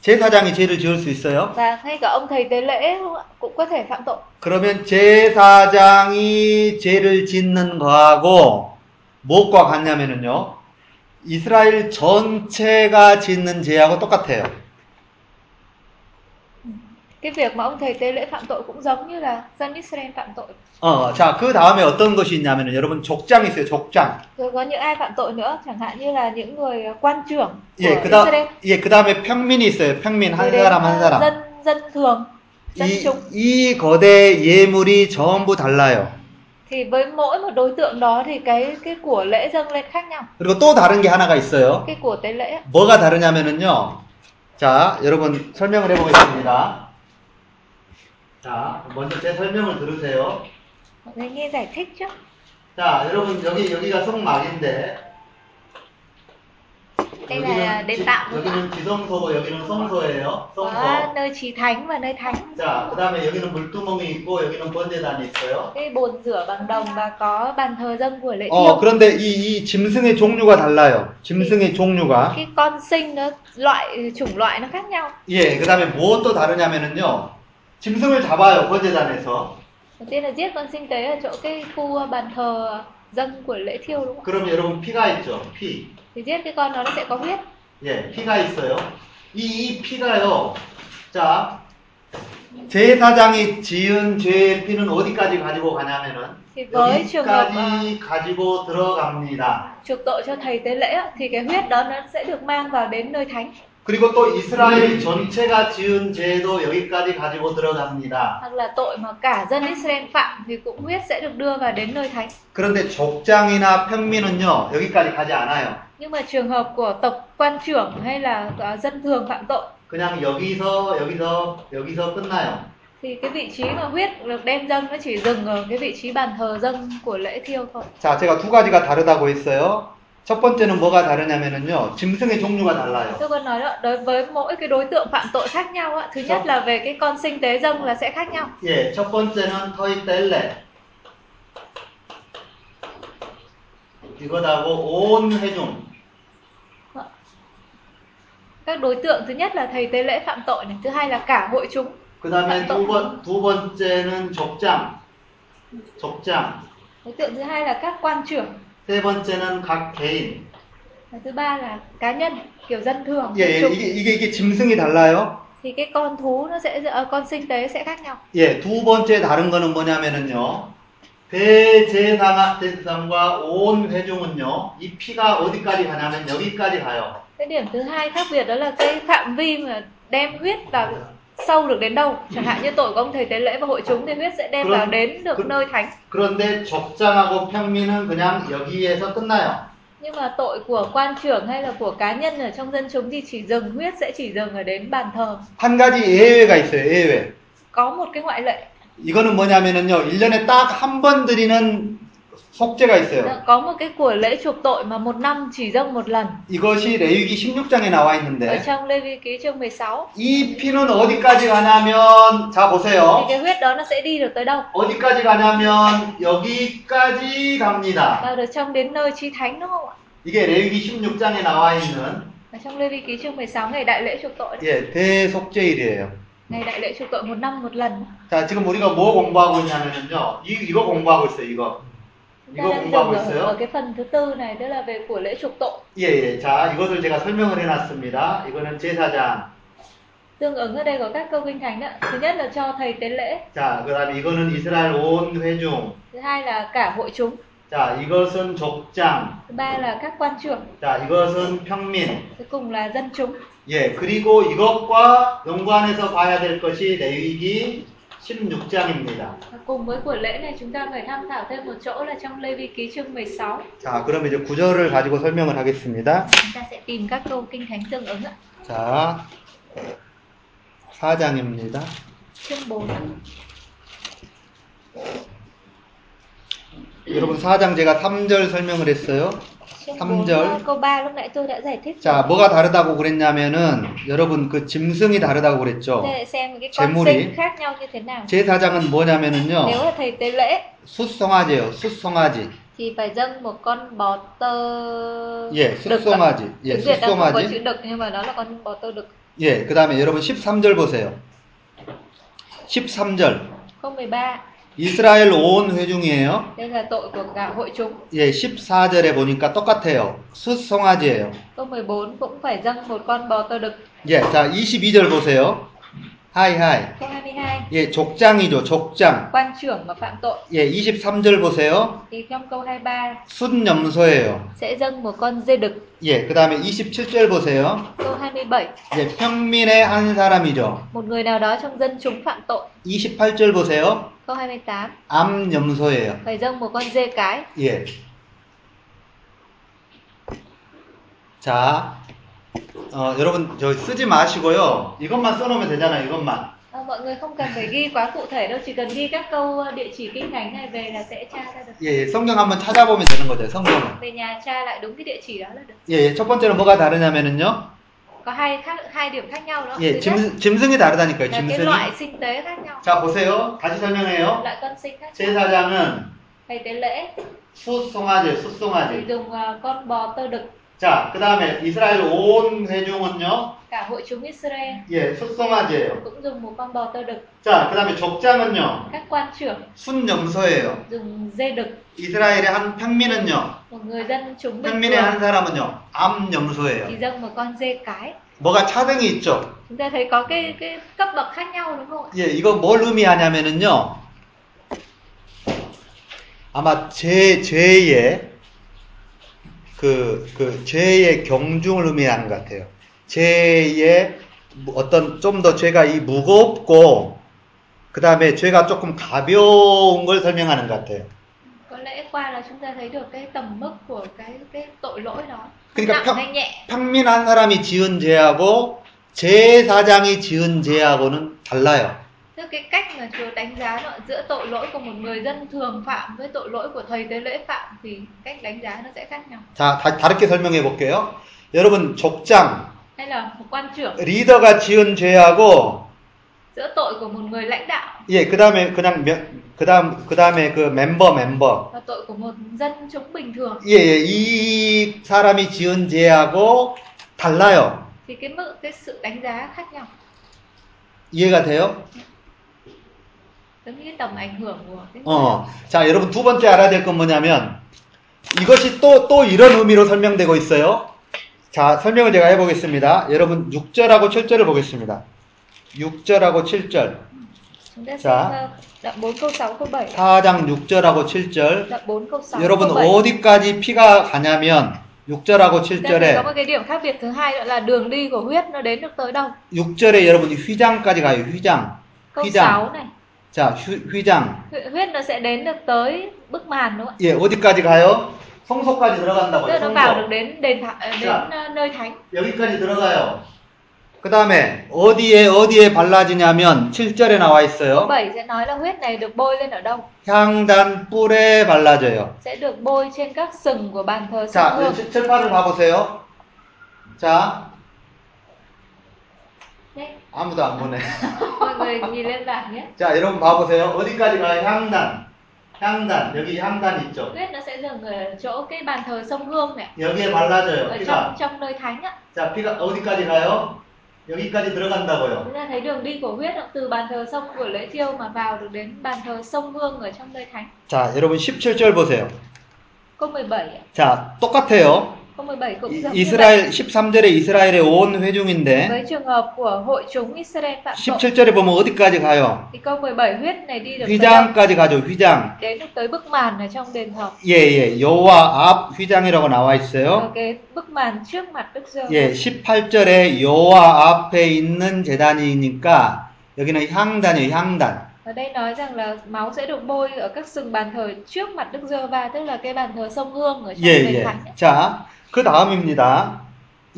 Speaker 2: 제사장이 죄를 지을 수 있어요.
Speaker 1: và ngay cả ông thầy tế lễ cũng- cũng có thể phạm tội
Speaker 2: 그러면 제사장이 죄를 짓는 거하고 무엇과 같냐면은요. 이스라엘 전체가 짓는 죄하고 똑같아요.
Speaker 1: Cái việc mà ông thầy tế lễ phạm tội cũng giống như là dân Israel phạm tội.
Speaker 2: 어, 자, 그 다음에 어떤 것이 있냐면은 여러분 족장 있어요, 족장.
Speaker 1: Rồi có những ai phạm tội nữa, chẳng hạn như là những người quan trưởng của
Speaker 2: 예, 그다
Speaker 1: Israel.
Speaker 2: 예, 그다음에 평민이 있어요. 평민 한
Speaker 1: Rồi đến
Speaker 2: 사람 한 사람.
Speaker 1: dân dân thường, dân
Speaker 2: 이,
Speaker 1: chúng
Speaker 2: 이 거대 예물이 전부 달라요.
Speaker 1: thì với mỗi một đối tượng đó thì cái cái của lễ dâng lên khác nhau.
Speaker 2: 그리고 또 다른 게 하나가 있어요.
Speaker 1: Cái của tế lễ ấy,
Speaker 2: 뭐가 다르냐면은요. 자, 여러분 설명을 해보겠습니다. 자, 먼저 제 설명을 들으세요.
Speaker 1: mọi người nghe giải thích trước.
Speaker 2: 자, 여러분 여기 여기가 성막인데.
Speaker 1: Đây là đền
Speaker 2: 지-
Speaker 1: tạm đúng không
Speaker 2: 여기는 지성소고 여기는 성소예요.
Speaker 1: ạ? Có
Speaker 2: 성소.
Speaker 1: nơi trí thánh và nơi thánh.
Speaker 2: 자, 그다음에 여기는 물두멍이 있고 여기는 번제단이 있어요.
Speaker 1: Cái bồn rửa bằng đồng và có bàn thờ dâng của lễ
Speaker 2: 어,
Speaker 1: yêu.
Speaker 2: 그런데 이, 이 짐승의 종류가 달라요. 짐승의 종류가.
Speaker 1: Cái con sinh nó loại chủng loại nó khác nhau.
Speaker 2: 예, 그다음에 무엇도 다르냐면은요. 짐승을 잡아요 번제단에서.
Speaker 1: Đầu tiên là giết con sinh tế ở chỗ cái khu bàn thờ dâng của lễ thiêu đúng không ạ?
Speaker 2: 그러면 여러분 피가 있죠. 피.
Speaker 1: Thì giết cái con đó nó sẽ có huyết.
Speaker 2: 예, 피가 있어요. 이, 이 피가요. 자, 제사장이 지은 죄의 피는 어디까지 가지고 가냐면은
Speaker 1: Thì với trường hợp à,
Speaker 2: 여기까지 가지고 들어갑니다.
Speaker 1: chuộc tội cho thầy tế lễ á, thì cái huyết đó nó sẽ được mang vào đến nơi thánh.
Speaker 2: 그리고 또 이스라엘 전체가 지은 죄도 여기까지 가지고 들어갑니다.
Speaker 1: Hoặc là tội mà cả dân Israel phạm thì cũng huyết sẽ được đưa vào đến nơi thánh.
Speaker 2: 그런데 족장이나 평민은요 여기까지 가지 않아요.
Speaker 1: Nhưng mà trường hợp của tộc quan trưởng hay là à, dân thường phạm tội
Speaker 2: 그냥 여기서 여기서 여기서 끝나요.
Speaker 1: thì cái vị trí mà huyết được đem dâng nó chỉ dừng ở cái vị trí bàn thờ dâng của lễ thiêu thôi.
Speaker 2: 자, 제가 두 가지가 다르다고 했어요. 첫 번째는 뭐가 다르냐면은요 짐승의 종류가 달라요.
Speaker 1: Tôi còn nói đó, đối với mỗi cái đối tượng phạm tội khác nhau á, thứ nhất là về cái con sinh tế dâng là sẽ khác nhau.
Speaker 2: 예, 첫 번째는 터이 뗄레. 이거다고 온 회중.
Speaker 1: Các đối tượng thứ nhất là thầy tế lễ phạm tội này, thứ hai là cả hội chúng.
Speaker 2: 그 다음에 두, 번, 두 번째는 족장. 족장.
Speaker 1: Đối tượng thứ hai là các quan trưởng,
Speaker 2: 세 번째는 각 개인.
Speaker 1: và thứ ba là cá nhân kiểu dân thường
Speaker 2: 예, 예,
Speaker 1: chúng.
Speaker 2: 이게, 이게, 이게 짐승이 달라요.
Speaker 1: Thì cái con thú nó sẽ ờ, con sinh tế sẽ khác nhau.
Speaker 2: 예, 두 번째 다른 거는 뭐냐면은요. 대제사가, 대제사과 온 회중은요. 이 피가 어디까지 가냐면 여기까지 가요.
Speaker 1: Cái điểm thứ hai khác biệt đó là cái phạm vi mà đem huyết vào sâu được đến đâu. Chẳng hạn như tội của ông thầy tế lễ và hội chúng thì huyết sẽ đem vào đến được nơi thánh.
Speaker 2: 그런데 족장하고 평민은 그냥 여기에서 끝나요.
Speaker 1: Nhưng mà tội của quan trưởng hay là của cá nhân ở trong dân chúng thì chỉ dừng huyết sẽ chỉ dừng ở đến bàn thờ.
Speaker 2: 한 가지 예외가 있어요, 예외.
Speaker 1: Có một cái ngoại lệ,
Speaker 2: 이거는 뭐냐면은요, 1년에 딱 한 번 드리는 속죄가 있어요.
Speaker 1: có một cái của lễ chuộc tội mà một năm chỉ dâng một lần.
Speaker 2: 이것이 레위기 16장에 나와
Speaker 1: Ở
Speaker 2: 있는데,
Speaker 1: trong Lê Vi Ký chương 16
Speaker 2: 이 피는 어디까지 가냐면, 자,
Speaker 1: thì
Speaker 2: 보세요.
Speaker 1: cái huyết đó nó sẽ đi được tới đâu?
Speaker 2: 어디까지 가냐면, 여기까지 갑니다.
Speaker 1: Vào được trong đến nơi chi thánh đúng không ạ?
Speaker 2: 이게 레위기 16장에 나와 있는,
Speaker 1: Ở trong Lê Vi Ký chương 16 ngày đại lễ chuộc tội, đấy.
Speaker 2: 예, 대속죄일이에요.
Speaker 1: ngày đại lễ chuộc tội một năm một lần.
Speaker 2: 자, 지금 우리가 뭐 공부하고 있냐면요, 이, 이거 공부하고 있어요, 이거.
Speaker 1: Chúng ta
Speaker 2: 이거
Speaker 1: đang dừng
Speaker 2: 공부하고
Speaker 1: ở, ở
Speaker 2: 있어요.
Speaker 1: cái phần thứ tư này tức là về của lễ chuộc tội.
Speaker 2: 예, 예. 자, 이것을 제가 설명을 해놨습니다. 이거는 제사장.
Speaker 1: Tương ứng ở đây có các câu kinh thánh ạ. Thứ nhất là cho thầy tế lễ,
Speaker 2: 자, 그 다음에 이거는 이스라엘 온 회중.
Speaker 1: thứ hai là cả hội chúng,
Speaker 2: 자, 이것은 족장.
Speaker 1: thứ ba là các quan trưởng,
Speaker 2: 자, 이것은 평민.
Speaker 1: cuối cùng là dân chúng.
Speaker 2: 예, 그리고 이것과 연관해서 봐야 될 것이 레위기 16장입니다.
Speaker 1: Và cùng với của lễ này chúng ta phải tham khảo thêm một chỗ là trong Lê Vi Ký chương 16
Speaker 2: 자, 그럼 이제 구절을 가지고 설명을 하겠습니다.
Speaker 1: chúng ta sẽ tìm các câu kinh thánh tương ứng ạ.
Speaker 2: 자, 4장입니다.
Speaker 1: Chương 4 ạ.
Speaker 2: 여러분, 4장 제가 3절 설명을 했어요.
Speaker 1: Chương
Speaker 2: Thăm
Speaker 1: 4
Speaker 2: giới.
Speaker 1: câu 3 lúc nãy tôi đã giải thích.
Speaker 2: 자, 뭐가 다르다고 그랬냐면은 여러분 그 짐승이 다르다고 그랬죠.
Speaker 1: Chúng ta sẽ xem cái con
Speaker 2: Chế mô
Speaker 1: sinh
Speaker 2: Ờ. lý.
Speaker 1: khác nhau như thế nào.
Speaker 2: 제사장은
Speaker 1: Nếu
Speaker 2: 뭐냐면은요.
Speaker 1: là thầy tế lễ
Speaker 2: 숫송아지예요. 숫송아지.
Speaker 1: thì phải dâng một con bò tơ
Speaker 2: 예,
Speaker 1: đực ạ.
Speaker 2: 숫송아지. 예,
Speaker 1: Tiếng Việt đang không có chữ
Speaker 2: 숫송아지.
Speaker 1: đực nhưng mà nó là con bò tơ đực.
Speaker 2: 예, 그다음에 여러분 13절 보세요. 13절.
Speaker 1: Câu 13.
Speaker 2: 이스라엘 온 회중이에요.
Speaker 1: đây là tội của cả hội chúng
Speaker 2: 예, 14절에 보니까 똑같아요. 숫 송아지예요.
Speaker 1: câu 14 cũng phải dâng một con bò tơ đực
Speaker 2: 예, 자 22절 보세요. 하이 하이.
Speaker 1: câu 22
Speaker 2: 예, 족장이죠. 족장.
Speaker 1: quan trưởng mà phạm tội
Speaker 2: 예, 23절 보세요.
Speaker 1: thì trong câu 23
Speaker 2: 순염소예요.
Speaker 1: sẽ dâng một con dê đực
Speaker 2: 예, 그 다음에 27절 보세요.
Speaker 1: câu 27
Speaker 2: 예, 평민의 한 사람이죠.
Speaker 1: một người nào đó trong dân chúng phạm tội
Speaker 2: 28절 보세요.
Speaker 1: câu 28
Speaker 2: 암염소예요.
Speaker 1: phải dâng một con dê cái
Speaker 2: 예. 자, 어, 여러분, 저 쓰지 마시고요. 이것만 써놓으면 되잖아요, 이것만.
Speaker 1: à, mọi người không cần phải ghi quá cụ thể đâu chỉ cần ghi các câu ờ, địa chỉ kinh thánh này về là sẽ tra ra được
Speaker 2: 예, 예, 성경 한번 찾아보면 되는 거죠, 성경은.
Speaker 1: về nhà tra lại đúng cái địa chỉ đó là được
Speaker 2: 예, 예, 첫 번째로 뭐가 다르냐면은요.
Speaker 1: có hai khác hai điểm khác nhau đó Thứ
Speaker 2: 예,
Speaker 1: nhất
Speaker 2: 짐승, 짐승이
Speaker 1: là
Speaker 2: 다르다니까요,
Speaker 1: cái
Speaker 2: 짐승이.
Speaker 1: loại sinh tế khác nhau
Speaker 2: 자, 보세요. 다시 설명해요.
Speaker 1: loại con sinh khác nhau
Speaker 2: 제사장은
Speaker 1: thầy tế lễ
Speaker 2: 숫송아지,
Speaker 1: thì
Speaker 2: 숫송아지.
Speaker 1: dùng ờ, con bò tơ đực
Speaker 2: 자, 그 다음에 이스라엘 온 회중은요.
Speaker 1: cả hội chúng Israel
Speaker 2: 예, 숫송아지예요.
Speaker 1: cũng dùng một con bò tơ đực
Speaker 2: 자, 그 다음에 족장은요.
Speaker 1: các quan trưởng
Speaker 2: 순염소예요.
Speaker 1: dùng dê đực
Speaker 2: 이스라엘의 한 평민은요.
Speaker 1: một người dân chúng bình
Speaker 2: 현민의 한
Speaker 1: thường
Speaker 2: 사람은요 암염소예요.
Speaker 1: thì dâng một con dê cái
Speaker 2: 뭐가 차등이 있죠.
Speaker 1: chúng ta thấy có cái cái cấp bậc khác nhau đúng không ạ
Speaker 2: 예, 이거 뭘 의미하냐면은요. 아마 제 죄의 그, 그 죄의 경중을 의미하는 것 같아요. 죄의 무- 어떤 좀 더 죄가 이 무겁고 그 다음에 죄가 조금 가벼운 걸 설명하는 것 같아요.
Speaker 1: có lẽ qua là chúng ta thấy được cái tầm mức của cái cái tội lỗi đó
Speaker 2: Cái- cái-
Speaker 1: nặng hay nhẹ
Speaker 2: 평민한 사람이 지은 죄하고 제사장이 지은 죄하고는 달라요.
Speaker 1: tức cái cách mà Chúa đánh giá nó giữa tội lỗi của một người dân thường phạm với tội lỗi của thầy tế lễ phạm thì cách đánh giá nó sẽ khác nhau
Speaker 2: 자, 다, 다르게 설명해 볼게요. 여러분, 족장,
Speaker 1: hay là một quan trưởng
Speaker 2: 리더가 지은 죄하고,
Speaker 1: giữa tội của một người lãnh đạo
Speaker 2: 예, 그 다음에 그냥, 그 다음, 그 다음에 그 멤버, 멤버.
Speaker 1: và tội của một dân chúng bình thường
Speaker 2: 예, 예, 이 사람이 지은 죄하고 달라요.
Speaker 1: thì cái mức cái sự đánh giá khác nhau
Speaker 2: 이해가 돼요?
Speaker 1: giống như cái tầm ảnh hưởng của cái
Speaker 2: 어. 자, 여러분, 두 번째 알아야 될 건 뭐냐면, 이것이 또, 또 이런 의미로 설명되고 있어요. 자, 설명을 제가 해보겠습니다. 여러분, 6절하고 7절을 보겠습니다. 6절하고 7절.
Speaker 1: chúng ta xem
Speaker 2: Dạ.
Speaker 1: ờ, đoạn 4 câu 6 câu 7
Speaker 2: 4장 6절하고 7절.
Speaker 1: đoạn 4 câu 6
Speaker 2: 여러분
Speaker 1: câu 7
Speaker 2: 어디까지 피가 가냐면 6절하고
Speaker 1: Chúng ta thấy có một
Speaker 2: 7절에
Speaker 1: cái điểm khác biệt thứ hai đó là đường đi của huyết nó đến được tới đâu
Speaker 2: 6절에 여러분 휘장까지 가요. 휘장.
Speaker 1: câu
Speaker 2: Khi rằng-
Speaker 1: 6 này
Speaker 2: 자, 휘, 장
Speaker 1: hu- huyết nó sẽ đến được tới bức màn đúng không
Speaker 2: 예, 어디까지 가요? 성소까지
Speaker 1: ạ tức
Speaker 2: 들어간다고요.
Speaker 1: là nó vào được
Speaker 2: 성소.
Speaker 1: đến đền thả, ờ, đến
Speaker 2: Dạ.
Speaker 1: ờ, nơi thánh
Speaker 2: 여기까지 들어가요. 그다음에 어디에 어디에 발라지냐면 7절에 나와
Speaker 1: câu
Speaker 2: 있어요.
Speaker 1: 7 sẽ nói là huyết này được bôi lên ở đâu
Speaker 2: 향단 뿔에 발라져요.
Speaker 1: sẽ được bôi trên các sừng của bàn thờ sông
Speaker 2: 자,
Speaker 1: hương
Speaker 2: 7, 8을 봐 보세요. 자,
Speaker 1: Đấy,
Speaker 2: 아무도 안 보네.
Speaker 1: mọi người nhìn lên bảng nhé
Speaker 2: 자, 여러분 봐 보세요. 어디까지 가요? 향단. 향단. 여기 향단 있죠.
Speaker 1: huyết nó sẽ dừng ở chỗ cái bàn thờ sông hương này
Speaker 2: 여기에 발라져요.
Speaker 1: ở trong trong nơi thánh ạ
Speaker 2: 자, 피가 어디까지 가요? 여기까지 들어간다고요.
Speaker 1: chúng ta thấy đường đi của huyết nó từ bàn thờ sông của lễ thiêu mà vào được đến bàn thờ sông hương ở trong nơi thánh
Speaker 2: 자, 여러분 17절 보세요.
Speaker 1: câu 17 ạ
Speaker 2: 자, 똑같아요.
Speaker 1: câu 17 cũng
Speaker 2: 이,
Speaker 1: giống như vậy
Speaker 2: 이스라엘 13절에 이스라엘의 온 회중인데
Speaker 1: với trường hợp của hội chúng Israel phạm tội
Speaker 2: 17절에 보면 어디까지 가요?
Speaker 1: thì câu 17 huyết này đi được tới đâu?
Speaker 2: 휘장까지 가죠. 휘장.
Speaker 1: đến được tới bức màn ở trong đền thờ
Speaker 2: 예, 예. 여호와 앞 휘장이라고
Speaker 1: ở
Speaker 2: 나와 있어요.
Speaker 1: cái bức màn trước mặt Đức Giêsu
Speaker 2: 예, 18절에 여호와 앞에 있는 제단이니까 여기는 향단이에요. 향단.
Speaker 1: ở đây nói rằng là máu sẽ được bôi ở các sừng bàn thờ trước mặt Đức Giêsu va tức là cái bàn thờ sông Hương ở trong
Speaker 2: 예,
Speaker 1: đền
Speaker 2: 예.
Speaker 1: thánh ấy.
Speaker 2: 자, 그 다음입니다.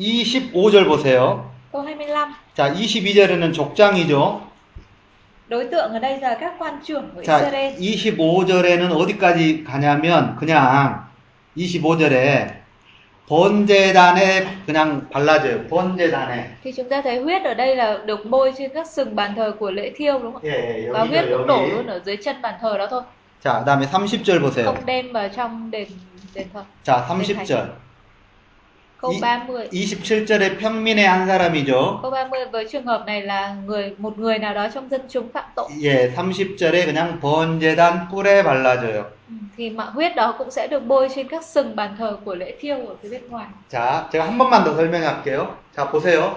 Speaker 2: 25절 보세요.
Speaker 1: câu 25
Speaker 2: 자, 22절에는 족장이죠.
Speaker 1: đối tượng ở đây là các quan trưởng của
Speaker 2: 자,
Speaker 1: Israel
Speaker 2: 25절에는 어디까지 가냐면 그냥 25절에 번제단에 그냥 발라져요. 번제단에.
Speaker 1: thì chúng ta thấy huyết ở đây là được bôi trên các sừng bàn thờ của lễ thiêu đúng không
Speaker 2: 예, 예,
Speaker 1: ạ và huyết
Speaker 2: 여기죠,
Speaker 1: cũng đổ luôn
Speaker 2: 여기.
Speaker 1: ở dưới chân bàn thờ đó thôi
Speaker 2: 자, 그다음에 30절 보세요.
Speaker 1: 어, không đem vào trong đền đền thờ
Speaker 2: 자,
Speaker 1: 네,
Speaker 2: 30절.
Speaker 1: Câu
Speaker 2: Ý-
Speaker 1: 30.
Speaker 2: 27절에 평민의 한 사람이죠.
Speaker 1: Câu 30 với trường hợp này là người một người nào đó trong dân chúng phạm tội
Speaker 2: 예, 30절에 그냥 번제단 꿀에 발라줘요.
Speaker 1: ừ, thì mà huyết đó cũng sẽ được bôi trên các sừng bàn thờ của lễ thiêu ở phía bên ngoài.
Speaker 2: 자, 제가 한 번만 더 설명할게요. 자, 보세요.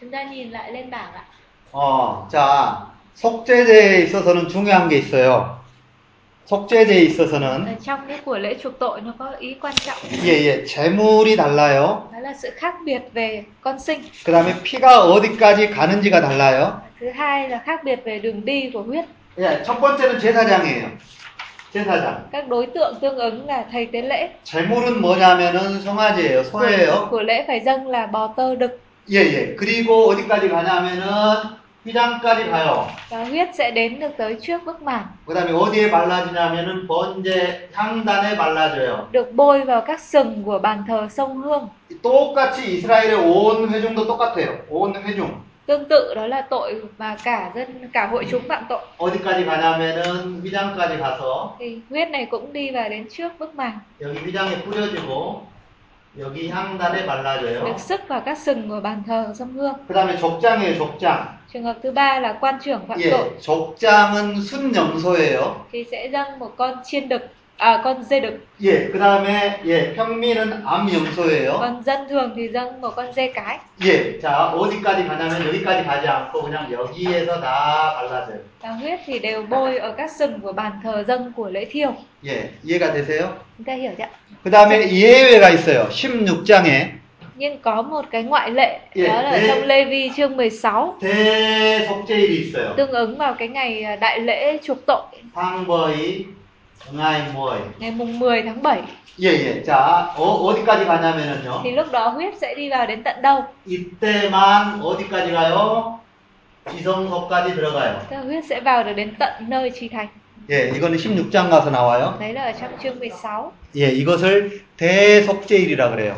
Speaker 1: Chúng ta nhìn lại lên bảng ạ.
Speaker 2: 어, 자, 속죄제에 있어서는 중요한 게 있어요. 속죄제에
Speaker 1: Ở
Speaker 2: 있어서는
Speaker 1: trong cái của lễ chuộc tội nó có ý quan trọng
Speaker 2: 예, 예, 재물이 달라요.
Speaker 1: đó là sự khác biệt về con sinh.
Speaker 2: 그다음에 피가 어디까지 가는지가 달라요.
Speaker 1: Thứ hai là khác biệt về đường đi của huyết.
Speaker 2: 예, 첫 번째는 제사장이에요. 제사장.
Speaker 1: Các đối tượng tương ứng là thầy tế lễ.
Speaker 2: 재물은 뭐냐면은 송아지예요, 소예요.
Speaker 1: Của lễ phải dâng là bò tơ đực
Speaker 2: 예, 예. 그리고 어디까지 가냐면은 휘장까지 가요.
Speaker 1: và huyết sẽ đến được tới trước bức mảng,
Speaker 2: 그 다음에 어디에 발라주냐면은 번제 향단에 발라줘요.
Speaker 1: được bôi vào các sừng của bàn thờ sông Hương.
Speaker 2: 똑같이 이스라엘의 온 회중도 똑같아요. 온 회중.
Speaker 1: Tương tự đó là tội mà cả dân cả hội chúng phạm tội
Speaker 2: 어디까지 가냐면은 휘장까지 가서
Speaker 1: thì huyết này cũng đi vào đến trước bức mảng,
Speaker 2: 여기 휘장에 뿌려지고 여기 향단에 발라줘요.
Speaker 1: được sức vào các sừng của bàn thờ sông Hương.
Speaker 2: 그 다음에 족장이에요, 족장.
Speaker 1: Trường hợp thứ ba là quan trưởng phạm tội
Speaker 2: 예, 족장은 순염소예요.
Speaker 1: thì sẽ dâng một con chiên đực à con dê đực,
Speaker 2: 예, 그 다음에 예, 평민은 암염소예요.
Speaker 1: còn dân thường thì dâng một con dê cái.
Speaker 2: 예, 자 어디까지 가냐면 여기까지 가지 않고 그냥 여기에서 다 발라줘요.
Speaker 1: Và huyết thì đều bôi ở các sừng của bàn thờ dân của lễ thiêu.
Speaker 2: 예, 이해가 되세요?
Speaker 1: Chúng ta hiểu chưa? ạ?
Speaker 2: 그 다음에 예외가 있어요. 16장에
Speaker 1: Nhưng có một cái ngoại lệ
Speaker 2: Dạ,
Speaker 1: đó là
Speaker 2: thế-
Speaker 1: trong Lê Vi chương 16
Speaker 2: 대속제일이 있어요.
Speaker 1: tương ứng vào cái ngày à, đại lễ chuộc tội
Speaker 2: 상거이, 응아이, 모이.
Speaker 1: ngày mùng 10 tháng 7
Speaker 2: 예, 예. 자 어, 어디까지 가냐면은요.
Speaker 1: thì lúc đó huyết sẽ đi vào đến tận đâu?
Speaker 2: 이때만 어디까지 가요? 지성소까지 들어가요.
Speaker 1: Tức là huyết sẽ vào được đến tận nơi trí thánh.
Speaker 2: 예, 이거는 16장 가서 나와요.
Speaker 1: Đấy là ở trong chương 16
Speaker 2: 예, 이것을 대속제일이라 그래요.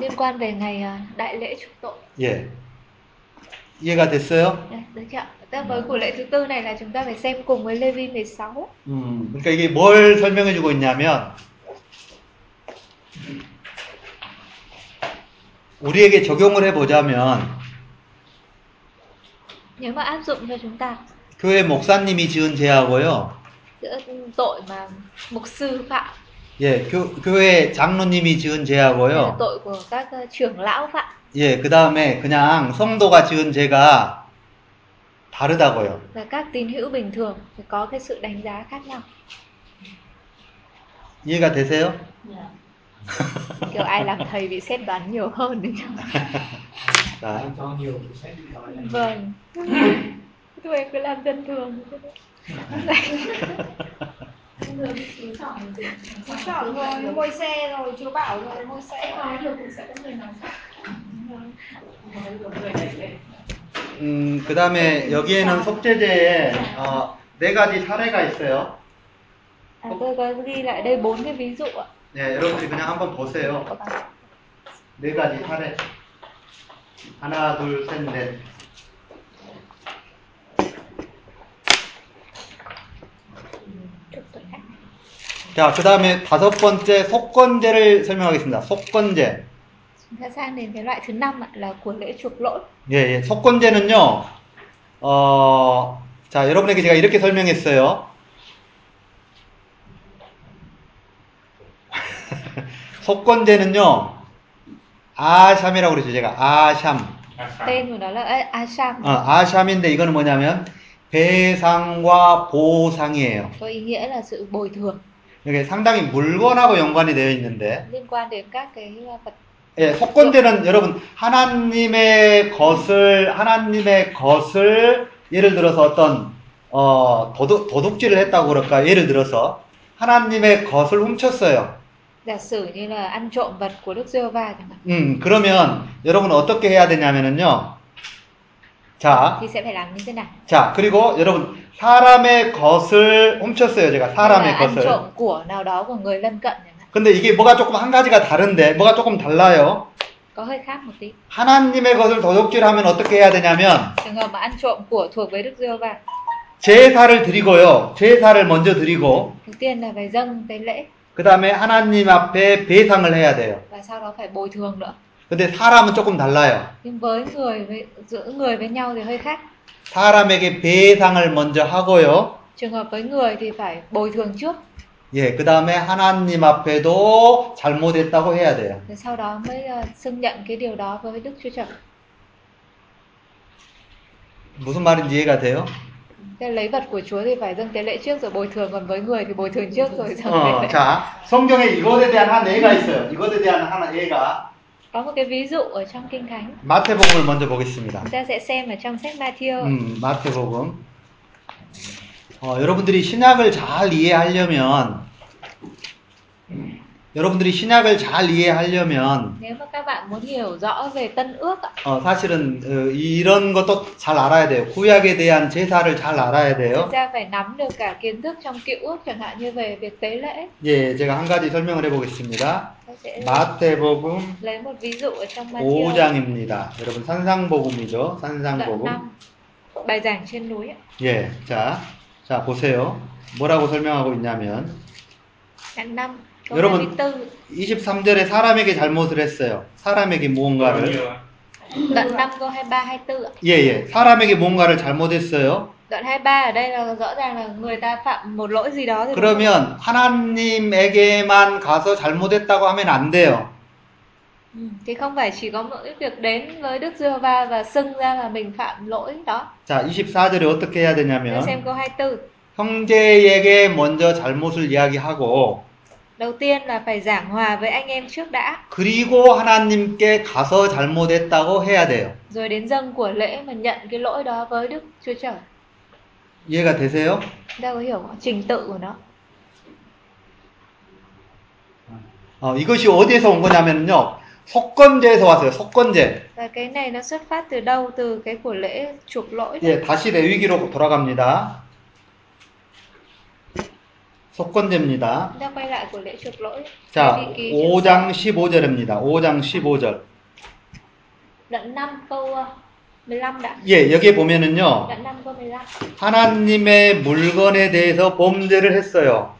Speaker 1: liên quan về ngày à, đại lễ chuộc tội.
Speaker 2: 예. 이해가 됐어요?
Speaker 1: Đấy, Dạ, được chưa? ạ? Tức là với của lễ thứ tư này là chúng ta phải xem cùng với Lê Vi 16.
Speaker 2: 음, 그러니까 이게 뭘 설명해 주고 있냐면 우리에게 적용을 해 보자면
Speaker 1: Nếu mà áp dụng cho chúng ta
Speaker 2: 교회 목사님이 지은 죄하고요.
Speaker 1: giữa tội mà mục sư phạm
Speaker 2: 예, 교, 교회 장로님이 지은
Speaker 1: hay là
Speaker 2: 죄하고요.
Speaker 1: tội của các ờ, trưởng lão phạm
Speaker 2: 예, 그다음에 그냥 성도가 지은 죄가 다르다고요.
Speaker 1: và các tín hữu bình thường thì có cái sự đánh giá khác nhau
Speaker 2: 이해가 되세요?
Speaker 6: Dạ.
Speaker 1: kiểu ai làm thầy bị xét đoán nhiều hơn đấy chứ
Speaker 2: 자,
Speaker 5: cho nhiều thì sẽ bị đòi lại.
Speaker 1: vâng tụi em cứ làm dân thường
Speaker 6: Bây giờ đi chú trọng thì
Speaker 3: Chú chọn rồi, ngồi xe rồi, chú bảo rồi, ngồi xe
Speaker 6: sẽ nói được cũng sẽ có người nói Nói được người đấy đấy.
Speaker 2: 음, 그다음에 여기에는 속죄제에 어, 네 가지 사례가 있어요.
Speaker 1: à, tôi có ghi lại đây bốn cái ví dụ ạ
Speaker 2: 네, 여러분들이 그냥 한번 보세요. 네 가지 사례. 하나, 둘, 셋, 넷. 자, 그 다음에 다섯 번째 속건제를 설명하겠습니다. 속건제.
Speaker 1: chúng ta sang đến cái loại thứ năm ạ là của lễ chuộc lỗi
Speaker 2: 예, 예. 속건제는요, 어, 자, 여러분에게 제가 이렇게 설명했어요. 속건제는요, 아샴이라고 그러죠. 제가 아샴.
Speaker 4: À, phải.
Speaker 1: tên của nó là Ê, asham
Speaker 2: 어, 아샴인데 이거는 뭐냐면 배상과 보상이에요.
Speaker 1: có ý nghĩa là sự bồi thường
Speaker 2: 이게 상당히 물건하고 연관이 되어 있는데,
Speaker 1: liên quan đến các cái ờ, vật
Speaker 2: 예, 속건제는 여러분 하나님의 것을 하나님의 것을 예를 들어서 어떤 어, 도둑 도둑질을 했다고 그럴까? 예를 들어서 하나님의 것을 훔쳤어요.
Speaker 1: giả sử như là ăn trộm vật của Đức Giê-hô-va chẳng hạn
Speaker 2: 음, 그러면 여러분 어떻게 해야 되냐면은요. 자,
Speaker 1: thì sẽ phải làm như thế nào
Speaker 2: 자, 그리고 여러분 사람의 것을 훔쳤어요. 제가
Speaker 1: Hay
Speaker 2: 사람의
Speaker 1: là ăn
Speaker 2: 것을.
Speaker 1: trộm của nào đó của người lân cận chẳng hạn
Speaker 2: 근데 이게 뭐가 조금 한 가지가 다른데, 뭐가 조금 달라요.
Speaker 1: có hơi khác một tí
Speaker 2: 하나님의 것을 도둑질하면 어떻게 해야 되냐면,
Speaker 1: trường hợp mà ăn trộm của thuộc với Đức Giê-hô-va
Speaker 2: 제사를 드리고요. 제사를 먼저 드리고,
Speaker 1: đầu tiên là phải dâng cái lễ
Speaker 2: 그 다음에 하나님 앞에 배상을 해야 돼요.
Speaker 1: và sau đó phải bồi thường nữa
Speaker 2: 근데 사람은 조금 달라요.
Speaker 1: nhưng với người với, giữa người với nhau thì hơi khác
Speaker 2: 사람에게 배상을 먼저 하고요.
Speaker 1: trường hợp với người thì phải bồi thường trước
Speaker 2: 예, 그 다음에 하나님 앞에도 잘못했다고 해야 돼요.
Speaker 1: rồi sau đó mới ờ, xưng nhận cái điều đó với đức chúa trời
Speaker 2: 무슨 말인지 이해가 돼요?
Speaker 1: Thế lấy vật của chúa thì phải dâng tế lễ trước rồi bồi thường còn với người thì bồi thường trước rồi dâng tế
Speaker 2: 어,
Speaker 1: lễ
Speaker 2: 자, 성경에 이것에 대한 한 예가 있어요. 이것에 대한 하나 예가.
Speaker 1: có một cái ví dụ ở trong kinh thánh
Speaker 2: 마태복음을 먼저 보겠습니다.
Speaker 1: chúng ta sẽ xem ở trong sách Matthew
Speaker 2: 음, 마태복음. 어, 여러분들이 신약을 잘 이해하려면, 여러분들이 신약을 잘 이해하려면,
Speaker 1: nếu mà các bạn muốn hiểu rõ về tân ước ạ,
Speaker 2: 어, 사실은 어, 이런 것도 잘 알아야 돼요. 구약에 대한 제사를 잘 알아야
Speaker 1: chúng
Speaker 2: 돼요.
Speaker 1: ta phải nắm được cả kiến thức trong cựu ước chẳng hạn như về việc tế lễ
Speaker 2: 예, 제가 한 가지 설명을 해보겠습니다.
Speaker 1: tôi sẽ
Speaker 2: 마태복음
Speaker 1: lấy một ví dụ ở trong Matthew
Speaker 2: 5장입니다. 여러분, 산상복음이죠.
Speaker 1: đoạn
Speaker 2: 산상복음.
Speaker 1: 5 bài giảng trên núi ạ.
Speaker 2: 예, 자, 자, 보세요. 뭐라고 설명하고 있냐면,
Speaker 1: đoạn 5 câu
Speaker 2: 여러분.
Speaker 1: 24
Speaker 2: 23절에 사람에게 잘못을 했어요. 사람에게 무언가를.
Speaker 1: đoạn 5 câu 23 24 ạ.
Speaker 2: 예, 예. 사람에게 무언가를 잘못했어요.
Speaker 1: đoạn 23 ở đây là rõ ràng là người ta phạm một lỗi gì đó thì
Speaker 2: 그러면 하나님에게만 가서 잘못했다고 하면 안 돼요.
Speaker 1: Ừ, thì không phải chỉ có mỗi việc đến với Đức Giê-hô-va và xưng ra là mình phạm lỗi đó.
Speaker 2: 자, 24절에 어떻게 해야
Speaker 1: Hãy xem
Speaker 2: 되냐면
Speaker 1: câu 24.
Speaker 2: 형제에게 먼저 잘못을 이야기하고
Speaker 1: Đầu tiên là phải giảng hòa với anh em trước đã,
Speaker 2: 그리고 하나님께 가서 잘못했다고 해야 돼요.
Speaker 1: rồi đến dâng của lễ mà nhận cái lỗi đó với Đức Chúa Trời.
Speaker 2: 이해가 되세요?
Speaker 1: Chúng ta có hiểu không? trình tự của nó.
Speaker 2: 어, 이것이 어디에서 온 거냐면요. 속건제에서 왔어요. 속건제.
Speaker 1: Và cái này nó xuất phát từ đâu? Từ cái của lễ chuộc lỗi.
Speaker 2: 예, 다시 레위기로 돌아갑니다. 속건제입니다.
Speaker 1: Chúng ta quay lại của lễ chuộc lỗi.
Speaker 2: 자,
Speaker 1: Lê Vi Ký chương
Speaker 2: 5장 15절입니다. 5장 15절.
Speaker 1: Đoạn 5 câu ờ, 15 đã.
Speaker 2: 예, 여기에 보면은요.
Speaker 1: Đoạn 5 câu 15.
Speaker 2: 하나님의 물건에 대해서 범죄를 했어요.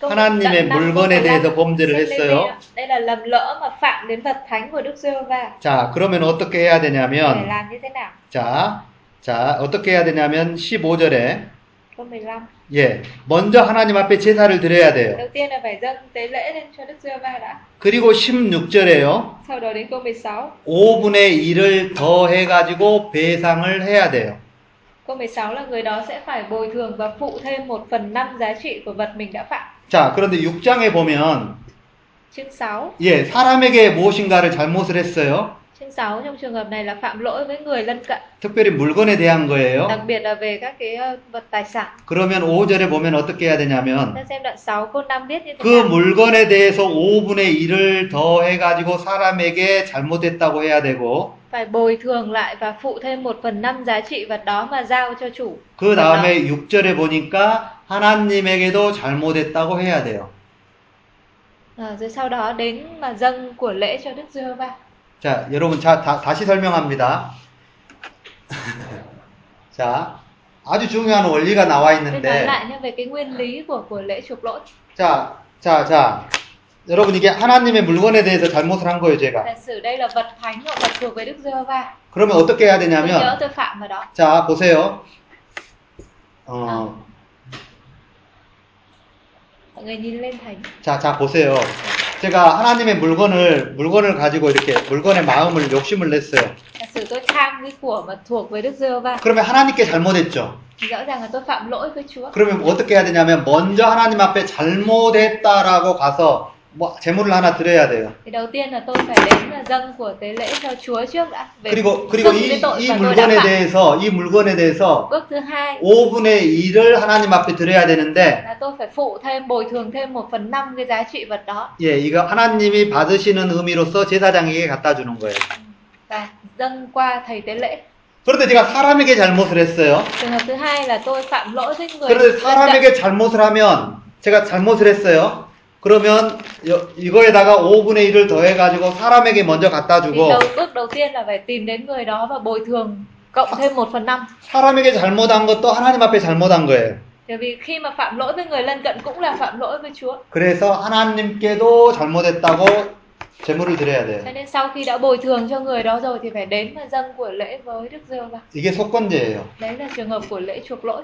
Speaker 1: Câu
Speaker 2: 하나님의
Speaker 1: đoạn 5 câu
Speaker 2: 물건에
Speaker 1: 15.
Speaker 2: 대해서 범죄를
Speaker 1: Sách Lê-vi
Speaker 2: 했어요.
Speaker 1: ạ. Đây là lầm lỡ mà phạm đến vật thánh của Đức Giê-hô-va.
Speaker 2: 자, 그러면 어떻게 해야
Speaker 1: Phải
Speaker 2: 되냐면,
Speaker 1: làm như thế nào?
Speaker 2: 자, 자, 어떻게 해야 되냐면, 15절에,
Speaker 1: Câu 15.
Speaker 2: 예, 먼저 하나님 앞에 제사를 드려야 돼요.
Speaker 1: Đầu tiên là phải dâng tế lễ lên cho Đức Giê-va đã.
Speaker 2: 그리고 16절에요,
Speaker 1: Sau đó đến câu 16.
Speaker 2: 5분의 1을 더해가지고 배상을 해야 돼요.
Speaker 1: Câu 16 là người đó sẽ phải bồi thường và phụ thêm 1 phần 5 giá trị của vật mình đã phạm.
Speaker 2: 자, 그런데 6장에 보면,
Speaker 1: Chương 6.
Speaker 2: 예, 사람에게 무엇인가를 잘못을 했어요.
Speaker 1: Chương 6 trong trường hợp này là phạm lỗi với người lân cận,
Speaker 2: 특별히 물건에 대한 거예요.
Speaker 1: đặc biệt là về các cái ờ, vật tài sản.
Speaker 2: 그러면 5절에 보면 어떻게 해야 되냐면,
Speaker 1: Ta xem đoạn 6 câu 5 viết như thế
Speaker 2: 그
Speaker 1: nào.
Speaker 2: 물건에 대해서 5분의 1을 더해가지고 사람에게 잘못했다고 해야 되고,
Speaker 1: Phải bồi thường lại và phụ thêm 1 phần 5 giá trị vật đó mà giao cho chủ.
Speaker 2: 그 다음에 6절에 보니까 하나님에게도 잘못했다고 해야 돼요.
Speaker 1: Ờ, rồi sau đó đến mà dâng của lễ cho Đức Giê-hô-va.
Speaker 2: 자, 여러분, 자, 다, 시 설명합니다. 자, 아주 중요한 원리가 나와
Speaker 1: Tôi nói
Speaker 2: 있는데,
Speaker 1: lại nhé về cái nguyên lý của của lễ chuộc lỗi.
Speaker 2: 자, 자, 자. 여러분, 이게 하나님의 물건에 대해서 잘못을 한 거예요, 제가.
Speaker 1: Giả sử đây là vật thánh hoặc vật thuộc về Đức Giê-hô-va.
Speaker 2: 그러면 어떻게 해야
Speaker 1: Tôi nhớ
Speaker 2: 되냐면,
Speaker 1: tôi phạm vào đó.
Speaker 2: 자, 보세요. 어,
Speaker 1: Mọi người nhìn lên thánh.
Speaker 2: 자, 자, 보세요. 제가 하나님의 물건을, 물건을 가지고 이렇게 물건의 마음을 욕심을 냈어요.
Speaker 1: Giả sử tôi tham cái của mà thuộc về Đức Giê-hô-va.
Speaker 2: 그러면 하나님께 잘못했죠.
Speaker 1: thì Rõ ràng là tôi phạm lỗi với Chúa.
Speaker 2: 그러면 어떻게 해야 되냐면, 먼저 하나님 앞에 잘못했다라고 가서, 뭐, 재물을 하나 드려야 돼요.
Speaker 1: Thì đầu tiên là tôi phải đến là dâng của tế lễ cho Chúa trước đã. Về
Speaker 2: 그리고, 그리고
Speaker 1: dâng cái
Speaker 2: 이,
Speaker 1: tội
Speaker 2: 이
Speaker 1: mà tôi đã
Speaker 2: 네. 물건에
Speaker 1: phạm.
Speaker 2: 대해서, 이 물건에 대해서
Speaker 1: Bước thứ hai
Speaker 2: 5분의 1을 하나님 앞에 드려야 되는데,
Speaker 1: là tôi phải phụ thêm bồi thường thêm 1 phần 5 cái giá trị vật đó
Speaker 2: 예, 이거 하나님이 받으시는 의미로서 제사장에게 갖다 주는 거예요.
Speaker 1: và dâng qua thầy tế lễ.
Speaker 2: 그런데 제가 사람에게 잘못을 했어요.
Speaker 1: Trường hợp thứ hai là tôi phạm lỗi với người
Speaker 2: 그런데
Speaker 1: lân cận.
Speaker 2: 사람에게 잘못을 하면 제가 잘못을 했어요. 그러면 여- 이거에다가 5분의 1을 더해가지고 사람에게 먼저 갖다
Speaker 1: Thì
Speaker 2: 주고
Speaker 1: đầu, bước đầu tiên là phải tìm đến người đó và bồi thường cộng thêm 1 phần 5
Speaker 2: 사람에게 잘못한 것도 하나님 앞에 잘못한 거예요.
Speaker 1: Bởi vì khi mà phạm lỗi với người lân cận cũng là phạm lỗi với Chúa.
Speaker 2: 그래서 하나님께도 잘못했다고 제물을 드려야
Speaker 1: Cho
Speaker 2: 돼요.
Speaker 1: nên sau khi đã bồi thường cho người đó rồi thì phải đến và dâng của lễ với Đức Giêsu và
Speaker 2: 이게 속건제예요.
Speaker 1: đấy là trường hợp của lễ chuộc lỗi.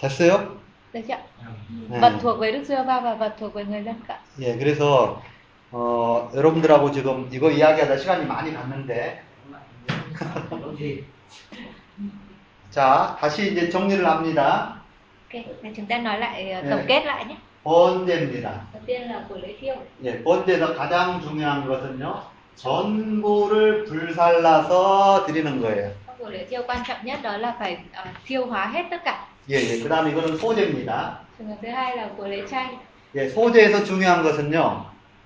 Speaker 2: 됐어요?
Speaker 1: Được chưa? ạ?
Speaker 2: 네.
Speaker 1: Vật thuộc về Đức Giêsu và vật thuộc về người lân cận.
Speaker 2: 예, 그래서 어, 여러분들하고 지금 이거 이야기하다 시간이 많이 갔는데
Speaker 5: Lỗi gì?
Speaker 2: 자, 다시 이제 정리를 합니다.
Speaker 1: Ok, thế chúng ta nói lại ờ,
Speaker 2: Ừ.
Speaker 1: tổng kết lại nhé.
Speaker 2: 번제입니다.
Speaker 1: Đầu tiên là của lễ thiêu.
Speaker 2: 예, 번제에서 가장 중요한 것은요. 전부를 불살라서 드리는 거예요.
Speaker 1: Trong của lễ thiêu quan trọng nhất đó là phải ờ, thiêu hóa hết tất cả.
Speaker 2: 예, 예. 그 다음에 이거는 소제입니다.
Speaker 1: Trường hợp thứ hai là của lễ chay.
Speaker 2: 예, 소제에서 중요한 것은요.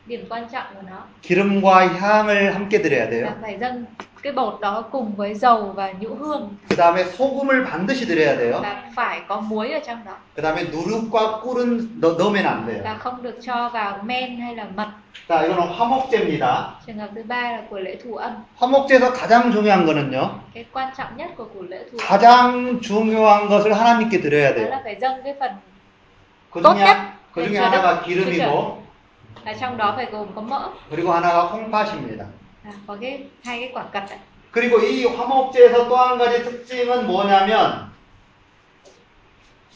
Speaker 1: Điểm quan trọng của nó
Speaker 2: 기름과 향을 함께 드려야
Speaker 1: là
Speaker 2: 돼요.
Speaker 1: phải dâng cái bột đó cùng với dầu và nhũ hương
Speaker 2: 그 다음에 소금을 반드시 드려야 돼요.
Speaker 1: và phải có muối ở trong đó
Speaker 2: 그 다음에 누룩과 꿀은 넣, 넣으면 안 돼요.
Speaker 1: và không được cho vào men hay là mật.
Speaker 2: 자, 이거는 화목제입니다.
Speaker 1: Trường hợp thứ ba là của lễ thù âm.
Speaker 2: 화목제에서 가장 중요한 거는요.
Speaker 1: Cái quan trọng nhất của của lễ thù âm
Speaker 2: 가장 중요한 것을 하나님께 드려야
Speaker 1: đó
Speaker 2: 돼요.
Speaker 1: là phải dâng cái phần
Speaker 2: 그
Speaker 1: 또
Speaker 2: 중에,
Speaker 1: 짭!
Speaker 2: 그 중에
Speaker 1: 그렇죠.
Speaker 2: 하나가 기름이고,
Speaker 1: và trong đó phải gồm có mỡ
Speaker 2: 그리고 하나가 콩팥입니다.
Speaker 1: và À, có cái hai cái quả cặt ạ.
Speaker 2: 그리고 이 화목제에서 또 한 가지 특징은 뭐냐면,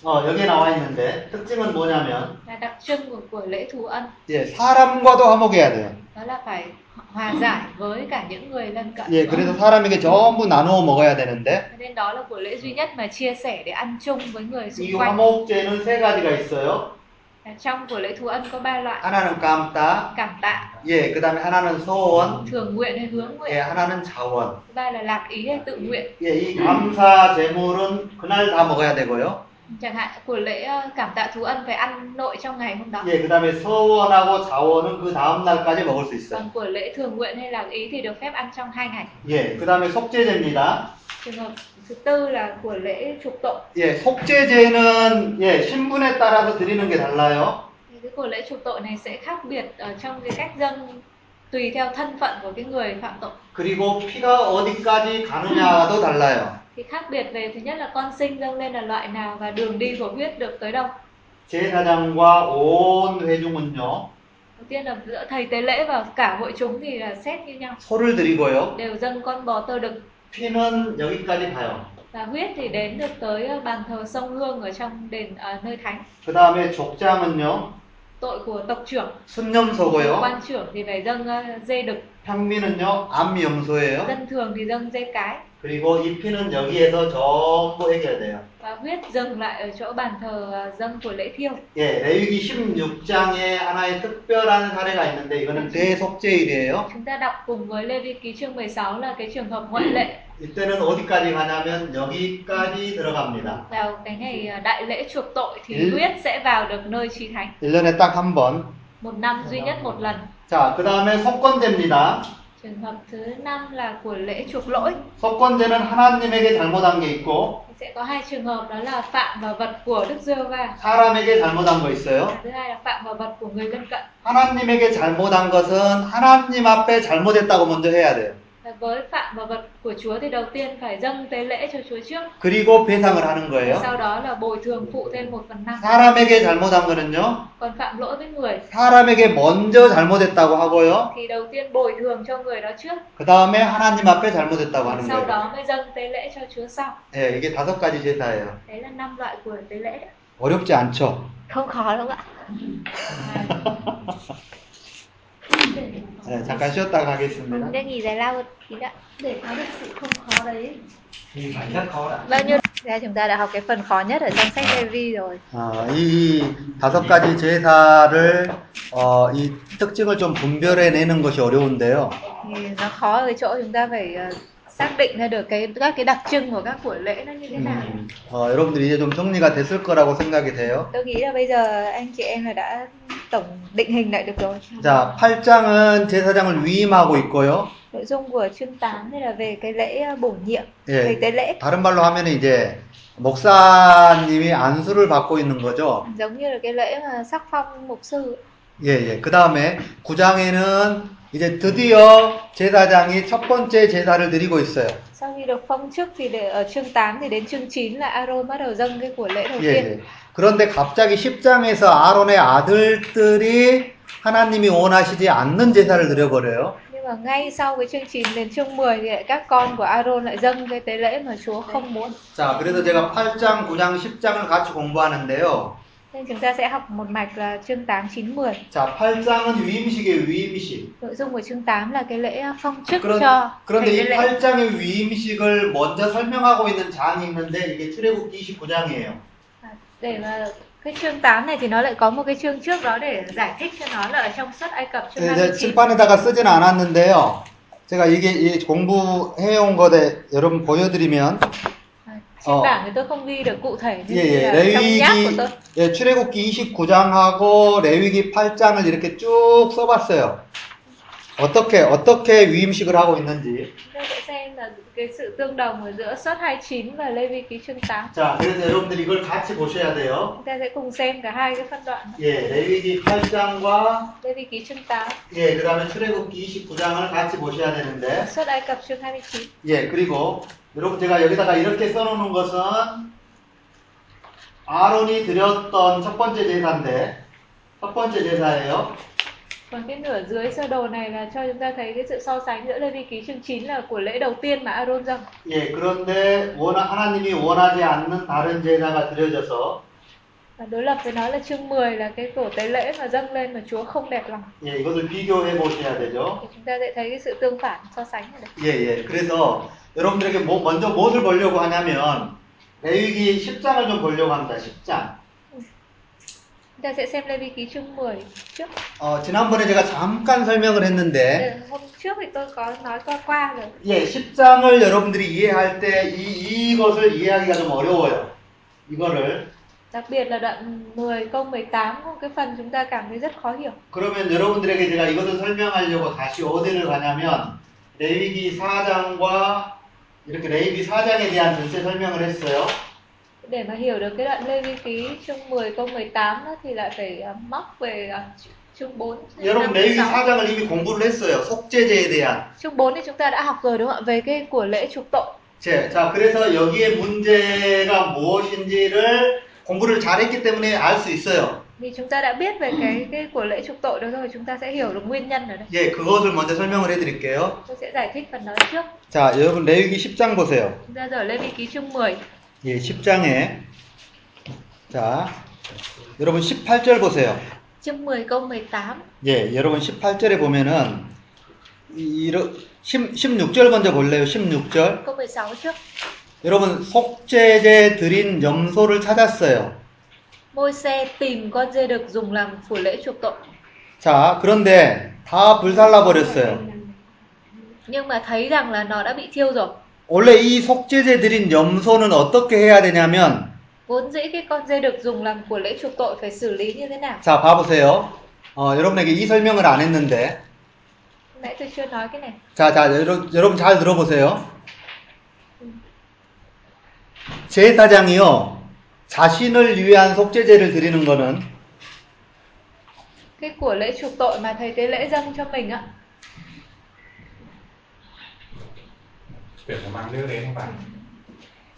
Speaker 2: 어, 여기에 나와 있는데, 특징은 뭐냐면,
Speaker 1: Là đặc trưng của, của lễ thù âm
Speaker 2: 예, 사람과도 화목해야 돼요.
Speaker 1: đó là phải hòa giải với cả những người lân cận.
Speaker 2: 예, 그래서 사람에게 전부 nanu어 먹어야 되는데,
Speaker 1: Cho nên đó là của lễ duy nhất mà chia sẻ để ăn chung với người
Speaker 2: 이
Speaker 1: xung quanh.
Speaker 2: 화목제는 세 가지가 있어요.
Speaker 1: Và Trong của lễ thù âm có ba loại
Speaker 2: 하나는 감따,
Speaker 1: cảm tạ,
Speaker 2: 예, 그 다음에 하나는 소원,
Speaker 1: thường nguyện hay hướng
Speaker 2: 예,
Speaker 1: nguyện.
Speaker 2: 하나는 자원.
Speaker 1: Thứ ba là lạc ý hay tự nguyện.
Speaker 2: 예, 이 감사 제물은 그날 다 먹어야 되고요.
Speaker 1: Chẳng hạn của lễ ờ, cảm tạ thú âm phải ăn nội trong ngày hôm đó.
Speaker 2: 예, 그 다음에 서원하고 자원은 그 다음 날까지 먹을 수 있어요.
Speaker 1: Còn của lễ thường nguyện hay lạc ý thì được phép ăn trong hai ngày.
Speaker 2: 예, 그 다음에 속죄제입니다.
Speaker 1: Trường hợp thứ tư là của lễ trục tội.
Speaker 2: 예, 속죄제는 예, 신분에 따라서 드리는 게 달라요.
Speaker 1: Thì cái của lễ trục tội này sẽ khác biệt ở trong cái cách dâng tùy theo thân phận của cái người phạm tội.
Speaker 2: 그리고 피가 어디까지 가느냐도 달라요.
Speaker 1: Thì khác biệt về thứ nhất là con sinh dâng lên là loại nào và đường đi của huyết được tới đâu.
Speaker 2: 제사장과 온 회중은요,
Speaker 1: Đầu tiên là giữa thầy tế lễ và cả hội chúng thì là xét như nhau.
Speaker 2: 소를 드리고요.
Speaker 1: Đều dâng con bò tơ đực
Speaker 2: 피는 여기까지 가요.
Speaker 1: và huyết thì đến được tới ờ, bàn thờ sông Hương ở trong đền ờ, nơi thánh.
Speaker 2: 그 다음에 족장은요,
Speaker 1: Tội của tộc trưởng
Speaker 2: 순념소고요.
Speaker 1: quan trưởng thì phải dâng ờ, dê đực
Speaker 2: 향미는요, 암염소예요.
Speaker 1: dân thường thì dâng dê cái
Speaker 2: 그리고 이 피는 여기에서 전부 해결돼요.
Speaker 1: và huyết dâng lại ở chỗ bàn thờ ờ, dâng của lễ thiêu
Speaker 2: 예, 레위기 16장에 하나의 특별한 사례가 있는데 이거는 네 대속죄일이에요.
Speaker 1: chúng ta đọc cùng với Lê Vi ký chương 16 là cái trường hợp ngoại lệ
Speaker 2: 이때는 어디까지 가냐면 여기까지 들어갑니다.
Speaker 1: vào cái ngày ờ, đại lễ chuộc tội thì
Speaker 2: Ừ.
Speaker 1: huyết sẽ vào được nơi trí thánh
Speaker 2: 1년에 딱 한 번.
Speaker 1: một năm duy nhất một lần
Speaker 2: 자, 그 다음에 속건제입니다.
Speaker 1: trường hợp thứ năm là của lễ chuộc lỗi
Speaker 2: 속건제는 하나님에게 잘못한 게 있고
Speaker 1: sẽ có hai trường hợp đó là phạm vào vật của Đức Giê-hô-va
Speaker 2: 사람에게 잘못한 거 있어요.
Speaker 1: và thứ hai là phạm vào vật của người lân cận
Speaker 2: 하나님에게 잘못한 것은 하나님 앞에 잘못했다고 먼저 해야 돼요.
Speaker 1: và với phạm vào vật của Chúa thì đầu tiên phải dâng tế lễ cho Chúa trước
Speaker 2: 그리고 배상을 하는 거예요.
Speaker 1: sau đó là bồi thường phụ thêm 1 phần 5
Speaker 2: 사람에게 잘못한 거는요.
Speaker 1: còn phạm lỗi với người
Speaker 2: 사람에게 먼저 잘못했다고 하고요.
Speaker 1: thì đầu tiên bồi thường cho người đó trước
Speaker 2: 그 다음에 하나님 앞에 잘못했다고 하는
Speaker 1: sau
Speaker 2: 거예요.
Speaker 1: đó mới dâng tế lễ cho Chúa sau
Speaker 2: 예, 이게 다섯 가지 제사예요.
Speaker 1: đấy là năm loại của tế lễ đấy.
Speaker 2: 어렵지 않죠?
Speaker 1: không khó đâu ạ
Speaker 2: 네, 잠깐 쉬었다 가겠습니다.
Speaker 1: để nghỉ giải lao một tí đã
Speaker 3: để có được sự không khó đấy
Speaker 5: Thì phải rất khó đã.
Speaker 1: bao nhiêu ra chúng ta đã học cái phần khó nhất ở trong sách Levi rồi
Speaker 2: 아, 이 다섯 가지 제사를 어, 이 특징을 좀 분별해내는 것이 어려운데요.
Speaker 1: thì nó khó ở cái chỗ chúng ta phải ờ, xác định ra được cái các cái đặc trưng của các buổi lễ nó như thế nào
Speaker 2: 음, 어, 여러분들이 이제 좀 정리가 됐을 거라고 생각이 돼요.
Speaker 1: tôi nghĩ là bây giờ anh chị em là đã tổng định hình lại được rồi
Speaker 2: 자, 8장은 제사장을 위임하고 있고요.
Speaker 1: nội dung của chương 8 đây là về cái lễ ờ, bổ nhiệm về
Speaker 2: 예,
Speaker 1: tế lễ
Speaker 2: 다른 말로 하면 이제 목사님이 안수를 받고 있는 거죠.
Speaker 1: giống như là cái lễ mà sắc phong mục sư
Speaker 2: 예, 예. 그 다음에 9장에는 이제 드디어 제사장이 첫 번째 제사를 드리고 있어요.
Speaker 1: sau khi được phong chức thì để ở chương 8 thì đến chương 9 là Aaron bắt đầu dâng cái của lễ đầu
Speaker 2: 예,
Speaker 1: tiên.
Speaker 2: 예. 그런데 갑자기 10장에서 아론의 아들들이 하나님이 원하시지 않는 제사를 드려버려요.
Speaker 1: Nhưng mà ngay sau cái chương 9 đến chương 10 thì lại các con của Aaron lại dâng cái tế lễ mà Chúa không muốn.
Speaker 2: 자, 그래서 제가 8장, 9장, 10장을 같이 공부하는데요.
Speaker 1: Nên chúng ta sẽ học một mạch là chương 8, 9, 10.
Speaker 2: 자, 8장은 위임식이에요, 위임식.
Speaker 1: Nội dung của chương 8 là cái lễ phong chức
Speaker 2: 그런,
Speaker 1: cho
Speaker 2: 그런데
Speaker 1: thầy tế
Speaker 2: 이
Speaker 1: lễ.
Speaker 2: 8장의 위임식을 먼저 설명하고 있는 장이 있는데 이게 출애굽기 29장이에요.
Speaker 1: À, Để mà cái chương 8 này thì nó lại có một cái chương trước đó để giải thích cho nó là ở trong sách Ai Cập chương
Speaker 2: 네,
Speaker 1: 29.
Speaker 2: 칠판에다가 쓰진 않았는데요. 제가 이게 이 공부해온 거에 여러분 보여드리면
Speaker 1: À, Trên
Speaker 2: Ờ. Dạ,
Speaker 1: bảng thì tôi không ghi được cụ thể nhưng
Speaker 2: 예, 예.
Speaker 1: là trong nháp của
Speaker 2: 레위기
Speaker 1: tôi.
Speaker 2: 예, 출애굽기 29장하고 레위기 8장을 이렇게 쭉 써봤어요. 어떻게 어떻게 위임식을 하고 있는지.
Speaker 1: Chúng ta sẽ xem là cái sự tương đồng ở giữa suất 29 và Lê Vi ký chương 8.
Speaker 2: 자, 그래서 여러분들 이걸 같이 보셔야 돼요.
Speaker 1: Chúng ta sẽ cùng xem cả hai cái phân đoạn. đó.
Speaker 2: 예, 레위기 8장과
Speaker 1: Lê Vi ký chương 8,
Speaker 2: 예, 그다음에 출애굽기 29장을 같이 보셔야 되는데.
Speaker 1: suất Ai Cập chương 29.
Speaker 2: 예, 그리고 여러분 제가 여기다가 이렇게 써놓는 것은 아론이 드렸던 첫 번째 제사인데 첫 번째 제사예요.
Speaker 1: Còn Vâng, cái nửa dưới sơ đồ này là cho chúng ta thấy cái sự so sánh giữa Lê Vi ký chương 9 là của lễ đầu tiên mà Aaron dâng.
Speaker 2: 예, 그런데 원하, 하나님이 원하지 않는 다른 제사가 드려져서
Speaker 1: Và đối lập với nó là chương 10 là cái cổ tế lễ mà dâng lên mà Chúa không đẹp lòng.
Speaker 2: 예, 이것을 비교해 보셔야 되죠.
Speaker 1: Thì chúng ta sẽ thấy cái sự tương phản so sánh ở đây.
Speaker 2: 예, 예. 그래서 여러분들에게 뭐- 먼저 무엇을 보려고 하냐면 레위기 10장을 좀 보려고 합니다. 10장.
Speaker 1: Chúng ta sẽ xem Lê Vi ký chương 10 trước.
Speaker 2: 어, 지난번에 제가 잠깐 설명을 했는데
Speaker 1: Ờ, Hôm trước thì tôi có nói qua qua rồi.
Speaker 2: 예, 10장을 여러분들이 이해할 때 이, 이것을 이해하기가 좀 어려워요. 이거를
Speaker 1: Đặc biệt là đoạn 10 câu 18 có một cái phần chúng ta cảm thấy rất khó hiểu.
Speaker 2: 그러면 여러분들에게 제가 이것을 설명하려고 다시 어디를 가냐면 레위기 4장과 이렇게 레위기 4장에 대한 전체 설명을 했어요.
Speaker 1: Để mà hiểu được cái đoạn Lê Vi Ký chương 10 câu 18 đó thì lại phải à, móc về à, ch- chương 4 đến
Speaker 2: 여러분
Speaker 1: năm,
Speaker 2: 레위기
Speaker 1: 6.
Speaker 2: 4장을 이미 공부를 했어요. 속죄제에 대한
Speaker 1: Chương 4 thì chúng ta đã học rồi đúng không ạ? Về cái của lễ trục tội.
Speaker 2: 죄. 자, 그래서 여기에 문제가 무엇인지를 공부를 잘했기 때문에 알 수 있어요.
Speaker 1: Vì chúng ta đã biết về cái cái của lễ trục tội đó rồi chúng ta sẽ hiểu được nguyên nhân ở đây.
Speaker 2: 예, 그것을 먼저 설명을 해드릴게요.
Speaker 1: Tôi sẽ giải thích phần đó trước.
Speaker 2: 자, 여러분 레위기 10장 보세요.
Speaker 1: Chúng ta giờ Lê Vi Ký chương 10.
Speaker 2: 예, 10장에 자, 여러분 18절 보세요.
Speaker 1: Chương 10 câu 18.
Speaker 2: 예, 여러분 18절에 보면은 이, 이러, 10, 16절 먼저 볼래요. 16절.
Speaker 1: Câu 16 trước.
Speaker 2: 여러분 속죄제 드린 염소를 찾았어요.
Speaker 1: Môi xe tìm con dê được dùng làm của lễ trục tội.
Speaker 2: 자, 그런데 다 불살라 버렸어요.
Speaker 1: Nhưng mà thấy rằng là nó đã bị thiêu rồi.
Speaker 2: 원래 이 속죄제 드린 염소는 어떻게 해야 되냐면
Speaker 1: Vốn dĩ cái con dê được dùng làm của lễ chuộc tội phải xử lý như thế nào?
Speaker 2: 자, 봐 보세요. 어, 여러분에게 이 설명을 안 했는데
Speaker 1: Nãy tôi chưa nói cái này.
Speaker 2: 자, 자, 여러, 여러분 잘 들어보세요. 제사장이요. 자신을 위한 속죄제를 드리는 거는
Speaker 1: Cái của lễ chuộc tội mà thầy tế lễ dâng cho mình á,
Speaker 4: Tưởng là mang nước đến không bạn?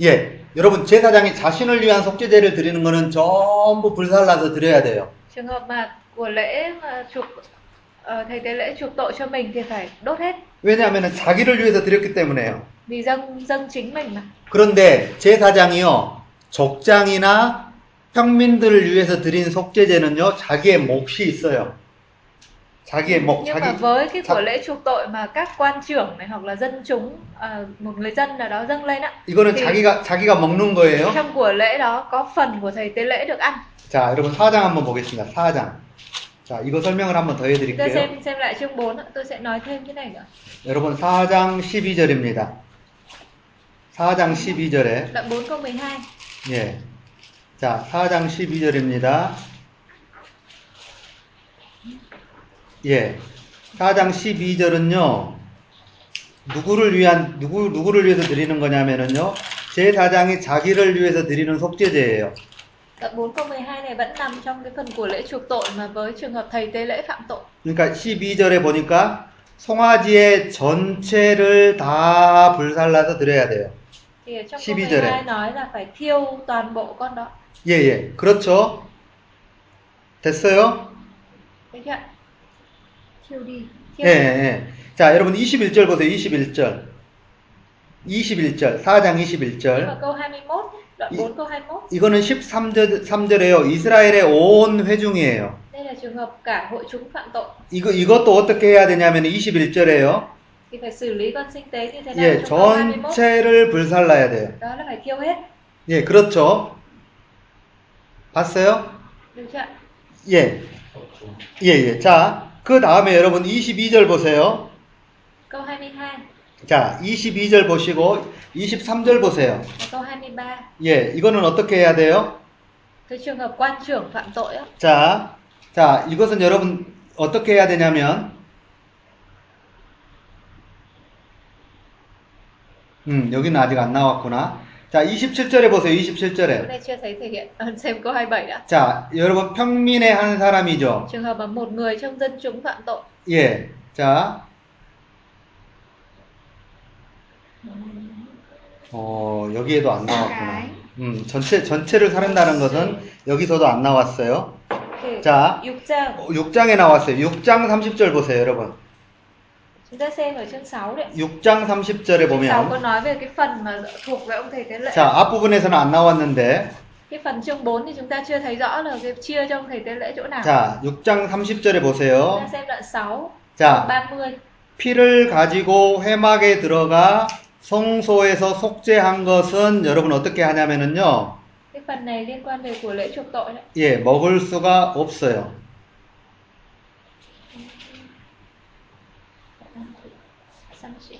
Speaker 2: 예, 여러분 제사장이 자신을 위한 속죄제를 드리는 거는 전부 불살라서 드려야 돼요.
Speaker 1: trường hợp mà của lễ mà chuộc ờ, thầy tế lễ chuộc tội cho mình thì phải đốt hết
Speaker 2: 왜냐하면 자기를 위해서 드렸기 때문에요.
Speaker 1: vì dâng dâng chính mình mà.
Speaker 2: 그런데 제사장이요, 족장이나 평민들을 위해서 드린 속죄제는요, 자기의 몫이 있어요. 자기의 몫,
Speaker 1: Nhưng
Speaker 2: 자기
Speaker 1: mà với cái của
Speaker 2: 자-
Speaker 1: lễ chuộc tội mà các quan trưởng này hoặc là dân chúng ờ, một người dân nào đó dâng lên á
Speaker 2: 이거는
Speaker 1: thì
Speaker 2: 자기가 자기가 먹는 거예요.
Speaker 1: trong của lễ đó có phần của thầy tế lễ được ăn.
Speaker 2: 자, 여러분 4장 한번 보겠습니다. 4장. 자, 이거 설명을 한번
Speaker 1: Chúng
Speaker 2: 더
Speaker 1: ta
Speaker 2: 해드릴게요.
Speaker 1: xem xem lại chương 4 ạ, tôi sẽ nói thêm cái này nữa.
Speaker 2: 여러분 4장 12절입니다. 4장 12절에
Speaker 1: Đoạn 4 câu 12.
Speaker 2: 예. 자, 4장 12절입니다. 예. 4장 12절은요. 누구를 위한 누구 누구를 위해서 드리는 거냐면은요. 제사장이 자기를 위해서 드리는 속죄제예요.
Speaker 1: Đoạn 4 câu 12 này vẫn nằm trong cái phần của lễ chuộc tội mà với trường hợp thầy tế lễ phạm tội.
Speaker 2: 그러니까 12절에 그러니까 보니까 송아지의 전체를 다 불살라서 드려야 돼요.
Speaker 1: thì ở trong câu
Speaker 2: 12 giờ
Speaker 1: 12
Speaker 2: này.
Speaker 1: nói là phải thiêu toàn bộ con đó
Speaker 2: 예, 예. 그렇죠. 됐어요?
Speaker 1: Đấy chưa ạ? thiêu đi
Speaker 2: 예,
Speaker 1: thiêu
Speaker 2: 예, 예. 자, 여러분 21절 보세요. 21절. 21절. 4장
Speaker 1: và
Speaker 2: 21절.
Speaker 1: câu 21 nhé, đoạn
Speaker 2: Ý-
Speaker 1: 4 câu 21
Speaker 2: 이거는 13절 3절에요. 이스라엘의 온 회중이에요.
Speaker 1: đây là trường hợp cả hội chúng phạm tội
Speaker 2: 이거 이것도 어떻게 해야 되냐면 21절에요.
Speaker 1: thì phải xử lý con sinh tế như thế nào
Speaker 2: 예,
Speaker 1: trong câu 21
Speaker 2: 전체를 불살라야 돼요.
Speaker 1: đó là phải thiêu hết
Speaker 2: 예, 그렇죠. 봤어요?
Speaker 1: được chưa ạ?
Speaker 2: 예. 예, 예. 자, 그 다음에 여러분 22절 보세요.
Speaker 1: câu 22
Speaker 2: 자, 22절 보시고 23절 보세요.
Speaker 1: và câu 23
Speaker 2: 예, 이거는 어떻게 해야 돼요?
Speaker 1: cái trường hợp quan trưởng phạm tội á,
Speaker 2: 자, 자, 이것은 여러분 어떻게 해야 되냐면, 음, 여기는 아직 안 나왔구나. 자, 27절에 보세요,
Speaker 1: Chỗ
Speaker 2: 27절에.
Speaker 1: này chưa thấy thể hiện Ờ, xem câu 27 đã
Speaker 2: 자, 여러분 평민의 한 사람이죠.
Speaker 1: trường hợp mà một người trong dân chúng phạm tội
Speaker 2: 예, 자, 어, 여기에도 안 나왔구나. 음, 전체, 전체를 사른다는 것은 여기서도 안 나왔어요.
Speaker 1: thì
Speaker 2: 자,
Speaker 1: 육자
Speaker 2: 6장에 나왔어요. 6장 30절 보세요, 여러분.
Speaker 1: chúng ta xem ở chương 6 đấy
Speaker 2: 6장 30절에
Speaker 1: chương 6 có
Speaker 2: 보면,
Speaker 1: nói về cái phần mà thuộc về ông thầy tế lễ
Speaker 2: 자, 앞부분에서는 안 나왔는데,
Speaker 1: cái phần chương 4 thì chúng ta chưa thấy rõ là cái chia cho ông thầy tế lễ chỗ nào
Speaker 2: 자, 6장 30절에
Speaker 1: chúng ta
Speaker 2: 보세요.
Speaker 1: xem đoạn 6
Speaker 2: 자,
Speaker 1: 30
Speaker 2: 피를 가지고 회막에 들어가 성소에서 속죄한 것은 여러분 어떻게 하냐면은요,
Speaker 1: cái phần này liên quan về của lễ chuộc tội đấy
Speaker 2: 예, 먹을 수가 없어요.
Speaker 1: Xong chị.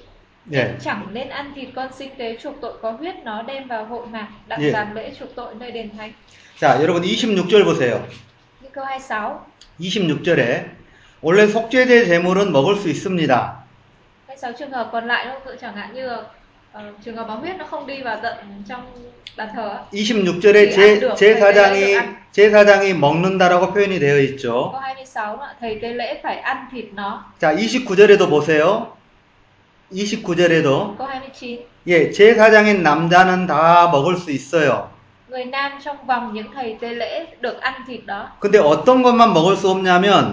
Speaker 2: 예,
Speaker 1: chẳng nên ăn thịt con sinh tế chuộc tội có huyết nó đem vào hội mạc đặt
Speaker 2: Gì?
Speaker 1: làm lễ chuộc tội nơi đền thánh
Speaker 2: 자, 여러분 26절 보세요.
Speaker 1: như câu 26
Speaker 2: 26절에 원래 속죄제 제물은 먹을 수 있습니다.
Speaker 1: 26 trường hợp còn lại đâu chẳng hạn như ờ, trường hợp máu huyết nó không đi vào tận trong bàn thờ á.
Speaker 2: 26절에 제, 제사장이 제사장이 먹는다라고 표현이 되어 있죠.
Speaker 1: Câu 26 đó, thầy tế lễ phải ăn thịt nó.
Speaker 2: 자, 29절에도 보세요. 29절에도
Speaker 1: Câu 29
Speaker 2: 예, 제사장인 남자는 다 먹을 수 있어요.
Speaker 1: người nam trong vòng những thầy tế lễ được ăn thịt đó
Speaker 2: 근데 어떤 것만 먹을 수 없냐면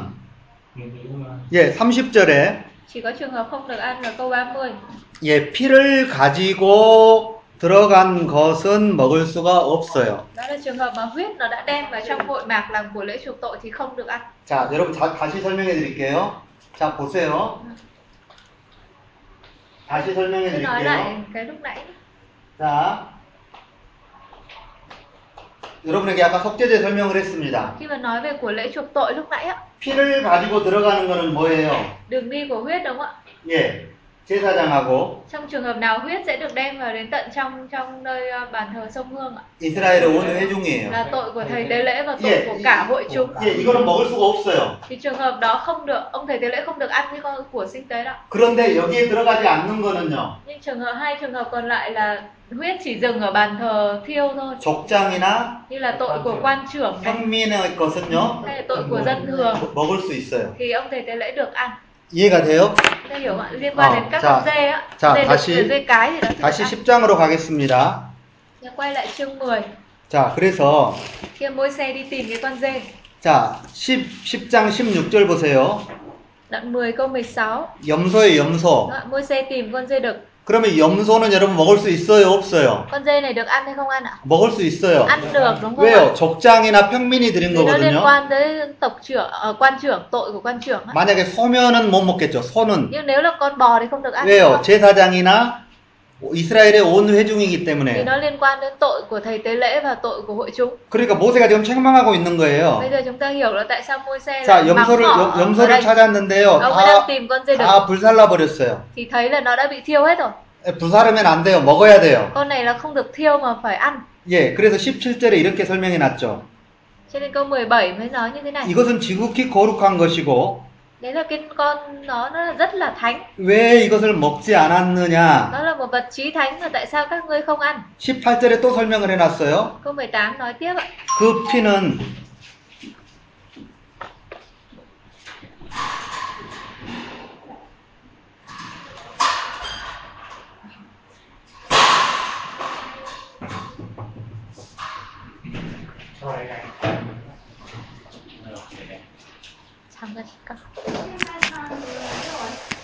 Speaker 2: 예, 30절에
Speaker 1: chỉ có trường hợp không được ăn là câu 30
Speaker 2: 예, 피를 가지고 들어간 것은 먹을 수가 없어요.
Speaker 1: đó là trường hợp mà huyết nó đã đem vào trong hội mạc làm của lễ chuộc tội thì không được ăn
Speaker 2: 자, 여러분 자- 다시 설명해 드릴게요. 자, 보세요. 다시 설명해
Speaker 1: cứ nói lại
Speaker 2: 드릴게요.
Speaker 1: cái lúc nãy
Speaker 2: 자, 여러분에게 아까 속죄제 설명을 했습니다.
Speaker 1: khi mà nói về của lễ chuộc tội lúc nãy á
Speaker 2: 피를 가지고 들어가는 거는 뭐예요?
Speaker 1: đường đi của huyết đúng không ạ
Speaker 2: 예, 제사장하고
Speaker 1: trong trường hợp nào huyết sẽ được đem vào đến tận trong trong nơi ờ, bàn thờ sông hương ạ
Speaker 2: 이스라엘의 온 회중이에요.
Speaker 1: là tội của thầy tế lễ và tội
Speaker 2: 예,
Speaker 1: của
Speaker 2: 이-
Speaker 1: cả hội chúng
Speaker 2: 예, 이거는 먹을 수가 없어요.
Speaker 1: thì trường hợp đó không được ông thầy tế lễ không được ăn cái con của sinh tế đó
Speaker 2: 그런데 여기에 들어가지 않는 거는요.
Speaker 1: nhưng trường hợp hai trường hợp còn lại là huyết chỉ dừng ở bàn thờ thiêu thôi
Speaker 2: 족장이나
Speaker 1: như là tội của quan trưởng này
Speaker 2: 평민의 것은요.
Speaker 1: hay là tội của dân thường
Speaker 2: 먹을 수 있어요.
Speaker 1: thì ông thầy tế lễ được ăn
Speaker 2: 이해가 돼요?
Speaker 1: Chúng ta hiểu không ạ liên quan
Speaker 2: Ờ,
Speaker 1: đến các
Speaker 2: dạ.
Speaker 1: con dê á
Speaker 2: Dạ,
Speaker 1: dê
Speaker 2: bác
Speaker 1: đực
Speaker 2: sĩ-
Speaker 1: dê cái gì đó thì
Speaker 2: 다시
Speaker 1: được ăn.
Speaker 2: 10장으로 가겠습니다.
Speaker 1: Thì quay lại chương 10
Speaker 2: 자, 그래서
Speaker 1: khi môi xe đi tìm cái con dê
Speaker 2: 자, 10, 10장 16절 보세요.
Speaker 1: đoạn 10 câu 16
Speaker 2: 염소의 염소.
Speaker 1: môi xe tìm con dê đực
Speaker 2: 그러면 염소는 여러분 먹을 수 있어요, 없어요?
Speaker 1: con dê này được ăn hay không ăn ạ
Speaker 2: 먹을 수 있어요.
Speaker 1: ăn được đúng không ạ
Speaker 2: 왜요? 적장이나 평민이
Speaker 1: vì
Speaker 2: 드린
Speaker 1: nó liên
Speaker 2: 거거든요.
Speaker 1: quan tới tộc trưởng ờ, quan trưởng tội của quan trưởng á.
Speaker 2: 만약에 소면은 못 먹겠죠. 소는.
Speaker 1: nhưng nếu là con bò thì không được ăn đúng
Speaker 2: 왜요?
Speaker 1: không?
Speaker 2: 제사장이나 이스라엘의 온 회중이기
Speaker 1: vì
Speaker 2: 때문에.
Speaker 1: nó liên quan đến tội của thầy tế lễ và tội của hội chúng
Speaker 2: 그러니까 모세가 지금 책망하고 있는 거예요.
Speaker 1: bây giờ chúng ta hiểu là tại sao môi xe
Speaker 2: 자, 염소를 염-
Speaker 1: 아,
Speaker 2: 염소를 찾았는데요.
Speaker 1: ông ấy đang
Speaker 2: 다,
Speaker 1: tìm con dê đực
Speaker 2: 다 불살라 버렸어요. 예,
Speaker 1: thì thấy là nó đã bị thiêu hết rồi
Speaker 2: 불살으면 안 돼요. 먹어야 돼요.
Speaker 1: con này là không được thiêu mà phải ăn
Speaker 2: 예, 그래서 17절에 이렇게 설명해 놨죠.
Speaker 1: cho nên câu 17 mới nói như thế này
Speaker 2: 이것은 지극히 거룩한 것이고
Speaker 1: đấy là cái con nó nó rất là thánh
Speaker 2: 왜 이것을 먹지 않았느냐.
Speaker 1: nó là một vật chí thánh mà tại sao các ngươi không ăn
Speaker 2: 18절에 또 설명을 해 놨어요.
Speaker 1: câu 18 nói tiếp ạ
Speaker 2: 그 피는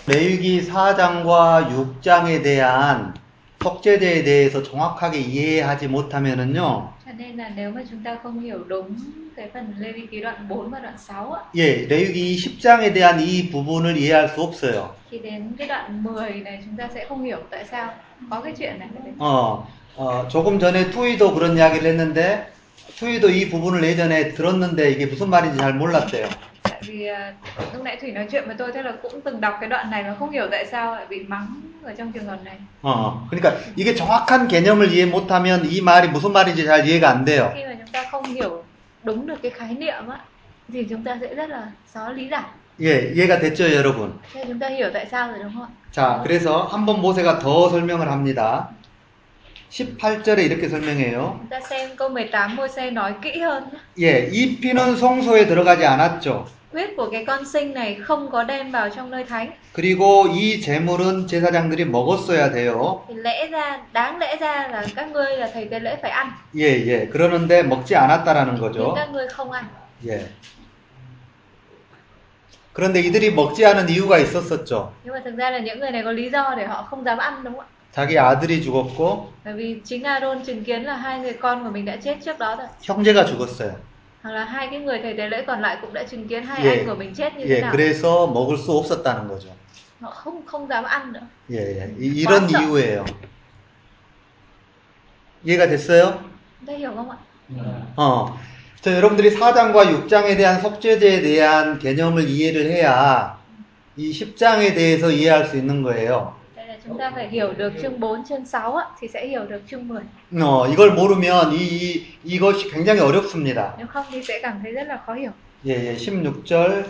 Speaker 2: 레위기 4장과 6장에 대한 속죄제에 대해서 정확하게 이해하지 못하면은요,
Speaker 1: Cho nên là nếu mà chúng ta không hiểu đúng cái phần Lê Vi ký đoạn 4 và đoạn 6 ạ,
Speaker 2: 예, 레위기 10장에 대한 이 부분을 이해할 수 없어요.
Speaker 1: thì đến cái đoạn 10 này chúng ta sẽ không hiểu tại sao có cái chuyện này.
Speaker 2: 어, 어, 조금 전에 투이도 그런 이야기를 했는데, 투이도 이 부분을 예전에 들었는데 이게 무슨 말인지 잘 몰랐대요.
Speaker 1: Tại vì à, lúc nãy Thủy nói chuyện với tôi thế là cũng từng đọc cái đoạn này mà không hiểu tại sao lại bị mắng ở trong trường hợp này.
Speaker 2: 어, 그러니까 이게 정확한 개념을 이해 못하면 이 말이 무슨 말인지 잘 이해가 안 돼요.
Speaker 1: Khi mà chúng ta không hiểu đúng được cái khái niệm á, thì chúng ta sẽ rất là khó lý giải.
Speaker 2: 예, 이해가 됐죠, 여러분?
Speaker 1: Thế chúng ta hiểu tại sao rồi đúng không ạ?
Speaker 2: 자, 그래서 한 번 모세가 더 설명을 합니다. 18절에 이렇게 설명해요.
Speaker 1: Chúng ta xem câu 18 Môi-se nói kỹ hơn. nhé.
Speaker 2: 예, 이 피는 송소에 들어가지 않았죠.
Speaker 1: Huyết của cái con sinh này không có đem vào trong nơi thánh.
Speaker 2: 그리고 이 재물은 제사장들이 먹었어야 돼요.
Speaker 1: Thì lẽ ra, đáng lẽ ra là các ngươi là thầy tế lễ phải ăn.
Speaker 2: 예, 예. 그러는데 먹지 않았다라는
Speaker 1: Nhưng
Speaker 2: 거죠.
Speaker 1: các ngươi không ăn.
Speaker 2: 예. 그런데 이들이 먹지 않은 이유가 있었었죠.
Speaker 1: Nhưng mà thực ra là những người này có lý do để họ không dám ăn đúng không ạ?
Speaker 2: 자기 아들이 죽었고
Speaker 1: Bởi vì chính Aaron chứng kiến là hai người con của mình đã chết trước đó rồi.
Speaker 2: 형제가 죽었어요.
Speaker 1: Hoặc là hai cái người thầy tế lễ còn lại cũng đã chứng kiến hai
Speaker 2: Vậy-
Speaker 1: anh của mình chết như thế
Speaker 2: 예,
Speaker 1: nào.
Speaker 2: 그래서 먹을 수 없었다는 거죠.
Speaker 1: Họ không không dám ăn nữa.
Speaker 2: 예, 예. 이- 이런
Speaker 1: 맞아.
Speaker 2: 이유예요. 이해가 됐어요?
Speaker 1: Chúng ta hiểu không ạ?
Speaker 5: Ờ,
Speaker 2: 어. 자, 여러분들이 4장과 6장에 대한 속죄제에 대한 개념을 이해를 해야 이 10장에 대해서 이해할 수 있는 거예요.
Speaker 1: Đây là chúng ta phải hiểu được chương 4, chương 6 á, thì sẽ hiểu được chương 10.
Speaker 2: 어, 이걸 모르면 이, 이 이것이 굉장히 어렵습니다.
Speaker 1: Nếu không thì sẽ cảm thấy rất là khó hiểu.
Speaker 2: 예, 예. 16절,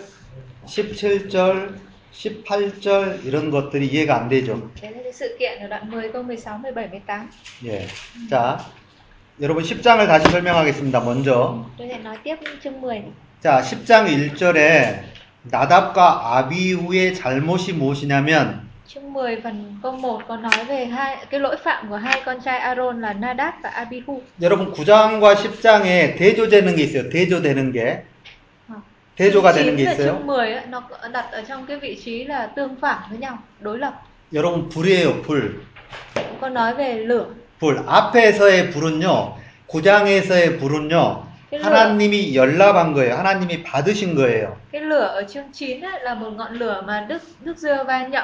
Speaker 2: 17절, 18절 이런 것들이 이해가 안 되죠.
Speaker 1: Đấy là cái sự kiện ở đoạn 10 câu 16, 17, 18.
Speaker 2: 예. 자, 여러분 10장을 다시 설명하겠습니다. 먼저.
Speaker 1: Tôi sẽ nói tiếp chương 10. này.
Speaker 2: 자, 10장 1절에 나답과 아비후의 잘못이 무엇이냐면
Speaker 1: Chương 10 phần câu 1 có nói về hai cái lỗi phạm của hai con trai Aaron là Nadab và Abihu.
Speaker 2: 여러분 9장과 10장에 대조되는 게 있어요. 대조되는 게.
Speaker 1: 어.
Speaker 2: 대조가
Speaker 1: Chương
Speaker 2: 되는
Speaker 1: 9
Speaker 2: 게
Speaker 1: và
Speaker 2: 있어요.
Speaker 1: chương 10 á, nó đặt ở trong cái vị trí là tương phản với nhau, đối lập.
Speaker 2: 여러분 불이에요, 불.
Speaker 1: Cũng có nói về lửa.
Speaker 2: 불. 앞에서의 불은요. 9장에서의 불은요.
Speaker 1: Cái lửa,
Speaker 2: 하나님이 연락한 거예요. 하나님이 받으신 거예요.
Speaker 1: cái lửa ở chương 9 á, là một ngọn lửa mà Đức Đức Dưa va nhậm.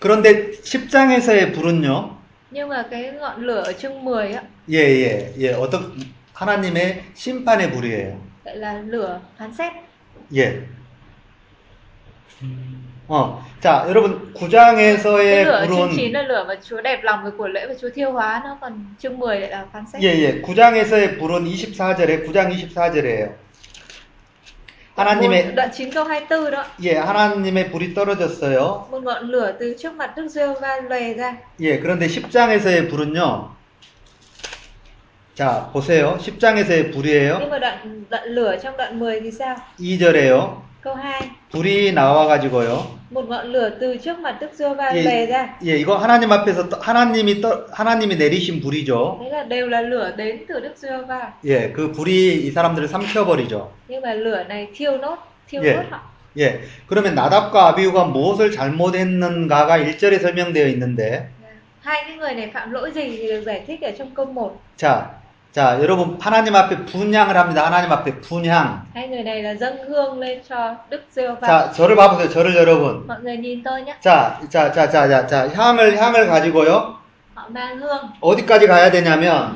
Speaker 2: 그런데 10장에서의 불은요.
Speaker 1: Nhưng mà cái ngọn lửa ở chương 10 á,
Speaker 2: 예, 예. 예. 어떤 하나님의 심판의 불이에요.
Speaker 1: gọi là lửa phán xét.
Speaker 2: 예. 어, 자, 여러분, 9장에서의
Speaker 1: Cái lửa ở chương
Speaker 2: 불은
Speaker 1: 9 là lửa mà Chúa đẹp lòng với của lễ và Chúa thiêu hóa nó còn chương 10 lại là phán xét.
Speaker 2: 예, 예. 9장에서의 불은 24절에 9장 24절이에요.
Speaker 1: Một-
Speaker 2: 하나님의
Speaker 1: đoạn 9 câu 24 đó.
Speaker 2: 예, 하나님의 불이 떨어졌어요.
Speaker 1: Một ngọn lửa từ trước mặt Đức Giêsu va lòe ra.
Speaker 2: 예, 그런데 10장에서의 불은요. 자, 보세요. 10장에서의 불이에요.
Speaker 1: Nhưng mà đoạn đoạn lửa trong đoạn 10 thì sao?
Speaker 2: 2절에요.
Speaker 1: Câu 2,
Speaker 2: 불이 나와 가지고요.
Speaker 1: một ngọn lửa từ trước mặt Đức Giêsu va
Speaker 2: Gì?
Speaker 1: lòe ra.
Speaker 2: 예, 이거 하나님 앞에서 떠- 하나님이 떠, 하나님이 내리신 불이죠.
Speaker 1: Đấy là đều là lửa đến từ Đức Giêsu va.
Speaker 2: 예, 그 불이 이 사람들을 삼켜 버리죠.
Speaker 1: Nhưng mà lửa này thiêu nốt, thiêu
Speaker 2: Gì?
Speaker 1: nốt họ.
Speaker 2: 예. 그러면 나답과 아비후가 무엇을 잘못했는가가 1절에 설명되어 있는데
Speaker 1: Hai cái người này phạm lỗi gì thì được giải thích ở trong câu 1.
Speaker 2: 자, 자, 여러분, 하나님 앞에 분향을 합니다. 하나님 앞에 분향.
Speaker 1: Hai người này là dâng hương lên cho Đức Giêsu va.
Speaker 2: 자, 저를 봐보세요. 저를 여러분.
Speaker 1: Mọi người nhìn tôi nhé,
Speaker 2: 자, 자, 자, 자, 자, 자, 향을, 향을 가지고요.
Speaker 1: họ mang hương
Speaker 2: 어디까지 가야 되냐면,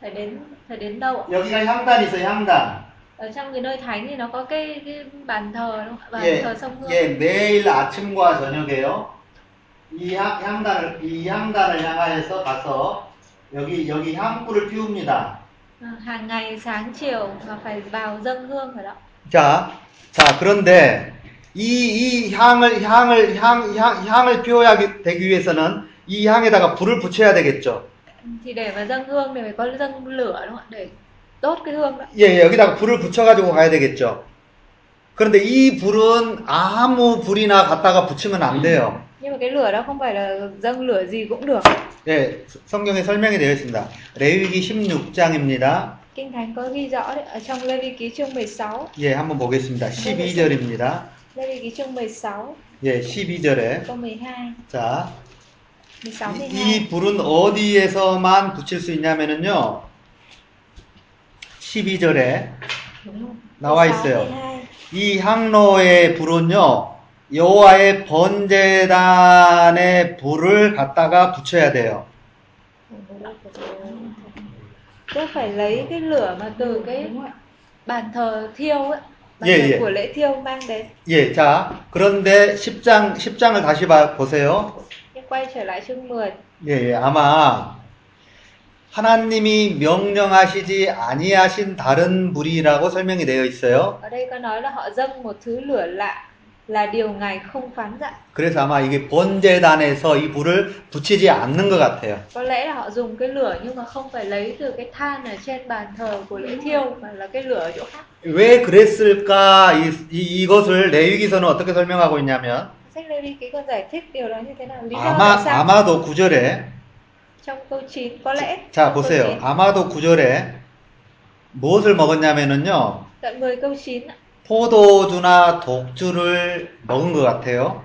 Speaker 1: phải đến phải đến đâu ạ?
Speaker 2: 여기가 향단이 있어요, 향단.
Speaker 1: Ở trong cái nơi thánh thì nó có cái, cái bàn thờ đúng không? ạ? Bàn
Speaker 2: 예,
Speaker 1: thờ sông hương.
Speaker 2: 예, 매일 아침과 저녁에요. 이 향, 향단을, 이 향단을 향하여서 가서, 여기, 여기 향불을 피웁니다.
Speaker 1: À, hàng ngày sáng chiều mà phải vào dâng hương rồi đó
Speaker 2: 자, 자, 그런데 이, 이 향을, 향을, 향, 향, 향을 피워야 되기 위해서는 이 향에다가 불을 붙여야 되겠죠.
Speaker 1: thì để mà dâng hương thì phải có dâng lửa đúng không ạ để đốt cái hương đó
Speaker 2: 예, 예, 여기다가 불을 붙여가지고 가야 되겠죠. 그런데 이 불은 아무 불이나 갖다가 붙이면 안 돼요.
Speaker 1: nhưng mà cái lửa đó không phải là dâng lửa gì cũng được
Speaker 2: 예, 성경에 설명이 되어 있습니다. 레위기 16장입니다.
Speaker 1: kinh thánh có ghi rõ đấy ở trong Lê Vi ký chương 16
Speaker 2: 예, 한번 보겠습니다. 12절입니다.
Speaker 1: Lê Vị ký chương 16
Speaker 2: 예, 12절에
Speaker 1: câu 12
Speaker 2: 자,
Speaker 1: 16
Speaker 2: 이,
Speaker 1: 12
Speaker 2: 이 불은 어디에서만 붙일 수 있냐면은요. 12절에
Speaker 1: đúng không?
Speaker 2: 나와
Speaker 1: 16,
Speaker 2: 있어요.
Speaker 1: 12.
Speaker 2: 이 항로의 불은요. 여호와의 번제단의 불을 갖다가 붙여야 돼요.
Speaker 1: Tức phải lấy cái lửa mà từ cái bàn thờ thiêu ấy, bàn
Speaker 2: Dạ,
Speaker 1: thờ
Speaker 2: dạ.
Speaker 1: của lễ thiêu mang đến.
Speaker 2: 예, 자, 그런데 10장 10장을 다시 봐 보세요.
Speaker 1: Nhưng quay trở lại chương 10
Speaker 2: 예, 예, 아마 하나님이 명령하시지 아니하신 다른 불이라고 설명이 되어 있어요.
Speaker 1: Ở đây có nói là họ dâng một thứ lửa lạ là điều ngài không phán dạy.
Speaker 2: 그래서 아마 이게 번제단에서 이 불을 붙이지 않는 것 같아요.
Speaker 1: Có lẽ là họ dùng cái lửa nhưng mà không phải lấy từ cái than ở trên bàn thờ của lễ thiêu mà là cái lửa ở chỗ khác.
Speaker 2: 왜 그랬을까? 이, 이, 이것을 레위기서는 어떻게 설명하고 있냐면
Speaker 1: Sách Lê Vi ký còn giải thích điều đó như thế nào? Lý do
Speaker 2: 아마
Speaker 1: tại sao?
Speaker 2: 아마도 9절에
Speaker 1: Trong câu 9 có lẽ
Speaker 2: 자
Speaker 1: câu
Speaker 2: 보세요.
Speaker 1: 9.
Speaker 2: 아마도 9절에 무엇을 먹었냐면은요.
Speaker 1: Tại 10 câu 9 ạ.
Speaker 2: 포도주나 독주를 먹은 것 같아요.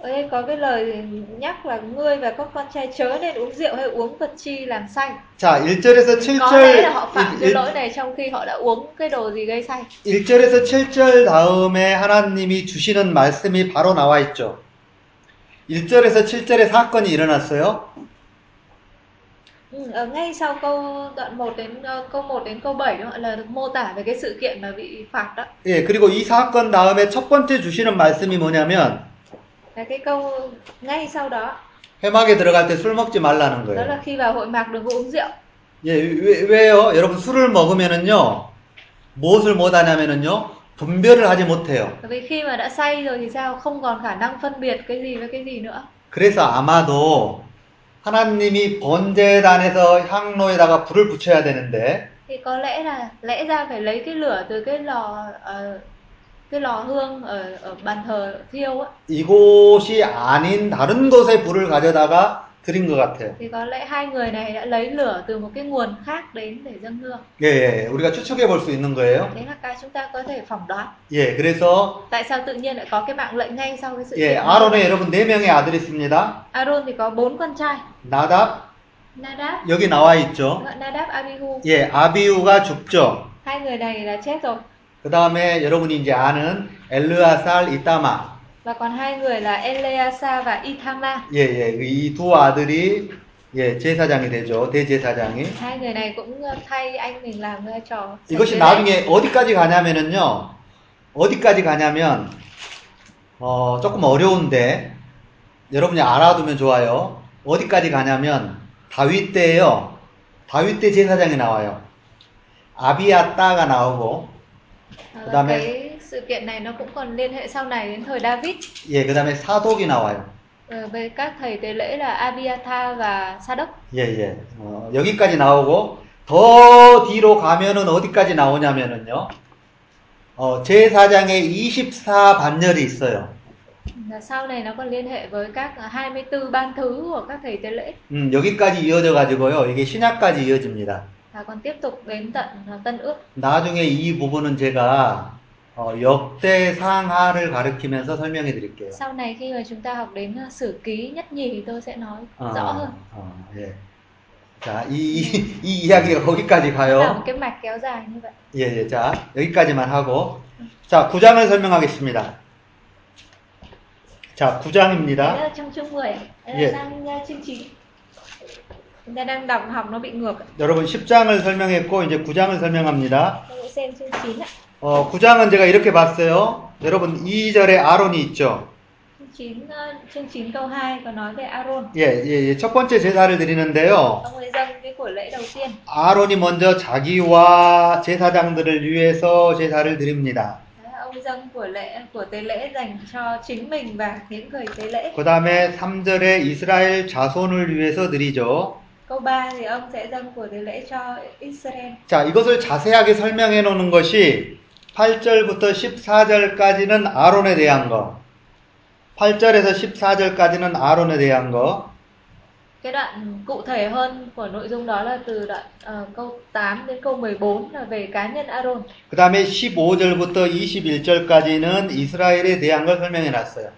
Speaker 1: Ở đây có cái lời nhắc là ngươi và các con trai chớ nên uống rượu hay uống vật chi làm say.
Speaker 2: 자, 1절에서
Speaker 1: Có lẽ là họ
Speaker 2: 7절
Speaker 1: phạm cái lỗi này trong khi họ đã uống cái đồ gì gây say.
Speaker 2: 1절에서 7절 다음에 하나님이 주시는 말씀이 바로 나와 있죠. 1절에서 7절에 사건이 일어났어요.
Speaker 1: Ừ, ở ngay sau câu đoạn 1 đến ờ, câu 1 đến câu 7 đúng không ạ? Là được mô tả về cái sự kiện mà bị phạt đó.
Speaker 2: 예, 그리고 이 사건 다음에 첫 번째 주시는 말씀이 뭐냐면
Speaker 1: Là cái câu ngay sau đó
Speaker 2: 회막에 들어갈 때 술 먹지 말라는
Speaker 1: đó
Speaker 2: 거예요.
Speaker 1: là khi vào hội mạc đừng có uống rượu.
Speaker 2: 예, 왜, 왜요? 여러분 술을 먹으면은요. 무엇을 못 하냐면은요. 분별을 하지 못해요.
Speaker 1: Bởi vì khi mà đã say rồi thì sao không còn khả năng phân biệt cái gì với cái gì nữa.
Speaker 2: 그래서 아마도 하나님이 번제단에서 향로에다가 불을 붙여야 되는데
Speaker 1: Thì có lẽ là lẽ ra phải lấy cái lửa từ cái lò ờ, cái lò hương ở ở bàn thờ thiêu á
Speaker 2: 이곳이 아닌 다른 곳에 불을 가져다가 드린 것 같아요.
Speaker 1: thì có lẽ hai người này đã lấy lửa từ một cái nguồn khác đến để dâng hương.
Speaker 2: 예, 예, 우리가 추측해 볼 수 있는 거예요.
Speaker 1: Đấy là cái chúng ta có thể phỏng đoán.
Speaker 2: 예, 그래서
Speaker 1: Tại sao tự nhiên lại có cái mạng lệnh ngay sau cái sự
Speaker 2: 예,
Speaker 1: kiện đó?
Speaker 2: 아론에 여러분 네 명의 아들이 있습니다.
Speaker 1: Aaron thì có bốn con trai.
Speaker 2: 나답
Speaker 1: Nadab,
Speaker 2: 여기 나와 있죠.
Speaker 1: gọi Nadab Abihu.
Speaker 2: 예, 아비우가 죽죠.
Speaker 1: Hai người này là chết rồi
Speaker 2: 그 다음에 여러분이 이제 아는 엘르아살 이따마.
Speaker 1: và còn hai người là Eleasa và Ithama.
Speaker 2: 예, 예, 이 두 아들이 예, 제사장이 되죠. 대제사장이.
Speaker 1: Hai người này cũng ờ, thay anh mình làm vai trò. sạch
Speaker 2: 이것이
Speaker 1: sẽ.
Speaker 2: 나중에 어디까지 가냐면은요, 어디까지 가냐면, 어, 조금 어려운데, 여러분이 알아두면 좋아요. 어디까지 가냐면, 다윗 때에요, 다윗 때 제사장이 나와요. 아비아따가 나오고,
Speaker 1: Ờ,
Speaker 2: Cái đam mê.
Speaker 1: cái sự kiện này nó cũng còn liên hệ sau này đến thời David
Speaker 2: 예, 그 다음에 사독이 나와요.
Speaker 1: Ờ, với các thầy tế lễ là Abiathar và Sadoc.
Speaker 2: 예, 예. 어, 여기까지 나오고, 더 뒤로 가면은 어디까지 나오냐면은요, 어, 제사장의 24반열이 있어요.
Speaker 1: Là sau này nó còn liên hệ với các ờ, 24 ban thứ của các thầy tế lễ
Speaker 2: 음, 여기까지 이어져 가지고요. 이게 신약까지 이어집니다.
Speaker 1: và còn tiếp tục đến tận ờ, Tân ước.
Speaker 2: 나중에 이 부분은 제가 어, 역대 상하를 가르치면서 설명해 드릴게요.
Speaker 1: Sau này khi mà chúng ta học đến ờ, sử ký nhất nhì thì tôi sẽ nói
Speaker 2: 어,
Speaker 1: rõ hơn.
Speaker 2: 어, 예. 자, 이, 이, 이 이야기가 거기까지
Speaker 1: Là một
Speaker 2: 가요.
Speaker 1: cái mạch kéo dài như vậy.
Speaker 2: 예, 예. 자, 여기까지만 하고. 자, 9장을 설명하겠습니다. 자,
Speaker 1: Đấy
Speaker 2: 9장입니다.
Speaker 1: là trong chương 10, ạ. đấy là
Speaker 2: Yes.
Speaker 1: sang ờ, chương 9. Chúng ta đang đọc học nó bị ngược. ạ.
Speaker 2: 여러분, 10장을 설명했고, 이제 9장을 설명합니다.
Speaker 1: Tôi sẽ xem chương 9 ạ.
Speaker 2: 어, 9장은 제가 이렇게 봤어요. 여러분, 2절에 아론이 있죠.
Speaker 1: Chương 9, ờ, chương 9 câu 2 có nói về Aaron.
Speaker 2: 예, 예, 예. 첫 번째 제사를 드리는데요.
Speaker 1: Ông ấy dâng cái của lễ đầu tiên.
Speaker 2: 아론이 먼저 자기와 제사장들을 위해서 제사를 드립니다.
Speaker 1: Đấy, ông dâng của lễ của tế lễ dành cho chính mình và những người tế lễ
Speaker 2: 그 다음에 3절에 이스라엘 자손을 위해서 드리죠.
Speaker 1: câu 3 thì ông sẽ dâng của tế lễ cho Israel
Speaker 2: 자, 이것을 자세하게 설명해 놓는 것이 8절부터 14절까지는 아론에 대한 거. 8절에서 14절까지는 아론에 대한 거.
Speaker 1: cái đoạn cụ thể hơn của nội dung đó là từ đoạn ờ, câu 8 đến câu 14 là về cá nhân Aaron.
Speaker 2: 그 다음에 15절부터 21절까지는 이스라엘에 대한 걸 설명해 놨어요.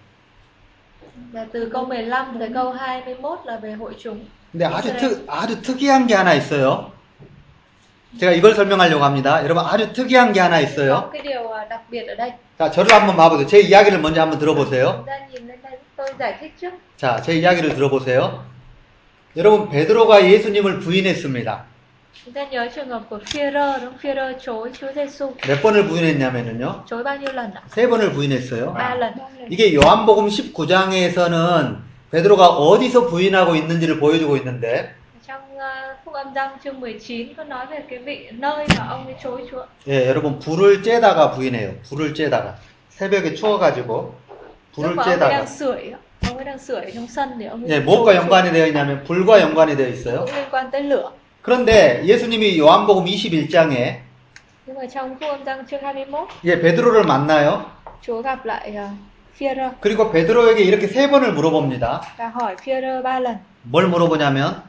Speaker 1: Và từ câu 15 tới câu 21 là về hội chúng.
Speaker 2: 근데 아주, 특, 아주 특이한 게 하나 있어요. 제가 이걸 설명하려고 합니다. 여러분, 아주 특이한 게 하나
Speaker 1: Có
Speaker 2: 있어요.
Speaker 1: cái điều à, đặc biệt ở đây.
Speaker 2: 자, 저를 한번 봐보세요. 제 이야기를 먼저 한번 들어보세요.
Speaker 1: Chúng ta nhìn lên đây, tôi giải thích trước.
Speaker 2: 자, 제 이야기를 들어보세요. 여러분, 베드로가 예수님을 부인했습니다.
Speaker 1: Chúng ta nhớ trường hợp của Führer, đúng không? Führer chối Chúa Giêsu
Speaker 2: 몇 번을 부인했냐면요.
Speaker 1: chối bao nhiêu lần ạ?
Speaker 2: 세 번을 부인했어요.
Speaker 1: Ba lần.
Speaker 2: 이게 요한복음 19장에서는 베드로가 어디서 부인하고 있는지를 보여주고 있는데
Speaker 1: Trong ờ, Phúc Âm Giăng chương 19 có nói về cái vị nơi mà ông ấy chối Chúa.
Speaker 2: 예, 여러분 불을 쬐다가 부인해요. 불을 쬐다가 새벽에 추워가지고
Speaker 1: Lúc
Speaker 2: 불을
Speaker 1: mà ông ấy đang
Speaker 2: 쬐다가
Speaker 1: sưởi, á, ông ấy đang sưởi trong sân thì ông ấy chối
Speaker 2: 예, 무엇과
Speaker 1: Chúa.
Speaker 2: 연관이 되어 있냐면 불과 연관이 되어 있어요.
Speaker 1: cũng liên quan tới lửa.
Speaker 2: 그런데 예수님이 요한복음 21장에
Speaker 1: Nhưng mà trong Phúc Âm Giăng chương 21,
Speaker 2: 예, 베드로를 만나요.
Speaker 1: Chúa gặp lại ờ, Führer
Speaker 2: 그리고 베드로에게 이렇게 세 번을 물어봅니다.
Speaker 1: và hỏi Führer ba lần.
Speaker 2: 뭘 물어보냐면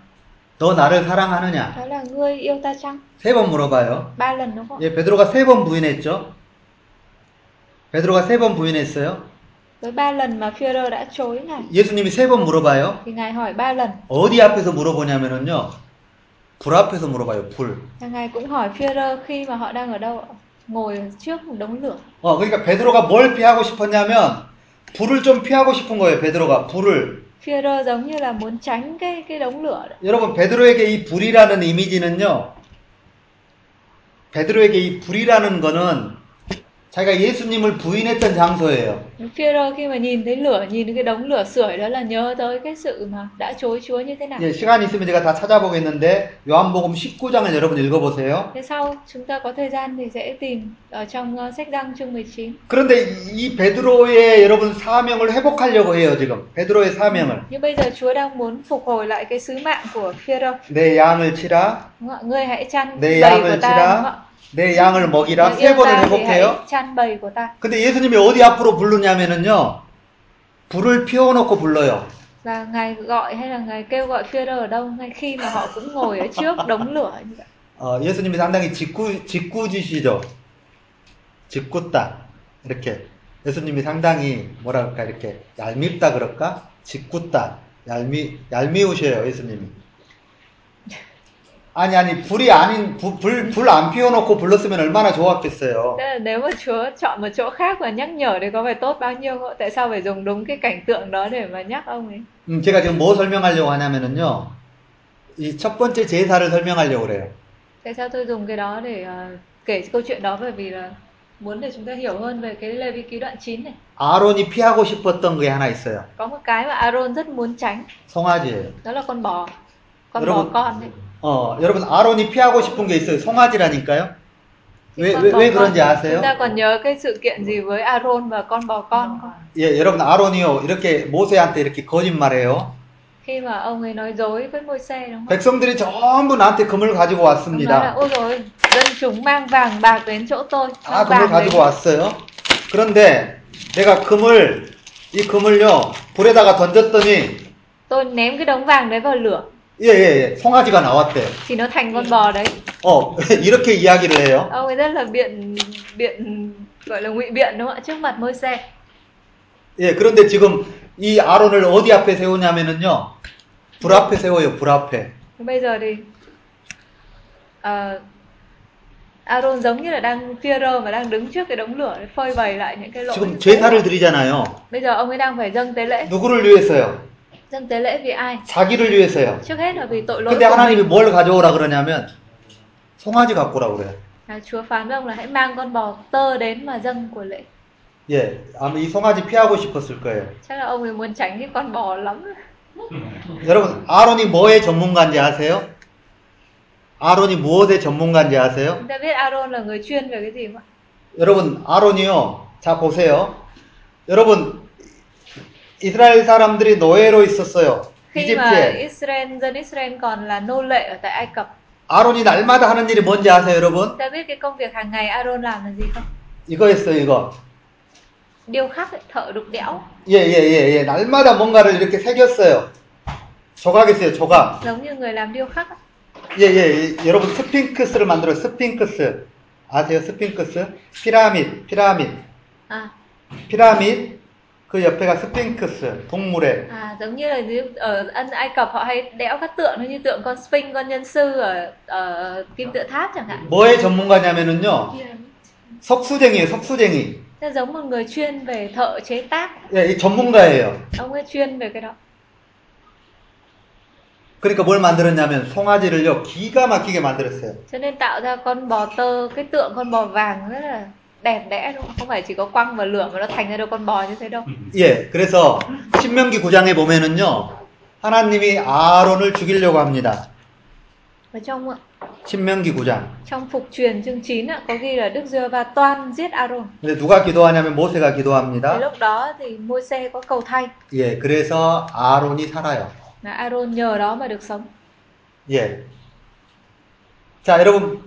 Speaker 2: 너 나를 사랑하느냐?
Speaker 1: Đó là ngươi yêu ta chăng?
Speaker 2: 세 번 물어봐요.
Speaker 1: Ba lần đúng không? ạ?
Speaker 2: 예, 베드로가 세 번 부인했죠. 베드로가 세 번 부인했어요.
Speaker 1: Với ba lần mà Führer đã chối ngài
Speaker 2: 예수님이 세 번 물어봐요.
Speaker 1: thì ngài hỏi ba lần
Speaker 2: 어디 앞에서 물어보냐면요. 불 앞에서 물어봐요. 불.
Speaker 1: Và ngài cũng hỏi Führer khi mà họ đang ở đâu ạ? Ngồi trước một đống lửa.
Speaker 2: 어, 그러니까 베드로가 뭘 피하고 싶었냐면 불을 좀 피하고 싶은 거예요. 베드로가 불을.
Speaker 1: Führer giống như là muốn tránh cái cái đống lửa đó.
Speaker 2: 여러분 베드로에게 이 불이라는 이미지는요. 베드로에게 이 불이라는 거는 자기가 예수님을 부인했던 장소예요.
Speaker 1: Führer khi mà nhìn thấy lửa, nhìn cái đống lửa sưởi đó là nhớ tới cái sự mà đã chối Chúa như thế nào.
Speaker 2: 예, 시간 있으면 제가 다 찾아보겠는데 요한복음 19장을 여러분 읽어보세요.
Speaker 1: Thế sau chúng ta có thời gian thì sẽ tìm ở trong ờ, sách Giăng chương 19.
Speaker 2: 그런데 이 베드로의 여러분 사명을 회복하려고 해요 지금 베드로의 사명을
Speaker 1: Nhưng bây giờ Chúa đang muốn phục hồi lại cái sứ mạng của Phêrô.
Speaker 2: 내 양을 치라
Speaker 1: Đúng không ạ? Ngươi hãy chăn
Speaker 2: 내
Speaker 1: bầy của
Speaker 2: 양을
Speaker 1: ta, đúng không ạ?
Speaker 2: 치라 내 양을 먹이라
Speaker 1: Ngươi
Speaker 2: 세
Speaker 1: yêu
Speaker 2: 번을
Speaker 1: ta thì hãy
Speaker 2: 회복해요
Speaker 1: chăn bầy của ta.
Speaker 2: 근데 예수님이 어디 앞으로 부르냐면은요 불을 피워놓고 불러요
Speaker 1: Và ngài gọi hay là ngài kêu gọi Phêrô ở đâu ngay khi mà họ cũng ngồi ở trước đống lửa như vậy.
Speaker 2: 어, 예수님이 상당히 직구, 직구지시죠 직구다 이렇게 예수님이 상당히 뭐랄까 이렇게 얄밉다 그럴까 직구다 얄미, 얄미우셔요 예수님이 아니 아니 불이 아닌 불 안 피워놓고 불렀으면 얼마나 좋았겠어요
Speaker 1: Thế là nếu mà Chúa chọn một chỗ khác và nhắc nhở thì có phải tốt bao nhiêu không? ạ? Tại sao phải dùng đúng cái cảnh tượng đó để mà nhắc ông ấy?
Speaker 2: 음, 제가 지금 뭐 설명하려고 하냐면은요 이 첫 번째 제사를 설명하려고 그래요
Speaker 1: Tại sao tôi dùng cái đó để ờ, kể câu chuyện đó bởi vì là muốn để chúng ta hiểu hơn về cái Lê Vi ký đoạn 9 này.
Speaker 2: 아론이 피하고 싶었던 게 하나 있어요
Speaker 1: Có một cái mà Aaron rất muốn tránh
Speaker 2: 송아지예요
Speaker 1: đó là con bò. Con bò
Speaker 2: 여러분,
Speaker 1: con đấy.
Speaker 2: 어, 여러분 아론이 피하고 싶은 게 있어요. 송아지라니까요. 왜,
Speaker 1: Con
Speaker 2: 왜,
Speaker 1: bò
Speaker 2: 왜
Speaker 1: con.
Speaker 2: 그런지 아세요?
Speaker 1: Chúng ta còn nhớ cái sự kiện gì với Aaron và con bò con không?
Speaker 2: 예, 여러분 아론이요. 이렇게 모세한테 이렇게 거짓말해요.
Speaker 1: Khi mà ông ấy nói dối với môi xe đúng không?
Speaker 2: 백성들이 전부 나한테 금을 어, 가지고
Speaker 1: Ông nói là
Speaker 2: 왔습니다.
Speaker 1: ôi rồi dân chúng mang vàng bạc đến chỗ tôi.
Speaker 2: 다
Speaker 1: Mang
Speaker 2: 아, 금을
Speaker 1: vàng đến
Speaker 2: 가지고 왔어요. 그런데 내가 금을 이 금을요 불에다가 던졌더니
Speaker 1: tôi ném cái đống vàng đấy vào lửa
Speaker 2: 예예 예, 예, 송아지가 나왔대.
Speaker 1: thì nó thành con bò đấy.
Speaker 2: 어 이렇게 이야기를 해요.
Speaker 1: Ông ấy rất là biện biện gọi là ngụy biện đúng không ạ? Trước mặt môi xe.
Speaker 2: 예 그런데 지금 이 아론을 어디 앞에 세우냐면은요 불 앞에 세워요 불 앞에.
Speaker 1: Bây giờ thì ờ, Aaron giống như là đang Phêrô mà đang đứng trước cái đống lửa để phơi bày lại những cái lỗi.
Speaker 2: 지금 제사를 드리잖아요.
Speaker 1: Bây giờ ông ấy đang phải dâng tế lễ.
Speaker 2: 누구를 위해서요?
Speaker 1: Dâng tế lễ vì ai?
Speaker 2: 자기를 위해서요.
Speaker 1: Trước hết là vì tội lỗi
Speaker 2: 근데
Speaker 1: của
Speaker 2: 하나님이
Speaker 1: mình.
Speaker 2: 뭘 가져오라 그러냐면 송아지 갖고 오라 그래요.
Speaker 1: À, Chúa phán với ông là hãy mang con bò tơ đến mà dâng của lễ.
Speaker 2: 예, 아마 이 송아지 피하고 싶었을 거예요.
Speaker 1: Chắc là ông ấy muốn tránh cái con bò lắm.
Speaker 4: Ừ.
Speaker 2: 여러분 아론이 뭐의 전문가인지 아세요? 아론이 무엇의 전문가인지 아세요?
Speaker 1: Chúng ta biết Aaron là người chuyên về cái gì không ạ?
Speaker 2: 여러분 아론이요. 자 보세요. 여러분 이스라엘 사람들이 노예로 있었어요.
Speaker 1: Khi mà
Speaker 2: 이집트에
Speaker 1: Israel, dân Israel còn là nô lệ ở tại Ai Cập.
Speaker 2: 아론이 날마다 하는 일이 뭔지 아세요, 여러분?
Speaker 1: Chúng ta biết cái công việc hàng ngày Aaron làm là gì không?
Speaker 2: 이거였어요, 이거.
Speaker 1: Điêu khắc, ấy, thợ đục đẽo.
Speaker 2: 예, 예, 예, 예. 날마다 뭔가를 이렇게 새겼어요. 조각 있어요, 조각.
Speaker 1: giống như người làm điêu khắc á.
Speaker 2: 예, 예, 예. 여러분 스핑크스를 만들어요. 스핑크스. 아세요? 스핑크스? 피라밋, 피라밋.
Speaker 1: à
Speaker 2: 피라밋. 그 옆에가 스핑크스, 동물의.
Speaker 1: à giống như là như ở ân Ai Cập họ hay đẽo các tượng nó như tượng con Sphinx con nhân sư ở ở kim tự tháp chẳng hạn
Speaker 2: 뭐의 전문가냐면은요. 석수쟁이에요, 석수쟁이.
Speaker 1: Thế giống một người chuyên về thợ chế tác
Speaker 2: 예, 이 전문가예요.
Speaker 1: ông ấy chuyên về cái đó
Speaker 2: 그러니까 뭘 만들었냐면 송아지를요. 기가 막히게 만들었어요.
Speaker 1: cho nên tạo ra con bò tơ cái tượng con bò vàng rất là đẹp đẽ đúng không? không phải chỉ có quăng và lửa mà nó thành ra được con bò như thế đâu
Speaker 2: 예, 그래서 신명기 9장에 보면은요. 하나님이 아론을 죽이려고 합니다.
Speaker 1: và trong
Speaker 2: 신명기 9장.
Speaker 1: trong phục truyền chương 9 ạ có ghi là Đức Giê va toan giết Aaron
Speaker 2: 근데 누가 기도하냐면 모세가
Speaker 1: thì
Speaker 2: 기도합니다.
Speaker 1: lúc đó thì Môi-se có cầu thay
Speaker 2: 예, 그래서 아론이 살아요.
Speaker 1: là Aaron nhờ đó mà được sống
Speaker 2: 예. 자, 여러분,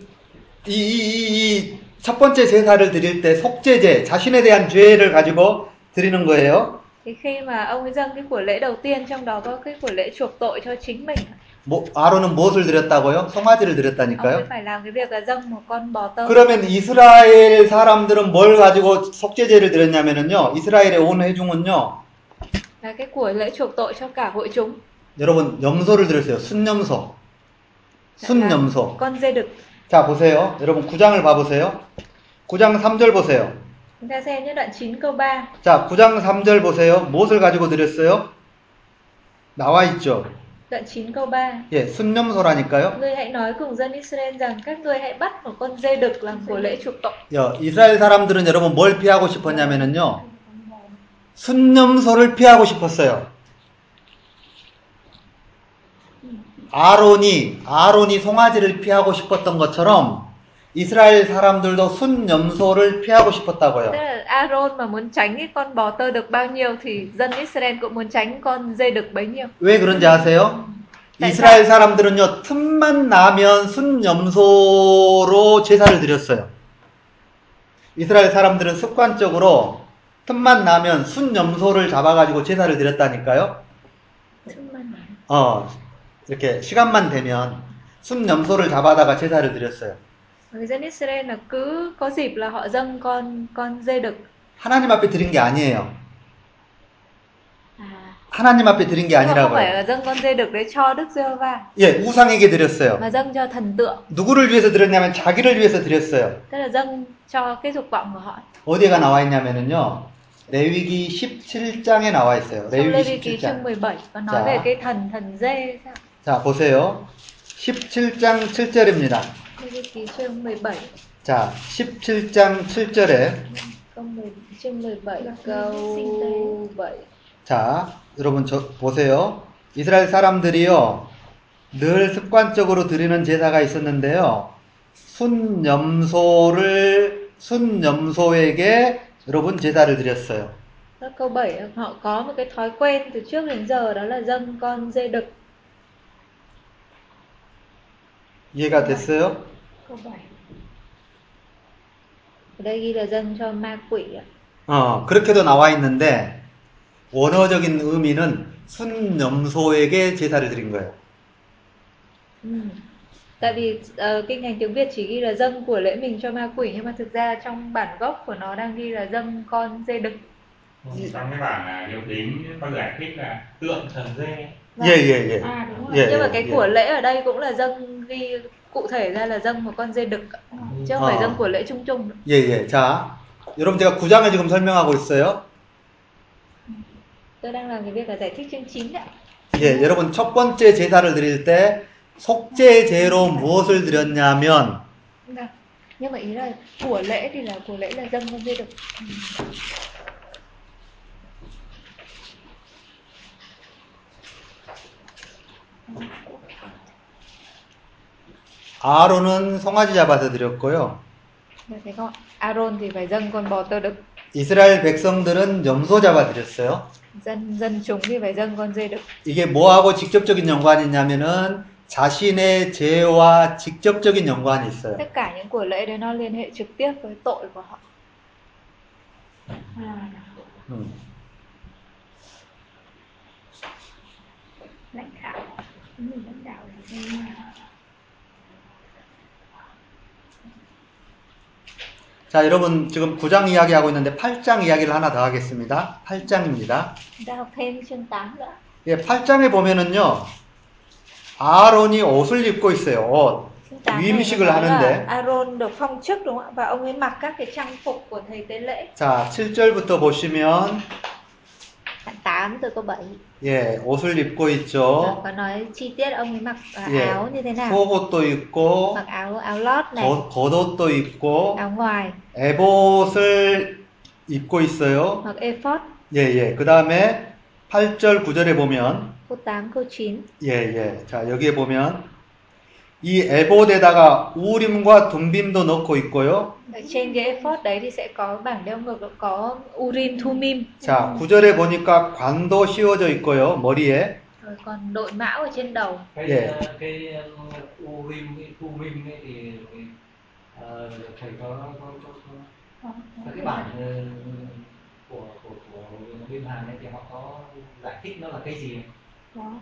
Speaker 2: 이, 이, 이, 이 첫 번째 제사를 드릴 때 속죄제, 자신에 대한 죄를 가지고 드리는 거예요.
Speaker 1: thì khi mà ông ấy dâng cái của lễ đầu tiên trong đó có cái của lễ chuộc tội cho chính mình
Speaker 2: 뭐, 아론은 무엇을 드렸다고요? 송아지를
Speaker 1: ông ấy
Speaker 2: 드렸다니까요.
Speaker 1: phải làm cái việc là dâng một con bò tơ
Speaker 2: 그러면 이스라엘 사람들은 뭘 가지고 속죄제를 드렸냐면요. 이스라엘의 온 회중은요.
Speaker 1: là cái của lễ chuộc tội cho cả hội chúng
Speaker 2: 여러분, 염소를 드렸어요. 순염소. 순염소.
Speaker 1: con dê đực
Speaker 2: 자, 보세요. 여러분, 9장을 봐보세요. 9장 3절 보세요.
Speaker 1: chúng ta xem nhé đoạn 9 câu 3
Speaker 2: 자, 9장 3절 보세요. 무엇을 가지고 드렸어요? 나와 있죠.
Speaker 1: đoạn 9 câu 3
Speaker 2: 예, 순념소라니까요.
Speaker 1: Ngươi hãy nói cùng dân Israel rằng các ngươi hãy bắt một con dê đực làm của lễ chuộc tội.
Speaker 2: 여, 이스라엘 사람들은 여러분 뭘 피하고 싶었냐면요. 순념소를 피하고 싶었어요. 아론이, 아론이 송아지를 피하고 싶었던 것처럼 이스라엘 사람들도 순념소를 피하고 싶었다고요.
Speaker 1: Tức là Aaron mà muốn tránh cái con bò tơ đực bao nhiêu thì dân Israel cũng muốn tránh con dê đực bấy nhiêu.
Speaker 2: 왜 그런지 아세요? 이스라엘 사람들은요, 틈만 나면 순염소로 제사를 드렸어요. 이스라엘 사람들은 습관적으로 틈만 나면 순염소를 잡아가지고 제사를 드렸다니까요. 어, 이렇게 시간만 되면 순염소를 잡아다가 제사를 드렸어요.
Speaker 1: Người dân Israel là cứ có dịp là họ dâng con con dê đực.
Speaker 2: 하나님 앞에 드린 게 아니에요.
Speaker 1: À,
Speaker 2: 하나님 앞에 드린
Speaker 1: Tức
Speaker 2: 게
Speaker 1: là không phải
Speaker 2: 아니라고요.
Speaker 1: là dâng con dê đực đấy cho Đức Giê-hô-va
Speaker 2: 예, 우상에게 드렸어요.
Speaker 1: mà dâng cho thần tượng,
Speaker 2: 누구를 위해서 드렸냐면 자기를 위해서 드렸어요.
Speaker 1: tức là dâng cho cái dục vọng của họ.
Speaker 2: 어디가 나와 있냐면은요. 레위기 17장에 나와 있어요.
Speaker 1: Trong Lê Vi
Speaker 2: 레위기
Speaker 1: Ký chương
Speaker 2: 17장.
Speaker 1: 17 có nói
Speaker 2: Dạ.
Speaker 1: về cái thần thần dê sao?
Speaker 2: 자, 보세요. 17장 7절입니다.
Speaker 1: Lê Vi Ký chương 17
Speaker 2: 자, 17장 7절에
Speaker 1: câu 10, chương 17 câu 7
Speaker 2: 자, 여러분 저 보세요. 이스라엘 사람들이요. 늘 습관적으로 드리는 제사가 있었는데요. 순염소를 순염소에게 여러분 제사를 드렸어요.
Speaker 1: Các câu 7 họ có một cái thói quen từ trước đến giờ đó là dâng con dê đực
Speaker 2: 이해가 됐어요?
Speaker 6: câu 7
Speaker 1: ở đây ghi là dâng cho ma quỷ ạ.
Speaker 2: 어, 그렇게도 나와 있는데 원어적인 의미는 순염소에게 제사를 드린 거예요.
Speaker 1: Ừ. Tại vì ờ, kinh hành tiếng Việt chỉ ghi là dâng của lễ mình cho ma quỷ nhưng mà thực ra trong bản gốc của nó đang ghi là dâng con dê đực.
Speaker 4: trong cái bản à, điều đính có giải thích là tượng thần dê
Speaker 1: Vâng.
Speaker 2: 예, 예, 예.
Speaker 6: à đúng rồi
Speaker 2: 예,
Speaker 1: Nhưng mà
Speaker 2: 예,
Speaker 1: cái
Speaker 2: 예.
Speaker 1: của lễ ở đây cũng là dâng ghi cụ thể ra là dâng một con dê đực ạ. chứ không phải
Speaker 2: Ờ.
Speaker 1: dâng của lễ chung chung. nữa.
Speaker 2: 예, 예. 자, 여러분 제가 9장을 지금 설명하고 있어요.
Speaker 1: Tôi đang làm cái việc là giải thích chương 9 ạ.
Speaker 2: 예, 여러분 첫 번째 제사를 드릴 때 속죄제로 무엇을 드렸냐면
Speaker 1: Vâng. Nhưng mà ý là của lễ thì là của lễ là dâng con dê đực.
Speaker 2: 아론은 송아지 잡아서 드렸고요.
Speaker 1: Được thấy không ạ? Aaron thì phải dâng con bò tơ đực,
Speaker 2: 이스라엘 백성들은 염소 잡아 드렸어요.
Speaker 1: dân dân chúng thì phải dâng con dê đực.
Speaker 2: 이게 뭐하고 직접적인 연관이 있냐면은 자신의 죄와 직접적인 연관이 있어요.
Speaker 1: Tất cả những của lễ đấy nó liên hệ trực tiếp với tội của họ.
Speaker 6: à,
Speaker 2: 음.
Speaker 6: lãnh thảo
Speaker 2: 자, 여러분 지금 9장 이야기하고 있는데 8장 이야기를 하나 더 하겠습니다. 8장입니다.
Speaker 1: chúng ta học thêm chương 8 nữa
Speaker 2: 예, 8장에 보면은요. 아론이 옷을 입고 있어요. 옷.
Speaker 1: chương 8
Speaker 2: 위임식을 하는데.
Speaker 1: Aaron được phong chức đúng không ạ và ông ấy mặc các cái trang phục của thầy tế lễ
Speaker 2: 자, 7절부터 보시면
Speaker 1: đoạn 8 từ câu 7
Speaker 2: 예, 옷을 입고
Speaker 1: Đó,
Speaker 2: 있죠.
Speaker 1: Dạ, có nói chi tiết ông ấy mặc à,
Speaker 2: Yeah.
Speaker 1: áo như thế nào
Speaker 2: 속옷도 입고
Speaker 1: mặc áo áo lót này
Speaker 2: 겉, 겉옷도 입고
Speaker 1: áo ngoài
Speaker 2: 에봇을 입고 있어요.
Speaker 1: mặc ephod
Speaker 2: 예, 예. 그다음에 8절 9절에 보면
Speaker 1: câu 8 câu 9
Speaker 2: 예, 예. 자, 여기에 보면 이 에봇에다가 우림과 둠빔도 넣고 있고요.
Speaker 1: Ở trên cái effort đấy thì sẽ có bảng đeo ngược có urim thumim
Speaker 2: 자, 9절에 보니까 관도 씌워져 있고요. 머리에.
Speaker 1: rồi còn đội mão ở trên đầu
Speaker 5: cái
Speaker 2: Dạ.
Speaker 5: ờ, cái ờ, urim cái thurim ấy thì ờ, thầy có có, có, có có cái bản ờ, của của của bên Hàn ấy thì họ có giải thích nó là cái gì Thế còn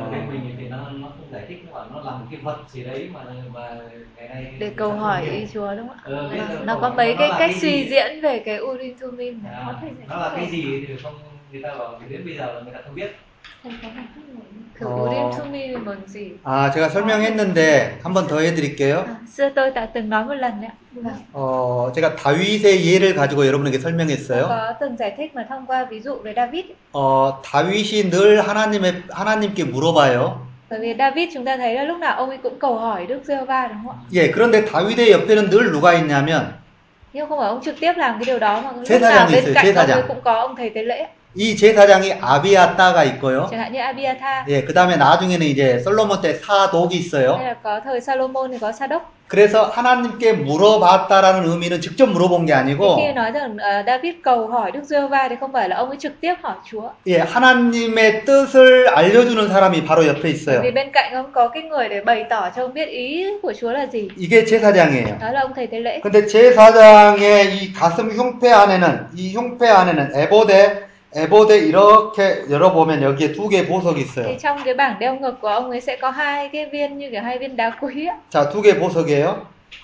Speaker 2: À.
Speaker 5: ở bên mình thì nó nó không giải thích nó bảo nó là một cái vật gì đấy mà mà ngày nay
Speaker 1: để câu
Speaker 5: người ta không
Speaker 1: hỏi
Speaker 5: hiểu.
Speaker 1: ý Chúa đúng không ạ?
Speaker 5: Ờ, bây
Speaker 1: Nó-
Speaker 5: giờ
Speaker 1: nó
Speaker 5: bảo
Speaker 1: có mấy
Speaker 5: nó
Speaker 1: cái
Speaker 5: là
Speaker 1: cách
Speaker 5: cái
Speaker 1: suy
Speaker 5: gì?
Speaker 1: diễn về cái urim thumim này. Có
Speaker 5: à,
Speaker 1: thể
Speaker 5: nó là cái gì thì không người ta bảo đến bây giờ là người ta không biết
Speaker 3: thầy có giải thích này
Speaker 1: Thử
Speaker 2: Ờ.
Speaker 1: urim thumim là bằng gì?
Speaker 2: 아, 제가 설명했는데 한 번 더 해드릴게요.
Speaker 1: À, xưa tôi đã từng nói một lần đấy. ạ. Vâng,
Speaker 2: 어, 제가 다윗의 예를 가지고 여러분에게
Speaker 1: Tôi
Speaker 2: 설명했어요.
Speaker 1: có từng giải thích mà thông qua ví dụ về David.
Speaker 2: 어, 다윗이 늘 하나님의 하나님께 물어봐요.
Speaker 1: Bởi vì David chúng ta thấy là lúc nào ông ấy cũng cầu hỏi Đức Giê-hô-va đúng không ạ?
Speaker 2: 예, 그런데 다윗의 옆에는 늘 누가 있냐면
Speaker 1: Nhưng không phải ông trực tiếp làm cái điều đó mà
Speaker 2: Thế
Speaker 1: lúc
Speaker 2: là
Speaker 1: nào
Speaker 2: rằng
Speaker 1: bên
Speaker 2: gì? Thế
Speaker 1: cạnh
Speaker 2: là
Speaker 1: ông ấy
Speaker 2: rằng-
Speaker 1: cũng có ông thầy tế lễ.
Speaker 2: 이 제사장이 아비아따가 있고요.
Speaker 1: Chẳng hạn như Abiathar
Speaker 2: 예, 그 다음에 나중에는 이제 솔로몬 때 사독이
Speaker 1: hay
Speaker 2: 있어요.
Speaker 1: là có thời Salomon thì có Sa-đốc.
Speaker 2: 그래서 하나님께 물어봤다라는 의미는 직접 물어본 게
Speaker 1: Thì
Speaker 2: 아니고,
Speaker 1: khi nói rằng ờ, David cầu hỏi Đức Giê-hô-va thì không phải là ông ấy trực tiếp hỏi Chúa.
Speaker 2: 예, 하나님의 뜻을 알려주는 사람이 바로 옆에
Speaker 1: Bởi
Speaker 2: 있어요.
Speaker 1: vì bên cạnh ông có cái người để bày tỏ cho ông biết ý của Chúa là gì.
Speaker 2: 이게 제사장이에요.
Speaker 1: Đó là ông thầy tế lễ.
Speaker 2: 근데 제사장의 이 가슴 흉패 안에는 이 흉패 안에는 에보데 에보데 이렇게 열어보면 여기에 두 개의 보석이
Speaker 1: Thì
Speaker 2: 있어요.
Speaker 1: trong cái bảng đeo ngực của ông ấy sẽ có hai cái viên như kiểu hai viên đá quý á.
Speaker 2: 자, 두 개의 보석이에요.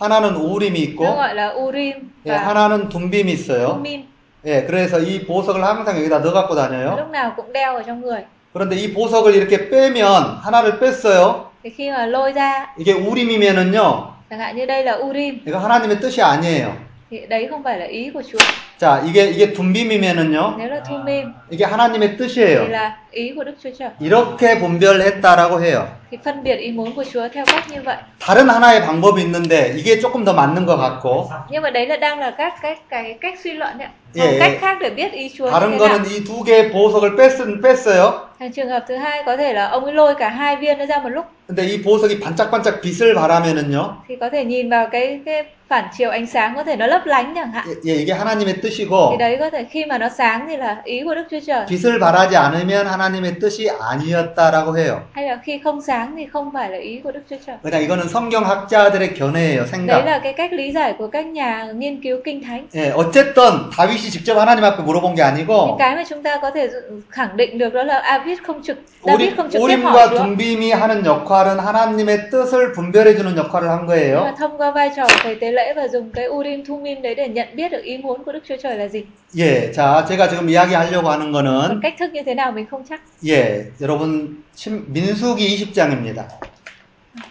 Speaker 2: 하나는 우림이
Speaker 1: Nó
Speaker 2: 있고,
Speaker 1: gọi là Urim
Speaker 2: 예,
Speaker 1: và
Speaker 2: 하나는 둠빔이 있어요.
Speaker 1: Thummim.
Speaker 2: 예, 그래서 이 보석을 항상 여기다 넣어 갖고 다녀요.
Speaker 1: Lúc nào cũng đeo ở trong người.
Speaker 2: 그런데 이 보석을 이렇게 빼면 하나를 뺐어요.
Speaker 1: Thì khi mà lôi ra,
Speaker 2: 이게 우림이면은요,
Speaker 1: chẳng hạn như đây là Urim
Speaker 2: 이거 하나님의 뜻이 아니에요.
Speaker 1: thì đấy không phải là ý của Chúa.
Speaker 2: 자, 이게 이게 둠빔이면은요,
Speaker 1: Nếu là Thummim
Speaker 2: 이게 하나님의
Speaker 1: thì
Speaker 2: 뜻이에요.
Speaker 1: là ý của Đức Chúa Trời.
Speaker 2: 이렇게 분별했다라고 해요.
Speaker 1: Thì phân biệt ý muốn của Chúa theo cách như vậy.
Speaker 2: 다른 하나의 방법이 있는데 이게 조금 더 맞는 것 같고
Speaker 5: Xong.
Speaker 1: Nhưng mà đấy là đang là các cái cái cách suy luận đấy. ạ.
Speaker 2: Dạ,
Speaker 1: Còn
Speaker 2: dạ.
Speaker 1: cách khác để biết ý Chúa như
Speaker 2: 다른
Speaker 1: thế nào.
Speaker 2: 거는 이 두 개의 보석을 뺐은, 뺐어요.
Speaker 1: Thành trường hợp thứ hai có thể là ông ấy lôi cả hai viên nó ra một lúc
Speaker 2: 근데 이 보석이 반짝반짝 빛을 발하면은요.
Speaker 1: thì có thể nhìn vào cái cái phản chiếu ánh sáng có thể nó lấp lánh chẳng hạn.
Speaker 2: 예, 예, 이게 하나님의
Speaker 1: Thì
Speaker 2: 뜻이고
Speaker 1: đấy có thể khi mà nó sáng thì là ý của Đức Chúa Trời.
Speaker 2: 빛을 발하지 않으면 하나님의 뜻이 아니었다라고 해요.
Speaker 1: Hay là khi không sáng thì không phải là ý của Đức Chúa Trời.
Speaker 2: 그냥 이거는 성경학자들의 견해예요,
Speaker 1: Đấy
Speaker 2: 생각.
Speaker 1: là cái cách lý giải của các nhà nghiên cứu kinh thánh.
Speaker 2: 예, 어쨌든 다윗이 직접 하나님 앞에 물어본 게
Speaker 1: Những
Speaker 2: 아니고
Speaker 1: cái mà chúng ta có thể dự- khẳng định được đó là David không trực David
Speaker 2: 우림,
Speaker 1: không trực tiếp hỏi
Speaker 2: 우림과
Speaker 1: Chúa.
Speaker 2: 둠빔이 하는 역할은 하나님의 뜻을 분별해주는 역할을 한
Speaker 1: Nhưng
Speaker 2: 거예요.
Speaker 1: mà thông qua vai trò của thầy tế lễ và dùng cái Urim Thummim đấy để nhận biết được ý muốn của Đức Chúa Trời là gì.
Speaker 2: 예, 자, 제가 지금 이야기하려고 하는 거는
Speaker 1: Còn cách thức như thế nào mình không chắc.
Speaker 2: 예, 여러분 신- 민수기 20장입니다.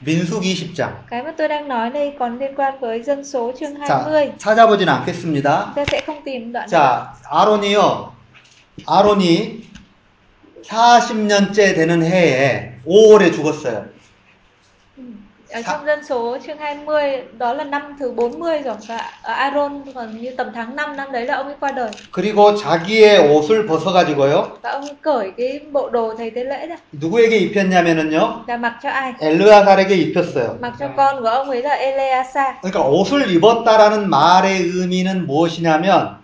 Speaker 2: 민수기 20장.
Speaker 1: Cái mà tôi đang nói đây còn liên quan với dân số chương
Speaker 2: 자,
Speaker 1: 20.
Speaker 2: 찾아보진 않겠습니다.
Speaker 1: Chúng ta sẽ không tìm đoạn này.
Speaker 2: 자, 아론이요. 아론이 40년째 되는 해에 5월에 죽었어요.
Speaker 1: Ừ. Ở trong dân số chương 20 đó là năm thứ 40 rồi và ở Aaron còn như tầm tháng 5 năm đấy là ông ấy qua đời
Speaker 2: 그리고 자기의 옷을 벗어 가지고요.
Speaker 1: và ông ấy cởi cái bộ đồ thầy tế lễ ra
Speaker 2: 누구에게 입혔냐면은요.
Speaker 1: là mặc cho ai?
Speaker 2: 엘르아살에게 입혔어요.
Speaker 1: Mặc cho con của ông ấy là Eleasa.
Speaker 2: 그러니까 옷을 입었다라는 말의 의미는 무엇이냐면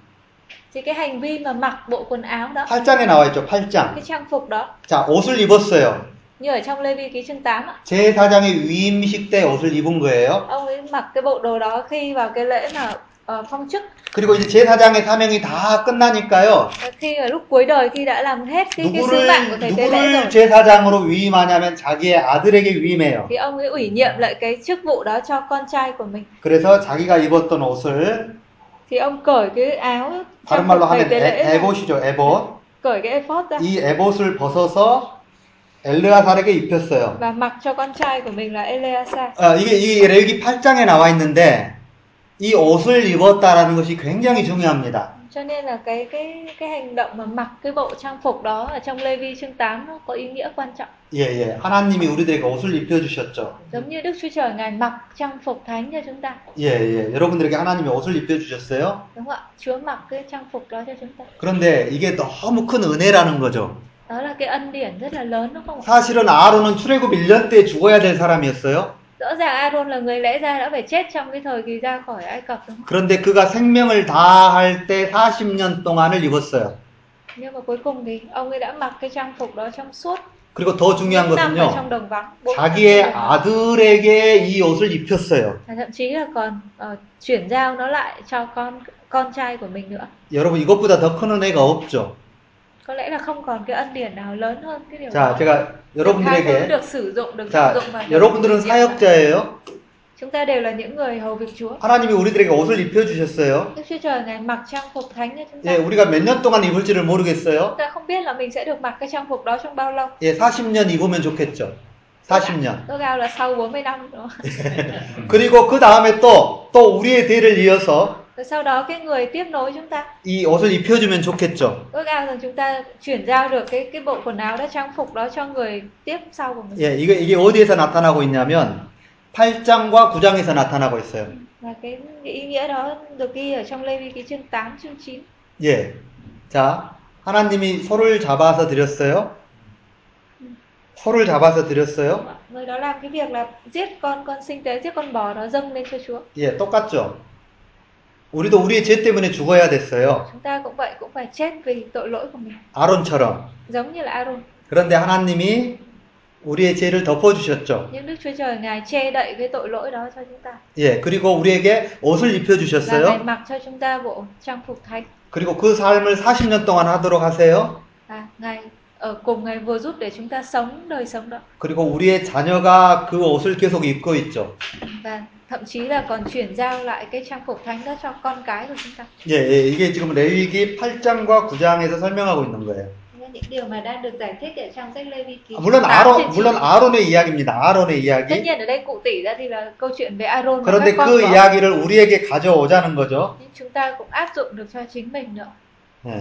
Speaker 1: Thì cái hành vi mà mặc bộ quần áo đó,
Speaker 2: 8장에 나와 있죠. 8장.
Speaker 1: cái trang phục đó
Speaker 2: 자, 옷을 입었어요.
Speaker 1: như ở trong Lê Vi ký chương 8 ạ.
Speaker 2: 제사장의 위임식 때 옷을 입은 거예요.
Speaker 1: Ông ấy mặc cái bộ đồ đó khi vào cái lễ mà ờ, phong chức
Speaker 2: 그리고 이제 제사장의 사명이 다 끝나니까요.
Speaker 1: Và ờ, khi mà lúc cuối đời khi đã làm hết cái, cái sứ mạng của
Speaker 2: 누구를
Speaker 1: thầy tế lễ rồi
Speaker 2: 누구를 제사장으로 위임하냐면 자기의 아들에게 위임해요.
Speaker 1: thì ông ấy ủy nhiệm lại cái chức vụ đó cho con trai của mình
Speaker 2: 그래서 자기가 입었던 옷을
Speaker 1: thì ông cởi cái áo
Speaker 2: 다른
Speaker 1: trang
Speaker 2: 말로
Speaker 1: phục thầy
Speaker 2: 하면
Speaker 1: tế lễ
Speaker 2: 에,
Speaker 1: ra,
Speaker 2: 에봇이죠. 에봇.
Speaker 1: cởi cái ephod ra
Speaker 2: 이 에봇을 벗어서 엘르아살에게 입혔어요.
Speaker 1: và mặc cho con trai của mình là Eleazar
Speaker 2: 아, 이게 이 레위기 8장에 나와 있는데 이 옷을 입었다라는 것이 굉장히 중요합니다.
Speaker 1: cho nên là cái cái cái hành động mà mặc cái bộ trang phục đó ở trong Lê Vi chương 8 nó có ý nghĩa quan trọng
Speaker 2: 예, 예. 하나님이 우리들에게 옷을 입혀 주셨죠.
Speaker 1: giống như Đức Chúa Trời ngài mặc trang phục thánh cho chúng ta
Speaker 2: 예, 예. 여러분들에게 하나님이 옷을 입혀 주셨어요.
Speaker 1: đúng không ạ Chúa mặc cái trang phục đó cho chúng ta
Speaker 2: 그런데 이게 너무 큰 은혜라는 거죠.
Speaker 1: đó là cái ân điển rất là lớn đúng không ạ
Speaker 2: 사실은 아론은 출애굽 1년 때 죽어야 될 사람이었어요.
Speaker 1: rõ ràng Aaron là người lẽ ra đã phải chết trong cái thời kỳ ra khỏi Ai Cập đúng không
Speaker 2: 그런데 그가 생명을 다할 때 40년 동안을 입었어요.
Speaker 1: nhưng mà cuối cùng thì ông ấy đã mặc cái trang phục đó trong suốt
Speaker 2: 그리고 더 중요한
Speaker 1: những năm ở trong
Speaker 2: 것은요.
Speaker 1: đồng vắng bốn năm
Speaker 2: 자기의
Speaker 1: trong đồng vắng.
Speaker 2: 아들에게 이 옷을 입혔어요.
Speaker 1: Và thậm chí là còn ờ, chuyển giao nó lại cho con con trai của mình nữa
Speaker 2: 여러분 이것보다 더 큰 은혜가 없죠.
Speaker 1: có lẽ là không còn cái ân điển nào lớn hơn cái điều
Speaker 2: 자,
Speaker 1: đó
Speaker 2: 제가
Speaker 1: Được tha thứ,
Speaker 2: 여러분들에게
Speaker 1: được sử dụng được
Speaker 2: 자,
Speaker 1: sử dụng và được
Speaker 2: 여러분들은
Speaker 1: sử dụng.
Speaker 2: 사역자예요.
Speaker 1: chúng ta đều là những người hầu việc Chúa
Speaker 2: 하나님이 우리들에게 옷을 입혀 주셨어요.
Speaker 1: Đức Chúa Trời ngài mặc trang phục thánh cho chúng ta
Speaker 2: 예, 우리가 몇 년 동안 입을지를 모르겠어요.
Speaker 1: chúng ta không biết là mình sẽ được mặc cái trang phục đó trong bao lâu
Speaker 2: 예, 40년 입으면 좋겠죠. 40년.
Speaker 1: tôi cao là sau 40 năm đúng không?
Speaker 2: 그리고 그 다음에 또, 또 우리의 대를 이어서
Speaker 1: rồi sau đó cái người tiếp nối chúng ta
Speaker 2: 이 옷을 입혀주면 좋겠죠.
Speaker 1: tôi cao rằng chúng ta chuyển giao được cái cái bộ quần áo đó trang phục đó cho người tiếp sau của mình
Speaker 2: 예, 이게, 이게 어디에서 나타나고 있냐면, 8장과 9장에서 나타나고 있어요.
Speaker 1: và cái, cái ý nghĩa đó được ghi ở trong Lê Vi ký chương 8 chương 9
Speaker 2: 예. 자, 하나님이 소를 잡아서 드렸어요. 소를 잡아서
Speaker 1: Đúng
Speaker 2: 드렸어요.
Speaker 1: không ạ? người đó làm cái việc là giết con con sinh tế giết con bò đó dâng lên cho Chúa
Speaker 2: 예, 똑같죠. 우리도 우리의 죄 때문에 죽어야 됐어요.
Speaker 1: chúng ta cũng vậy cũng phải chết vì tội lỗi của mình
Speaker 2: 아론처럼.
Speaker 1: giống như là Aaron
Speaker 2: 그런데 하나님이 우리의 죄를 덮어주셨죠.
Speaker 1: nhưng Đức Chúa Trời ngài che đậy cái tội lỗi đó cho chúng ta
Speaker 2: 예, 그리고 우리에게 옷을
Speaker 1: là ngài
Speaker 2: 입혀주셨어요.
Speaker 1: mặc cho chúng ta bộ trang phục thánh
Speaker 2: 그리고 그 삶을 40년 동안 하도록 하세요.
Speaker 1: và ngài À, ở cùng ngài vừa giúp để chúng ta sống đời sống đó
Speaker 2: 그리고 우리의 자녀가 그 옷을 계속 입고 있죠.
Speaker 1: và thậm chí là còn chuyển giao lại cái trang phục thánh đó cho con cái của chúng ta
Speaker 2: 예, 예, 이게 지금 레위기 8장과 9장에서 설명하고 있는 거예요.
Speaker 1: Nên những điều mà đang được giải thích ở trong sách Lê Vi ký
Speaker 2: 아, 물론
Speaker 1: 8
Speaker 2: 아론,
Speaker 1: trên 9.
Speaker 2: 물론 아론의 이야기입니다. 아론의
Speaker 1: tất
Speaker 2: 이야기.
Speaker 1: nhiên ở đây cụ tỉ ra thì là câu chuyện về Aaron và các
Speaker 2: 그런데
Speaker 1: con
Speaker 2: 그
Speaker 1: của ông.
Speaker 2: 이야기를 우리에게 가져오자는 거죠.
Speaker 1: nhưng chúng ta cũng áp dụng được cho chính mình nữa
Speaker 2: 예.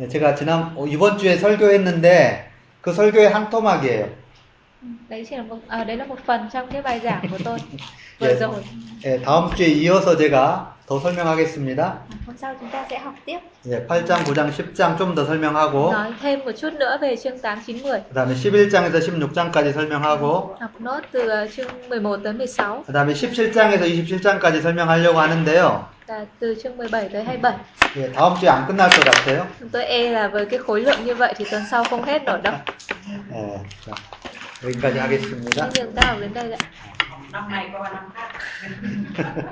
Speaker 2: 예, 제가 지난 어, 이번 주에 설교했는데 그 설교의 한 토막이에요.
Speaker 1: Ừ, đấy chỉ là một à, đấy là một phần trong cái bài giảng của tôi
Speaker 2: Dạ.
Speaker 1: vừa rồi
Speaker 2: 예, 다음 주에 이어서 제가 더 설명하겠습니다.
Speaker 1: hôm sau chúng ta sẽ học tiếp
Speaker 2: 예, 8장, 9장, 10장 좀 더 설명하고
Speaker 1: nói thêm một chút nữa về chương 8 9 10
Speaker 2: 그 다음에 11장에서 16장까지 설명하고,
Speaker 1: học nốt từ ờ, chương 11 tới 16
Speaker 2: 그 다음에 17장에서 27장까지 설명하려고 하는데요.
Speaker 1: là từ chương 17 tới 27
Speaker 2: 예, 다음 주에 안 끝날 것 같아요.
Speaker 1: chúng tôi e là với cái khối lượng như vậy thì tuần sau không hết nổi đâu
Speaker 2: 예, 자, 여기까지 하겠습니다.
Speaker 1: nên chúng ta học đến đây đã
Speaker 6: năm này qua năm khác